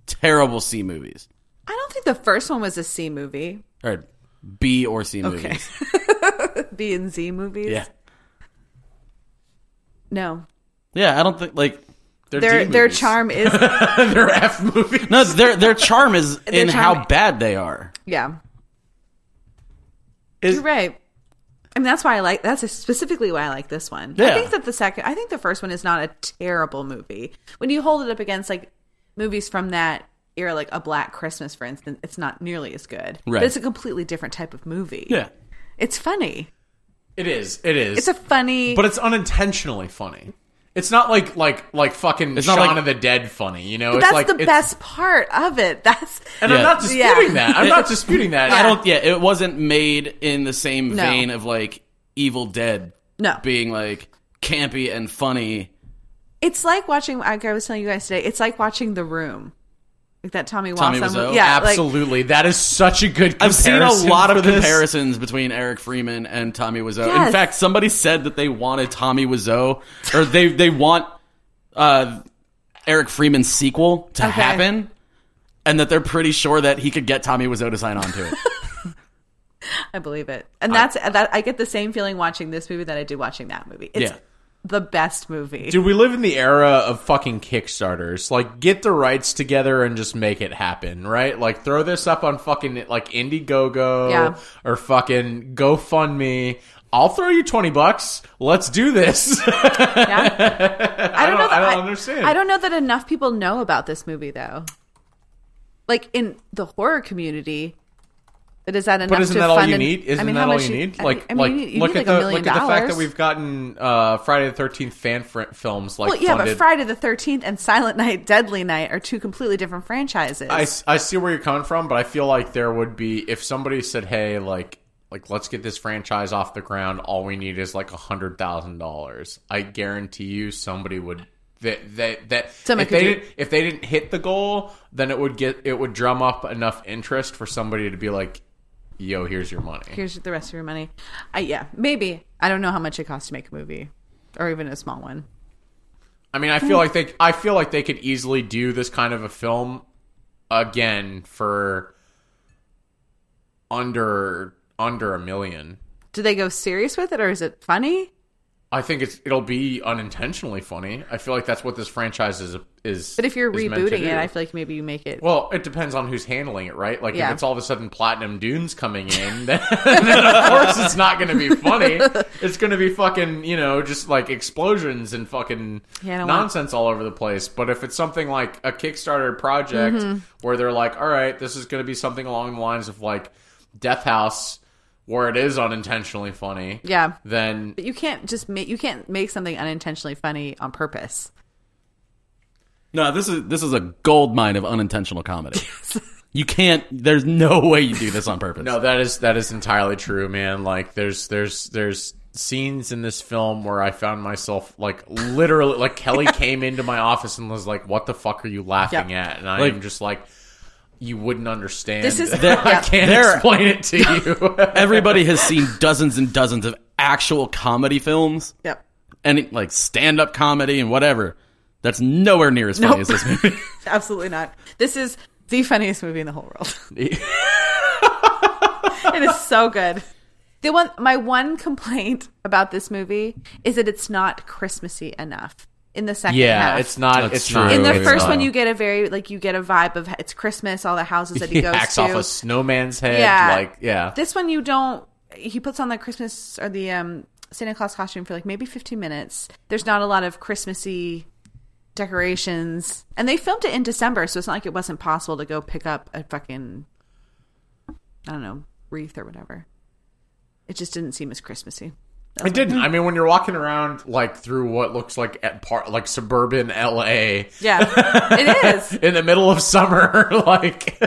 [SPEAKER 3] terrible C movies?
[SPEAKER 4] I don't think the first one was a C movie.
[SPEAKER 3] Or B or C movies.
[SPEAKER 4] Okay. B and Z movies.
[SPEAKER 3] Yeah.
[SPEAKER 4] No.
[SPEAKER 3] Yeah, I don't think like
[SPEAKER 4] Their
[SPEAKER 1] D
[SPEAKER 4] their
[SPEAKER 1] movies.
[SPEAKER 4] charm is
[SPEAKER 1] They're F movie.
[SPEAKER 3] no, their their charm is in
[SPEAKER 4] charm-
[SPEAKER 3] how bad they are.
[SPEAKER 4] yeah. You're right. I mean that's why I like that's specifically why I like this one. I
[SPEAKER 3] Yeah.
[SPEAKER 4] think that the second I think the first one is not a terrible movie. When you hold it up against like movies from that era like a Black Christmas for instance, it's not nearly as good.
[SPEAKER 3] Right.
[SPEAKER 4] But it's a completely different type of movie.
[SPEAKER 3] Yeah.
[SPEAKER 4] It's funny.
[SPEAKER 1] It is. It is.
[SPEAKER 4] It's a funny
[SPEAKER 1] but it's unintentionally funny. It's not like like like fucking
[SPEAKER 3] It's not
[SPEAKER 1] Shaun
[SPEAKER 3] like-
[SPEAKER 1] of the Dead funny, you know.
[SPEAKER 4] But
[SPEAKER 1] it's
[SPEAKER 4] that's
[SPEAKER 1] like,
[SPEAKER 4] the
[SPEAKER 1] it's-
[SPEAKER 4] best part of it. That's
[SPEAKER 1] And I'm
[SPEAKER 3] Yeah.
[SPEAKER 1] not disputing
[SPEAKER 4] Yeah.
[SPEAKER 1] that. I'm not disputing that.
[SPEAKER 3] I don't. Yeah, it wasn't made in the same
[SPEAKER 4] No.
[SPEAKER 3] vein of like Evil Dead
[SPEAKER 4] no.
[SPEAKER 3] being like campy and funny.
[SPEAKER 4] It's like watching. Like I was telling you guys today, it's like watching The Room, like that Tommy
[SPEAKER 3] Tommy
[SPEAKER 4] Wiseau.
[SPEAKER 3] Wiseau?
[SPEAKER 4] movie. Yeah, like-
[SPEAKER 1] Absolutely, that is such a good.
[SPEAKER 3] I've seen a
[SPEAKER 1] comparison
[SPEAKER 3] lot
[SPEAKER 1] for
[SPEAKER 3] of
[SPEAKER 1] this.
[SPEAKER 3] comparisons between Eric Freeman and Tommy Wiseau.
[SPEAKER 4] Yes.
[SPEAKER 3] In fact, somebody said that they wanted Tommy Wiseau, or they they want uh, Eric Freeman's sequel to
[SPEAKER 4] Okay.
[SPEAKER 3] happen, and that they're pretty sure that he could get Tommy Wiseau to sign on to it.
[SPEAKER 4] I believe it, and that's that. I get the same feeling watching this movie that I did watching that movie. It's
[SPEAKER 3] Yeah.
[SPEAKER 4] the best movie.
[SPEAKER 1] Dude, we live in the era of fucking Kickstarters. Like, get the rights together and just make it happen, right? Like, throw this up on fucking like Indiegogo
[SPEAKER 4] Yeah.
[SPEAKER 1] or fucking GoFundMe. I'll throw you twenty bucks. Let's do this.
[SPEAKER 4] Yeah. I don't know.
[SPEAKER 1] I
[SPEAKER 4] that-
[SPEAKER 1] don't understand.
[SPEAKER 4] I don't know that enough people know about this movie though. Like in the horror community. That is that enough?
[SPEAKER 1] But isn't
[SPEAKER 4] to
[SPEAKER 1] that all
[SPEAKER 4] fund
[SPEAKER 1] you
[SPEAKER 4] an-
[SPEAKER 1] need? Isn't
[SPEAKER 4] I mean,
[SPEAKER 1] that
[SPEAKER 4] how
[SPEAKER 1] all
[SPEAKER 4] much
[SPEAKER 1] you need?
[SPEAKER 4] I
[SPEAKER 1] Like,
[SPEAKER 4] mean,
[SPEAKER 1] like,
[SPEAKER 4] you need, you
[SPEAKER 1] look at
[SPEAKER 4] need like a
[SPEAKER 1] the
[SPEAKER 4] million
[SPEAKER 1] look at the fact
[SPEAKER 4] dollars.
[SPEAKER 1] that we've gotten uh, Friday the Thirteenth fan fr- films like
[SPEAKER 4] Well, yeah,
[SPEAKER 1] funded.
[SPEAKER 4] but Friday the Thirteenth and Silent Night, Deadly Night are two completely different franchises.
[SPEAKER 1] I, s- I see where you're coming from, but I feel like there would be if somebody said, "Hey, like, like let's get this franchise off the ground. All we need is like a hundred thousand dollars." I guarantee you, somebody would. That that that
[SPEAKER 4] Somebody
[SPEAKER 1] if they
[SPEAKER 4] could do-
[SPEAKER 1] didn't if they didn't hit the goal, then it would get it would drum up enough interest for somebody to be like, "Yo, here's your money."
[SPEAKER 4] Here's the rest of your money. I, yeah, maybe. I don't know how much it costs to make a movie, or even a small one.
[SPEAKER 1] I mean, I feel like they, I feel like they could easily do this kind of a film again for under under a million.
[SPEAKER 4] Do they go serious with it, or is it funny?
[SPEAKER 1] I think it's it'll be unintentionally funny. I feel like that's what this franchise is is.
[SPEAKER 4] But if you're
[SPEAKER 1] is meant to
[SPEAKER 4] rebooting
[SPEAKER 1] do.
[SPEAKER 4] it, I feel like maybe you make it.
[SPEAKER 1] well, it depends on who's handling it, right? Like
[SPEAKER 4] Yeah.
[SPEAKER 1] if it's all of a sudden Platinum Dunes coming in, then, then of course it's not going to be funny. It's going to be fucking you know just like explosions and fucking
[SPEAKER 4] Yeah, I don't want-
[SPEAKER 1] nonsense all over the place. But if it's something like a Kickstarter project
[SPEAKER 4] Mm-hmm.
[SPEAKER 1] where they're like, all right, this is going to be something along the lines of like Death House, where it is unintentionally funny,
[SPEAKER 4] yeah,
[SPEAKER 1] then
[SPEAKER 4] but you can't just make you can't make something unintentionally funny on purpose.
[SPEAKER 3] No, this is this is a gold mine of unintentional comedy. You can't. There's no way you do this on purpose.
[SPEAKER 1] No, that is that is entirely true, man. Like there's there's there's scenes in this film where I found myself like literally like Kelly came into my office and was like, "What the fuck are you laughing at?" And I
[SPEAKER 3] Like-
[SPEAKER 1] am just like, "You wouldn't understand.
[SPEAKER 4] This is-
[SPEAKER 1] I
[SPEAKER 4] yeah.
[SPEAKER 1] can't
[SPEAKER 3] There-
[SPEAKER 1] explain it to you."
[SPEAKER 3] Everybody has seen dozens and dozens of actual comedy films
[SPEAKER 4] Yep.
[SPEAKER 3] and like stand-up comedy and whatever. That's nowhere near as funny
[SPEAKER 4] Nope.
[SPEAKER 3] as this movie.
[SPEAKER 4] Absolutely not. This is the funniest movie in the whole world. it is so good. The one my one complaint about this movie is that it's not Christmassy enough in the second half.
[SPEAKER 1] yeah, it's not.
[SPEAKER 3] That's
[SPEAKER 1] it's not.
[SPEAKER 3] true.
[SPEAKER 4] in the
[SPEAKER 1] it's
[SPEAKER 4] first
[SPEAKER 1] not.
[SPEAKER 4] one you get a very like you get a vibe of it's Christmas, all the houses that he,
[SPEAKER 1] he
[SPEAKER 4] goes
[SPEAKER 1] hacks
[SPEAKER 4] to.
[SPEAKER 1] off a snowman's head.
[SPEAKER 4] Yeah.
[SPEAKER 1] Like yeah,
[SPEAKER 4] This one you don't. He puts on the Christmas or the um, Santa Claus costume for like maybe 15 minutes. There's not a lot of Christmassy decorations, and they filmed it in December, so it's not like it wasn't possible to go pick up a fucking I don't know wreath or whatever. It just didn't seem as Christmassy.
[SPEAKER 1] It didn't. I mean, when you're walking around like through what looks like at part like suburban LA
[SPEAKER 4] Yeah, it is.
[SPEAKER 1] in the middle of summer, like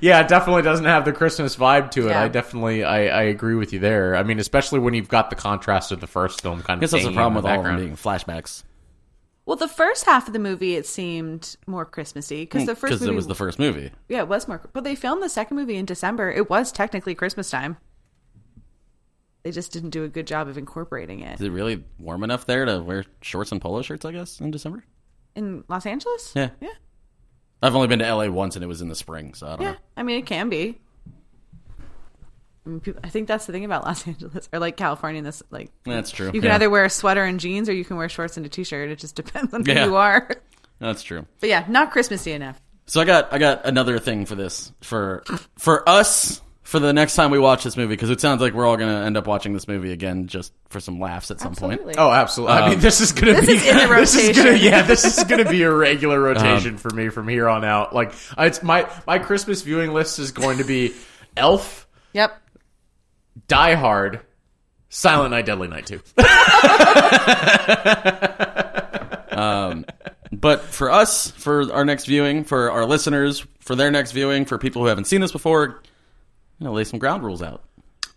[SPEAKER 1] yeah, it definitely doesn't have the Christmas vibe to it.
[SPEAKER 4] Yeah.
[SPEAKER 1] I definitely I, I agree with you there. I mean, especially when you've got the contrast of the first film kind
[SPEAKER 3] I
[SPEAKER 1] of.
[SPEAKER 3] guess that's the
[SPEAKER 1] hanging
[SPEAKER 3] problem
[SPEAKER 1] in
[SPEAKER 3] with
[SPEAKER 1] the
[SPEAKER 3] all of them
[SPEAKER 1] background.
[SPEAKER 3] being flashbacks
[SPEAKER 4] Well, the first half of the movie it seemed more Christmassy because the first
[SPEAKER 3] because
[SPEAKER 4] movie
[SPEAKER 3] it was the first movie.
[SPEAKER 4] yeah it was more. But they filmed the second movie in December. It was technically Christmas time. They just didn't do a good job of incorporating it.
[SPEAKER 3] Is it really warm enough there to wear shorts and polo shirts? I guess in December.
[SPEAKER 4] in Los Angeles?
[SPEAKER 3] Yeah.
[SPEAKER 4] Yeah.
[SPEAKER 3] I've only been to LA once, and it was in the spring, so I don't
[SPEAKER 4] Yeah.
[SPEAKER 3] know.
[SPEAKER 4] I mean, it can be. I, mean, peop I think that's the thing about Los Angeles or like California. This like
[SPEAKER 3] That's true.
[SPEAKER 4] you can
[SPEAKER 3] Yeah.
[SPEAKER 4] either wear a sweater and jeans, or you can wear shorts and a t-shirt. It just depends on who
[SPEAKER 3] Yeah.
[SPEAKER 4] you are.
[SPEAKER 3] That's true.
[SPEAKER 4] But yeah, not Christmassy enough.
[SPEAKER 3] So I got I got another thing for this for for us for the next time we watch this movie because it sounds like we're all gonna end up watching this movie again just for some laughs at some point.
[SPEAKER 4] Absolutely.
[SPEAKER 1] Oh, absolutely.
[SPEAKER 3] Um,
[SPEAKER 1] I mean, this is going to be
[SPEAKER 4] is in the
[SPEAKER 1] this is gonna-
[SPEAKER 4] rotation.
[SPEAKER 1] yeah, this is going to be a regular
[SPEAKER 3] Um,
[SPEAKER 1] rotation for me from here on out. Like, it's my my Christmas viewing list is going to be Elf,
[SPEAKER 4] Yep.
[SPEAKER 1] Die Hard, Silent Night, Deadly Night Two.
[SPEAKER 3] But for us for our next viewing for our listeners for their next viewing for people who haven't seen this before, you know, lay some ground rules out.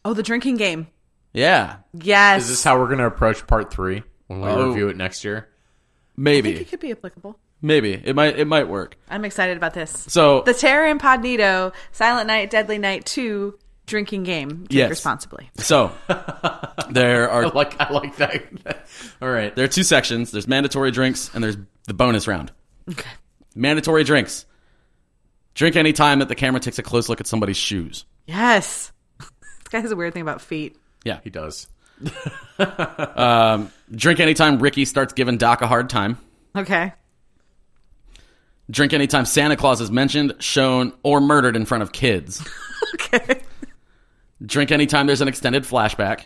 [SPEAKER 4] Oh, the drinking game.
[SPEAKER 3] Yeah,
[SPEAKER 4] Yes.
[SPEAKER 1] Is this how we're going to approach part three when we
[SPEAKER 3] Oh.
[SPEAKER 1] review it next year?
[SPEAKER 4] I think
[SPEAKER 3] maybe
[SPEAKER 4] it could be applicable.
[SPEAKER 3] maybe it might it might work.
[SPEAKER 4] I'm excited about this.
[SPEAKER 3] So
[SPEAKER 4] The Terror Incognito, Silent Night, Deadly Night Two, drinking game. Drink
[SPEAKER 3] Yes.
[SPEAKER 4] responsibly.
[SPEAKER 3] so there are
[SPEAKER 1] Like, I like that. All right.
[SPEAKER 3] There are two sections. There's mandatory drinks and there's the bonus round. Mandatory drinks. Drink any time that the camera takes a close look at somebody's shoes.
[SPEAKER 4] Yes. this guy has a weird thing about feet.
[SPEAKER 1] He does.
[SPEAKER 3] Drink any time Ricky starts giving Doc a hard time.
[SPEAKER 4] Okay.
[SPEAKER 3] Drink any time Santa Claus is mentioned, shown, or murdered in front of kids.
[SPEAKER 4] Okay.
[SPEAKER 3] Drink any time there's an extended flashback.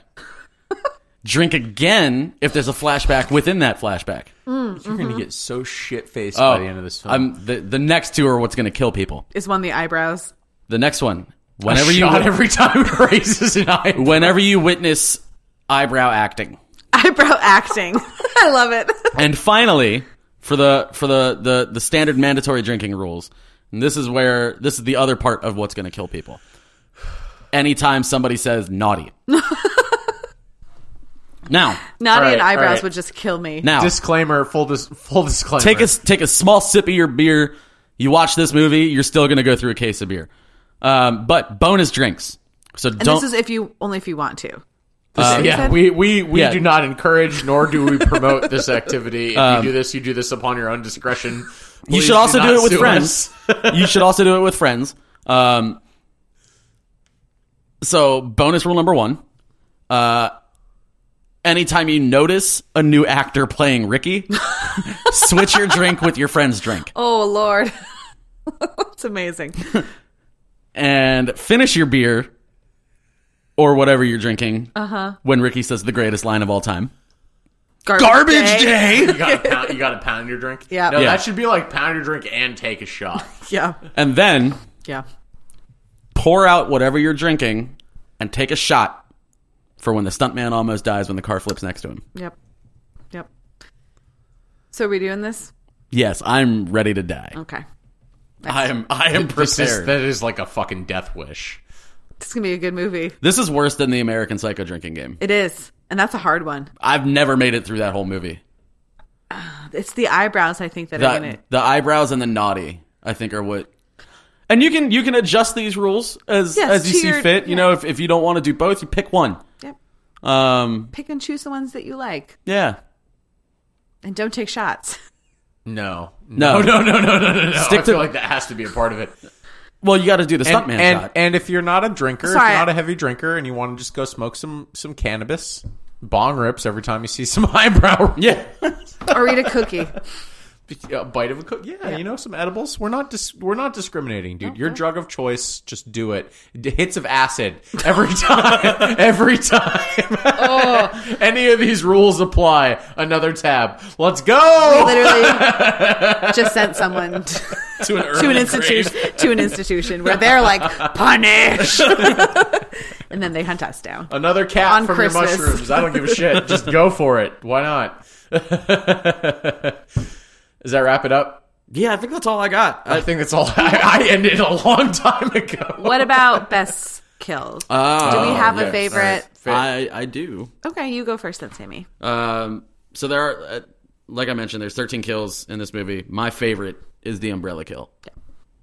[SPEAKER 3] Drink again if there's a flashback within that flashback. Oh,
[SPEAKER 1] You're going to get so shit faced by the end of this film.
[SPEAKER 3] I'm, the, the next two are what's going to kill people.
[SPEAKER 4] Is one the eyebrows?
[SPEAKER 3] The next one, whenever you,
[SPEAKER 1] shot every time it raises an eye.
[SPEAKER 3] whenever you witness eyebrow acting.
[SPEAKER 4] Eyebrow acting. I love it.
[SPEAKER 3] and finally, for the for the, the the standard mandatory drinking rules, and this is where this is the other part of what's going to kill people. Anytime somebody says naughty. now,
[SPEAKER 4] Naughty
[SPEAKER 1] All right,
[SPEAKER 4] and eyebrows
[SPEAKER 1] all right.
[SPEAKER 4] would just kill me.
[SPEAKER 3] now
[SPEAKER 1] disclaimer, full dis- full disclaimer. Uh,
[SPEAKER 3] take a take a small sip of your beer. You watch this movie, you're still going to go through a case of beer. Um, but bonus drinks. So
[SPEAKER 4] and
[SPEAKER 3] don't
[SPEAKER 4] this is if you only if you want to.
[SPEAKER 1] Uh, yeah,
[SPEAKER 4] said?
[SPEAKER 1] we we, we
[SPEAKER 3] Yeah.
[SPEAKER 1] do not encourage nor do we promote this activity. If you do this, you do this upon your own discretion.
[SPEAKER 3] Um, you
[SPEAKER 1] Please
[SPEAKER 3] should also do,
[SPEAKER 1] not
[SPEAKER 3] it with
[SPEAKER 1] sue
[SPEAKER 3] friends.
[SPEAKER 1] us.
[SPEAKER 3] you should also do it with friends. Um, so, bonus rule number one: uh, anytime you notice a new actor playing Ricky, switch your drink with your friend's drink,
[SPEAKER 4] Oh Lord. It's amazing.
[SPEAKER 3] and finish your beer or whatever you're drinking
[SPEAKER 4] Uh-huh.
[SPEAKER 3] when Ricky says the greatest line of all time.
[SPEAKER 4] Garbage,
[SPEAKER 1] You gotta pound, you gotta pound your drink.
[SPEAKER 4] Yeah.
[SPEAKER 1] no,
[SPEAKER 4] Yeah.
[SPEAKER 1] that should be like pound your drink and take a shot.
[SPEAKER 4] Yeah.
[SPEAKER 3] and then
[SPEAKER 4] Yeah.
[SPEAKER 3] pour out whatever you're drinking and take a shot for when the stuntman almost dies when the car flips next to him.
[SPEAKER 4] Yep. Yep. So are we doing this?
[SPEAKER 3] Yes, I'm ready to die.
[SPEAKER 4] Okay.
[SPEAKER 3] I am I am prepared.
[SPEAKER 1] This is, that is like a fucking death wish.
[SPEAKER 4] It's gonna be a good movie.
[SPEAKER 3] This is worse than the American Psycho drinking game.
[SPEAKER 4] It is, and that's a hard one.
[SPEAKER 3] I've never made it through that whole movie.
[SPEAKER 4] It's the eyebrows I think that are
[SPEAKER 3] The,
[SPEAKER 4] gonna.
[SPEAKER 3] the eyebrows and the naughty, I think, are what. And you can you can adjust these rules as
[SPEAKER 4] Yes,
[SPEAKER 3] as you
[SPEAKER 4] to
[SPEAKER 3] see
[SPEAKER 4] your-
[SPEAKER 3] fit. You
[SPEAKER 4] yeah.
[SPEAKER 3] know, if if you don't want to do both, you pick one.
[SPEAKER 4] Yep.
[SPEAKER 3] Um.
[SPEAKER 4] Pick and choose the ones that you like,
[SPEAKER 3] Yeah.
[SPEAKER 4] and don't take shots.
[SPEAKER 1] No.
[SPEAKER 3] No.
[SPEAKER 1] No, no, no, no, no, no. no.
[SPEAKER 3] Stick
[SPEAKER 1] I feel
[SPEAKER 3] to-
[SPEAKER 1] like that has to be a part of it.
[SPEAKER 3] Well, you got to do the
[SPEAKER 1] And,
[SPEAKER 3] stuntman
[SPEAKER 1] and,
[SPEAKER 3] shot.
[SPEAKER 1] and if you're not a drinker, if
[SPEAKER 4] Sorry.
[SPEAKER 1] you're not a heavy drinker and you want to just go smoke some, some cannabis, bong rips every time you see some eyebrow.
[SPEAKER 3] yeah.
[SPEAKER 4] or eat a cookie.
[SPEAKER 1] A bite of a cook. Yeah, you know, some edibles. We're not dis- we're not discriminating, dude. Your drug of choice, just do it. D- hits of acid every time. every time. Any of these rules apply. Another tab. Let's go.
[SPEAKER 4] Literally, just sent someone t-
[SPEAKER 1] to an, urban
[SPEAKER 4] to an
[SPEAKER 1] grave.
[SPEAKER 4] institution to an institution where they're like punish, and then they hunt us down.
[SPEAKER 1] Another cat
[SPEAKER 4] On
[SPEAKER 1] from
[SPEAKER 4] Christmas.
[SPEAKER 1] your mushrooms. I don't give a shit. Just go for it. Why not? Does that wrap it up?
[SPEAKER 3] Yeah. I think that's all I got.
[SPEAKER 1] I think that's all. I, I ended a long time ago.
[SPEAKER 4] What about best kills? Do we have a favorite?
[SPEAKER 3] I I do.
[SPEAKER 4] Okay, you go first then, Sammy.
[SPEAKER 3] Um, so there are, uh, like I mentioned, there's 13 kills in this movie. My favorite is the umbrella kill.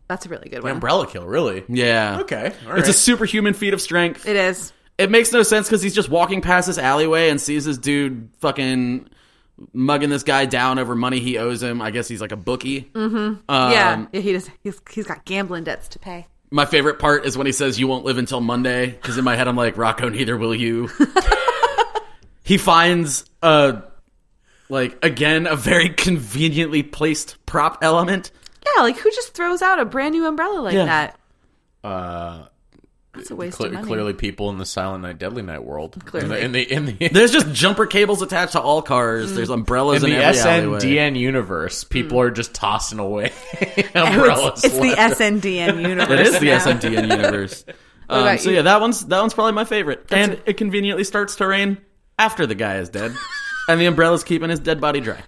[SPEAKER 4] That's a really good one.
[SPEAKER 1] Umbrella kill, really?
[SPEAKER 3] Yeah.
[SPEAKER 1] Okay. all
[SPEAKER 3] It's a
[SPEAKER 1] right.
[SPEAKER 3] superhuman feat of strength. It,
[SPEAKER 4] It is.
[SPEAKER 3] makes no sense because he's just walking past this alleyway and sees this dude fucking mugging this guy down over money he owes him. I guess he's like a bookie.
[SPEAKER 1] Mm.
[SPEAKER 4] yeah, yeah, he does. He's, he's got gambling debts to pay.
[SPEAKER 3] My favorite part is when he says, "You won't live until Monday," because in my head I'm like, "Rocco, neither will you." he finds a, like again, a very conveniently placed prop element.
[SPEAKER 4] Yeah, like who just throws out a brand new umbrella like
[SPEAKER 3] Yeah.
[SPEAKER 4] that?
[SPEAKER 1] Uh,
[SPEAKER 4] That's a waste
[SPEAKER 1] cle-
[SPEAKER 4] of money.
[SPEAKER 1] clearly, people in the Silent Night, Deadly Night world.
[SPEAKER 4] Clearly.
[SPEAKER 1] in the in the in the,
[SPEAKER 3] There's just jumper cables attached to all cars. There's umbrellas
[SPEAKER 1] in
[SPEAKER 3] in,
[SPEAKER 1] the
[SPEAKER 3] every alleyway.
[SPEAKER 1] SNDN universe, people are just tossing away
[SPEAKER 4] Oh,
[SPEAKER 1] umbrellas.
[SPEAKER 4] Hmm. it's, it's the
[SPEAKER 1] left.
[SPEAKER 4] SNDN universe.
[SPEAKER 3] It is the
[SPEAKER 4] now.
[SPEAKER 3] SMDN universe. Um,
[SPEAKER 4] about
[SPEAKER 3] so
[SPEAKER 4] you?
[SPEAKER 3] yeah, that one's that one's probably my favorite, and it conveniently starts to rain after the guy is dead, and the umbrella's keeping his dead body dry.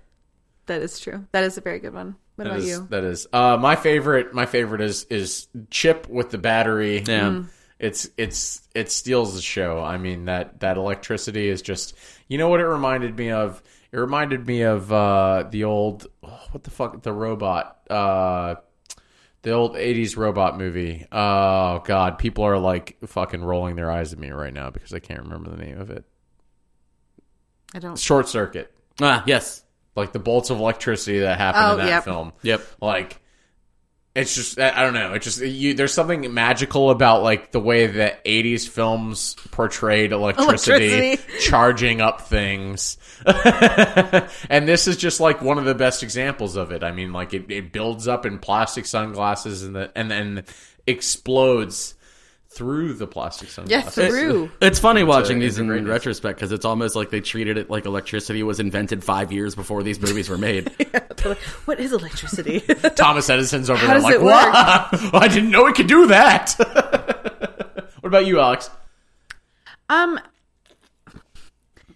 [SPEAKER 4] That is true. That is a very good one. What
[SPEAKER 1] That
[SPEAKER 4] about
[SPEAKER 1] is-
[SPEAKER 4] you?
[SPEAKER 1] that is uh, my favorite. My favorite is is Chip with the battery.
[SPEAKER 3] Yeah. Mm.
[SPEAKER 1] It's it's it steals the show. I mean that that electricity is just. You know what it reminded me of? It reminded me of uh, the old oh, what the fuck the robot. Uh, the old 80s robot movie. Oh, God. People are like fucking rolling their eyes at me right now because I can't remember the name of it.
[SPEAKER 4] I don't.
[SPEAKER 1] Short Circuit.
[SPEAKER 3] Ah, yes,
[SPEAKER 1] Like the bolts of electricity that happened
[SPEAKER 4] Oh,
[SPEAKER 1] in that
[SPEAKER 4] yep.
[SPEAKER 1] film
[SPEAKER 3] yep.
[SPEAKER 1] like it's just I I don't know. It just you, there's something magical about like the way that '80s films portrayed electricity,
[SPEAKER 4] Electricity.
[SPEAKER 1] charging up things, and this is just like one of the best examples of it. I mean, like it, it builds up in plastic sunglasses and the, and then explodes through the plastic
[SPEAKER 4] Yeah,
[SPEAKER 1] sunglasses.
[SPEAKER 4] through.
[SPEAKER 3] It's funny watching these
[SPEAKER 1] it's a
[SPEAKER 3] in
[SPEAKER 1] great-
[SPEAKER 3] retrospect because it's almost like they treated it like electricity was invented five years before these movies were made.
[SPEAKER 4] What is electricity?
[SPEAKER 1] Thomas Edison's over
[SPEAKER 4] How
[SPEAKER 1] there
[SPEAKER 4] does
[SPEAKER 1] like,
[SPEAKER 4] it work?
[SPEAKER 1] "Wow, I didn't know it could do that." what about you, Alex?
[SPEAKER 4] um.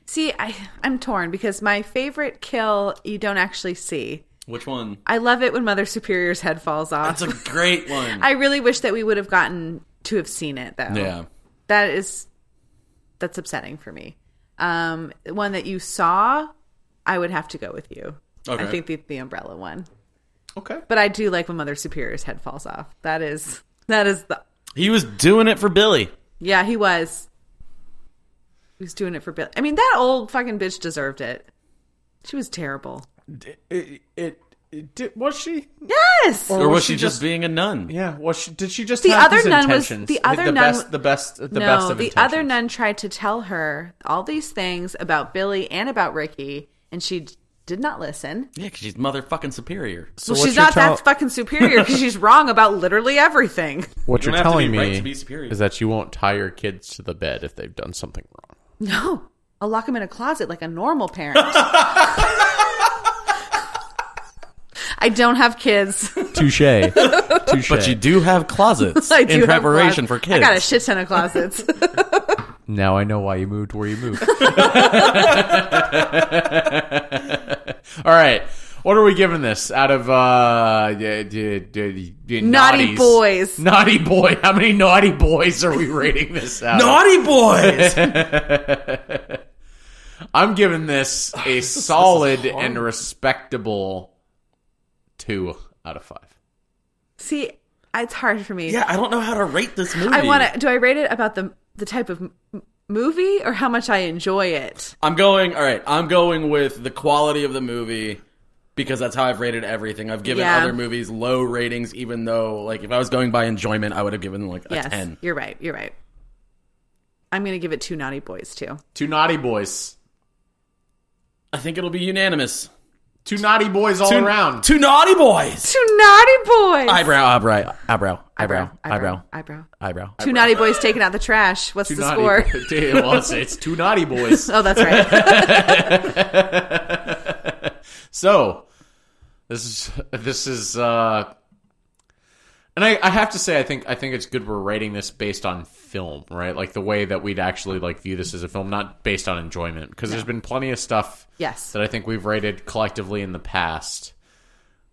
[SPEAKER 4] See, I I'm torn because my favorite kill you don't actually see.
[SPEAKER 3] Which one?
[SPEAKER 4] I love it when Mother Superior's head falls off.
[SPEAKER 3] That's a great one.
[SPEAKER 4] I really wish that we would have gotten to have seen it though.
[SPEAKER 3] yeah.
[SPEAKER 4] that is that's upsetting for me. Um, one that you saw, I would have to go with you.
[SPEAKER 3] Okay.
[SPEAKER 4] I think the, the umbrella one,
[SPEAKER 1] Okay.
[SPEAKER 4] but I do like when Mother Superior's head falls off. That is that is the
[SPEAKER 3] He was doing it for Billy.
[SPEAKER 4] yeah he was he was doing it for Bill. I mean that old fucking bitch deserved it. She was terrible.
[SPEAKER 1] it, it, it did, was she?
[SPEAKER 4] Yes,
[SPEAKER 3] Or was,
[SPEAKER 1] was
[SPEAKER 3] she,
[SPEAKER 1] she
[SPEAKER 3] just
[SPEAKER 1] just-
[SPEAKER 3] being a nun?
[SPEAKER 1] Yeah. Was she? Did she just
[SPEAKER 4] The
[SPEAKER 1] have
[SPEAKER 4] other
[SPEAKER 1] these
[SPEAKER 4] nun was-
[SPEAKER 1] intentions?
[SPEAKER 4] the other
[SPEAKER 1] the
[SPEAKER 4] nun-
[SPEAKER 1] Best, the best. The
[SPEAKER 4] no,
[SPEAKER 1] best of
[SPEAKER 4] the
[SPEAKER 1] intentions.
[SPEAKER 4] other nun tried to tell her all these things about Billy and about Ricky, and she d- did not listen.
[SPEAKER 3] Yeah, 'cause she's motherfucking superior.
[SPEAKER 1] what
[SPEAKER 4] well, she's
[SPEAKER 1] you're
[SPEAKER 4] not
[SPEAKER 1] tell-
[SPEAKER 4] that fucking superior because she's wrong about literally everything.
[SPEAKER 1] What
[SPEAKER 3] You
[SPEAKER 1] you're
[SPEAKER 3] don't have to
[SPEAKER 1] telling
[SPEAKER 3] be
[SPEAKER 1] me
[SPEAKER 3] right to be superior.
[SPEAKER 1] is that you won't tie your kids to the bed if they've done something wrong.
[SPEAKER 4] No, I'll lock him in a closet like a normal parent. I don't have kids.
[SPEAKER 1] Touche. Touche.
[SPEAKER 3] But you do have closets
[SPEAKER 4] I do
[SPEAKER 3] in
[SPEAKER 4] have
[SPEAKER 3] preparation
[SPEAKER 4] closets.
[SPEAKER 3] for kids.
[SPEAKER 4] I got a shit ton of closets.
[SPEAKER 1] Now I know why you moved where you moved. All right. What are we giving this out of uh, d- d- d- d-
[SPEAKER 4] Naughty
[SPEAKER 1] naughties?
[SPEAKER 4] boys.
[SPEAKER 1] Naughty boy. How many naughty boys are we rating this out? of?
[SPEAKER 3] Naughty boys.
[SPEAKER 1] I'm giving this a solid and respectable two out of five.
[SPEAKER 4] See, it's hard for me.
[SPEAKER 3] yeah, I don't know how to rate this movie.
[SPEAKER 4] I want to. Do I rate it about the the type of m- movie or how much I enjoy it?
[SPEAKER 3] I'm going. All right. I'm going with the quality of the movie because that's how I've rated everything. I've given
[SPEAKER 4] Yeah.
[SPEAKER 3] other movies low ratings, even though, like, if I was going by enjoyment, I would have given like a
[SPEAKER 4] yes,
[SPEAKER 3] ten.
[SPEAKER 4] you're right. You're right. I'm gonna give it two naughty boys too.
[SPEAKER 1] Two naughty boys.
[SPEAKER 3] I think it'll be unanimous.
[SPEAKER 1] Two naughty boys all
[SPEAKER 3] Two-
[SPEAKER 1] around.
[SPEAKER 3] Two naughty boys.
[SPEAKER 4] Two naughty boys.
[SPEAKER 3] Eyebrow, eyebrow, eyebrow, eyebrow,
[SPEAKER 4] eyebrow,
[SPEAKER 3] eyebrow,
[SPEAKER 4] eyebrow.
[SPEAKER 3] eyebrow.
[SPEAKER 4] Two naughty boys taking out the trash. What's
[SPEAKER 1] Two
[SPEAKER 4] the
[SPEAKER 1] naughty
[SPEAKER 4] score?
[SPEAKER 1] boys. well, it's, it's two naughty boys.
[SPEAKER 4] Oh, that's right.
[SPEAKER 1] So this is this is uh and I, I have to say I think I think it's good we're rating this based on film, right? Like the way that we'd actually like view this as a film, not based on enjoyment. Because there's been plenty of stuff
[SPEAKER 4] Yes.
[SPEAKER 1] that I think we've rated collectively in the past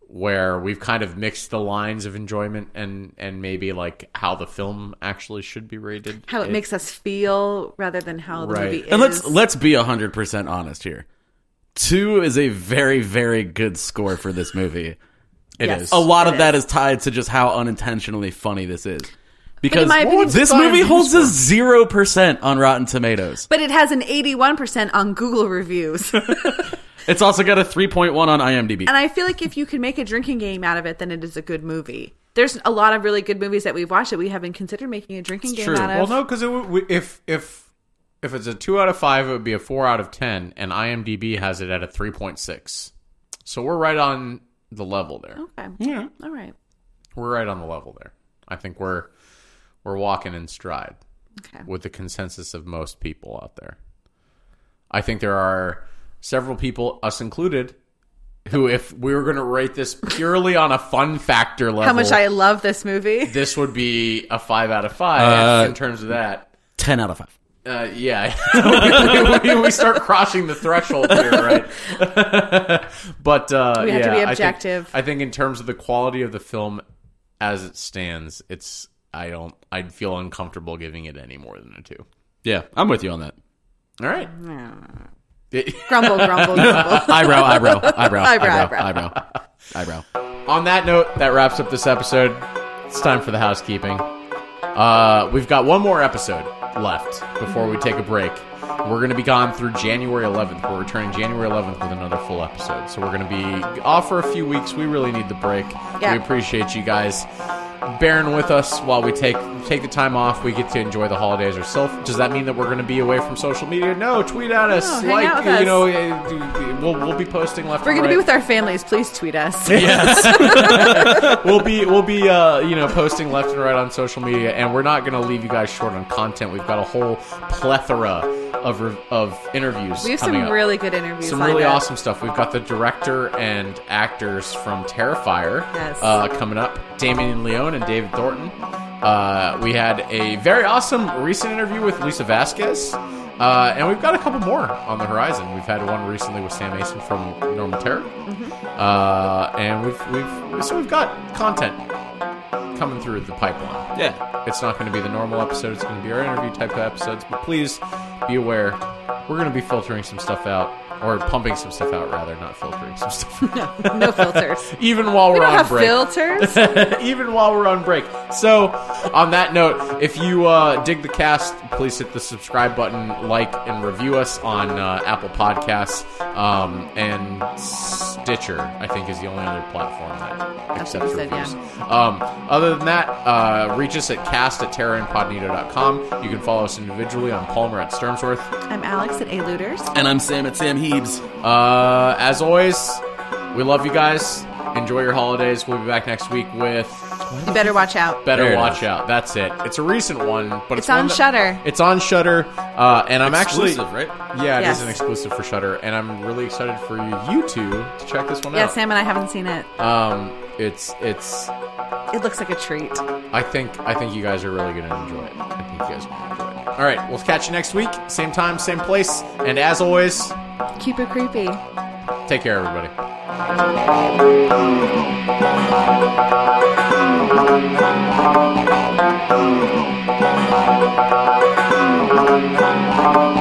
[SPEAKER 1] where we've kind of mixed the lines of enjoyment and and maybe like how the film actually should be rated.
[SPEAKER 4] How it makes us feel rather than how the
[SPEAKER 1] Right.
[SPEAKER 4] movie is.
[SPEAKER 3] And let's let's be hundred percent honest here. Two is a very very good score for this movie.
[SPEAKER 1] It
[SPEAKER 4] Yes.
[SPEAKER 1] is.
[SPEAKER 3] A lot of
[SPEAKER 4] It
[SPEAKER 3] that is tied to just how unintentionally funny this is. Because
[SPEAKER 4] my opinion-
[SPEAKER 3] this movie holds a zero percent on Rotten Tomatoes.
[SPEAKER 4] But it has an 81% on Google reviews. and
[SPEAKER 3] It's also got a three point one on IMDb.
[SPEAKER 4] I feel like if you can make a drinking game out of it, then it is a good movie. There's a lot of really good movies that we've watched that we haven't considered making a drinking game
[SPEAKER 3] true.
[SPEAKER 4] out
[SPEAKER 1] Well,
[SPEAKER 4] of.
[SPEAKER 1] no, because if if if it's a two out of five, it would be a four out of ten, and IMDb has it at a three point six. So we're right on the level there.
[SPEAKER 4] Okay. All right.
[SPEAKER 1] We're right on the level there. I think we're we're walking in stride
[SPEAKER 4] Okay.
[SPEAKER 1] with the consensus of most people out there. I think there are several people, us included, who if we were going to rate this purely on a fun factor level,
[SPEAKER 4] How much I love this movie.
[SPEAKER 1] this would be a five out of five in terms of that.
[SPEAKER 3] Ten out of five.
[SPEAKER 1] Uh, yeah, we, we- we start crossing the threshold here, right? but uh,
[SPEAKER 4] We have to
[SPEAKER 1] yeah,
[SPEAKER 4] be
[SPEAKER 1] I think-
[SPEAKER 4] objective.
[SPEAKER 1] I think, in terms of the quality of the film as it stands, it's I don't I'd feel uncomfortable giving it any more than a two.
[SPEAKER 3] Yeah, I'm with you on that.
[SPEAKER 1] All right,
[SPEAKER 4] Grumble, grumble, grumble.
[SPEAKER 3] Eyebrow, eyebrow, eyebrow,
[SPEAKER 4] Eyebrow,
[SPEAKER 3] eyebrow, eyebrow, eyebrow.
[SPEAKER 1] on that note, that wraps up this episode. It's time for the housekeeping. Uh, we've got one more episode left before we take a break. We're going to be gone through January 11th. We're returning January 11th with another full episode. So we're going to be off for a few weeks. We really need the break.
[SPEAKER 4] Yeah.
[SPEAKER 1] We appreciate you guys bearing with us while we take take the time off. We get to enjoy the holidays ourselves. Does that mean that we're going to be away from social media? No, tweet at us.
[SPEAKER 4] No, hang
[SPEAKER 1] like,
[SPEAKER 4] out with
[SPEAKER 1] you
[SPEAKER 4] us.
[SPEAKER 1] know, eh, do- do- we'll, we'll be posting left
[SPEAKER 4] We're
[SPEAKER 1] and
[SPEAKER 4] going to
[SPEAKER 1] right
[SPEAKER 4] be with our families. Please tweet us.
[SPEAKER 1] we'll be we'll be uh, you know posting left and right on social media, and we're not going to leave you guys short on content. We've got a whole plethora of re- of interviews.
[SPEAKER 4] We have
[SPEAKER 1] coming
[SPEAKER 4] some
[SPEAKER 1] up.
[SPEAKER 4] really good interviews.
[SPEAKER 1] some
[SPEAKER 4] lined
[SPEAKER 1] really
[SPEAKER 4] up.
[SPEAKER 1] awesome stuff. We've got the director and actors from Terrifier
[SPEAKER 4] Yes.
[SPEAKER 1] uh, coming up, Damien and Leone and David Thornton. Uh, we had a very awesome recent interview with Lisa Vasquez. Uh, and we've got a couple more on the horizon. We've had one recently with Sam Mason from Normal Terror, uh, and we've we've so we've got content coming through the pipeline.
[SPEAKER 3] Yeah,
[SPEAKER 1] It's not going to be the normal episode. It's going to be our interview type of episodes. But please be aware, we're going to be filtering some stuff out, or pumping some stuff out, rather, not filtering some stuff. out.
[SPEAKER 4] No filters.
[SPEAKER 1] Even while
[SPEAKER 4] We
[SPEAKER 1] are
[SPEAKER 4] don't
[SPEAKER 1] on
[SPEAKER 4] have
[SPEAKER 1] break.
[SPEAKER 4] filters.
[SPEAKER 1] Even while we're on break. So, on that note, if you uh, dig the cast, please hit the subscribe button, like, and review us on uh, Apple Podcasts um, and Stitcher. I think is the only other platform that
[SPEAKER 4] That's what
[SPEAKER 1] accepts
[SPEAKER 4] you said,
[SPEAKER 1] reviews.
[SPEAKER 4] yeah.
[SPEAKER 1] Um, other than that, uh, reach us at cast at terraincognito.com. You can follow us individually on Palmer at Stermsworth.
[SPEAKER 4] I'm Alex at A Looters.
[SPEAKER 3] and I'm Sam at Sam Heebs.
[SPEAKER 1] Uh, as always, we love you guys. Enjoy your holidays. We'll be back next week with
[SPEAKER 4] You better watch out.
[SPEAKER 1] Better
[SPEAKER 3] There it
[SPEAKER 1] watch
[SPEAKER 3] is.
[SPEAKER 1] out. That's it. It's a recent one, but it's,
[SPEAKER 4] It's on
[SPEAKER 1] one that-
[SPEAKER 4] Shudder.
[SPEAKER 1] It's on Shutter, uh, and I'm
[SPEAKER 3] Exclusive,
[SPEAKER 1] actually
[SPEAKER 3] right?
[SPEAKER 1] yeah, it is
[SPEAKER 4] Yes.
[SPEAKER 1] an exclusive for Shutter, and I'm really excited for you two to check this one
[SPEAKER 4] Yeah,
[SPEAKER 1] out.
[SPEAKER 4] Sam and I haven't seen it.
[SPEAKER 1] Um, it's it's.
[SPEAKER 4] It looks like a treat.
[SPEAKER 1] I think I think you guys are really gonna enjoy it. I think you guys are gonna enjoy it. All right, we'll catch you next week, same time, same place, and as always,
[SPEAKER 4] Keep it creepy.
[SPEAKER 1] Take care, everybody.
[SPEAKER 8] Thank you.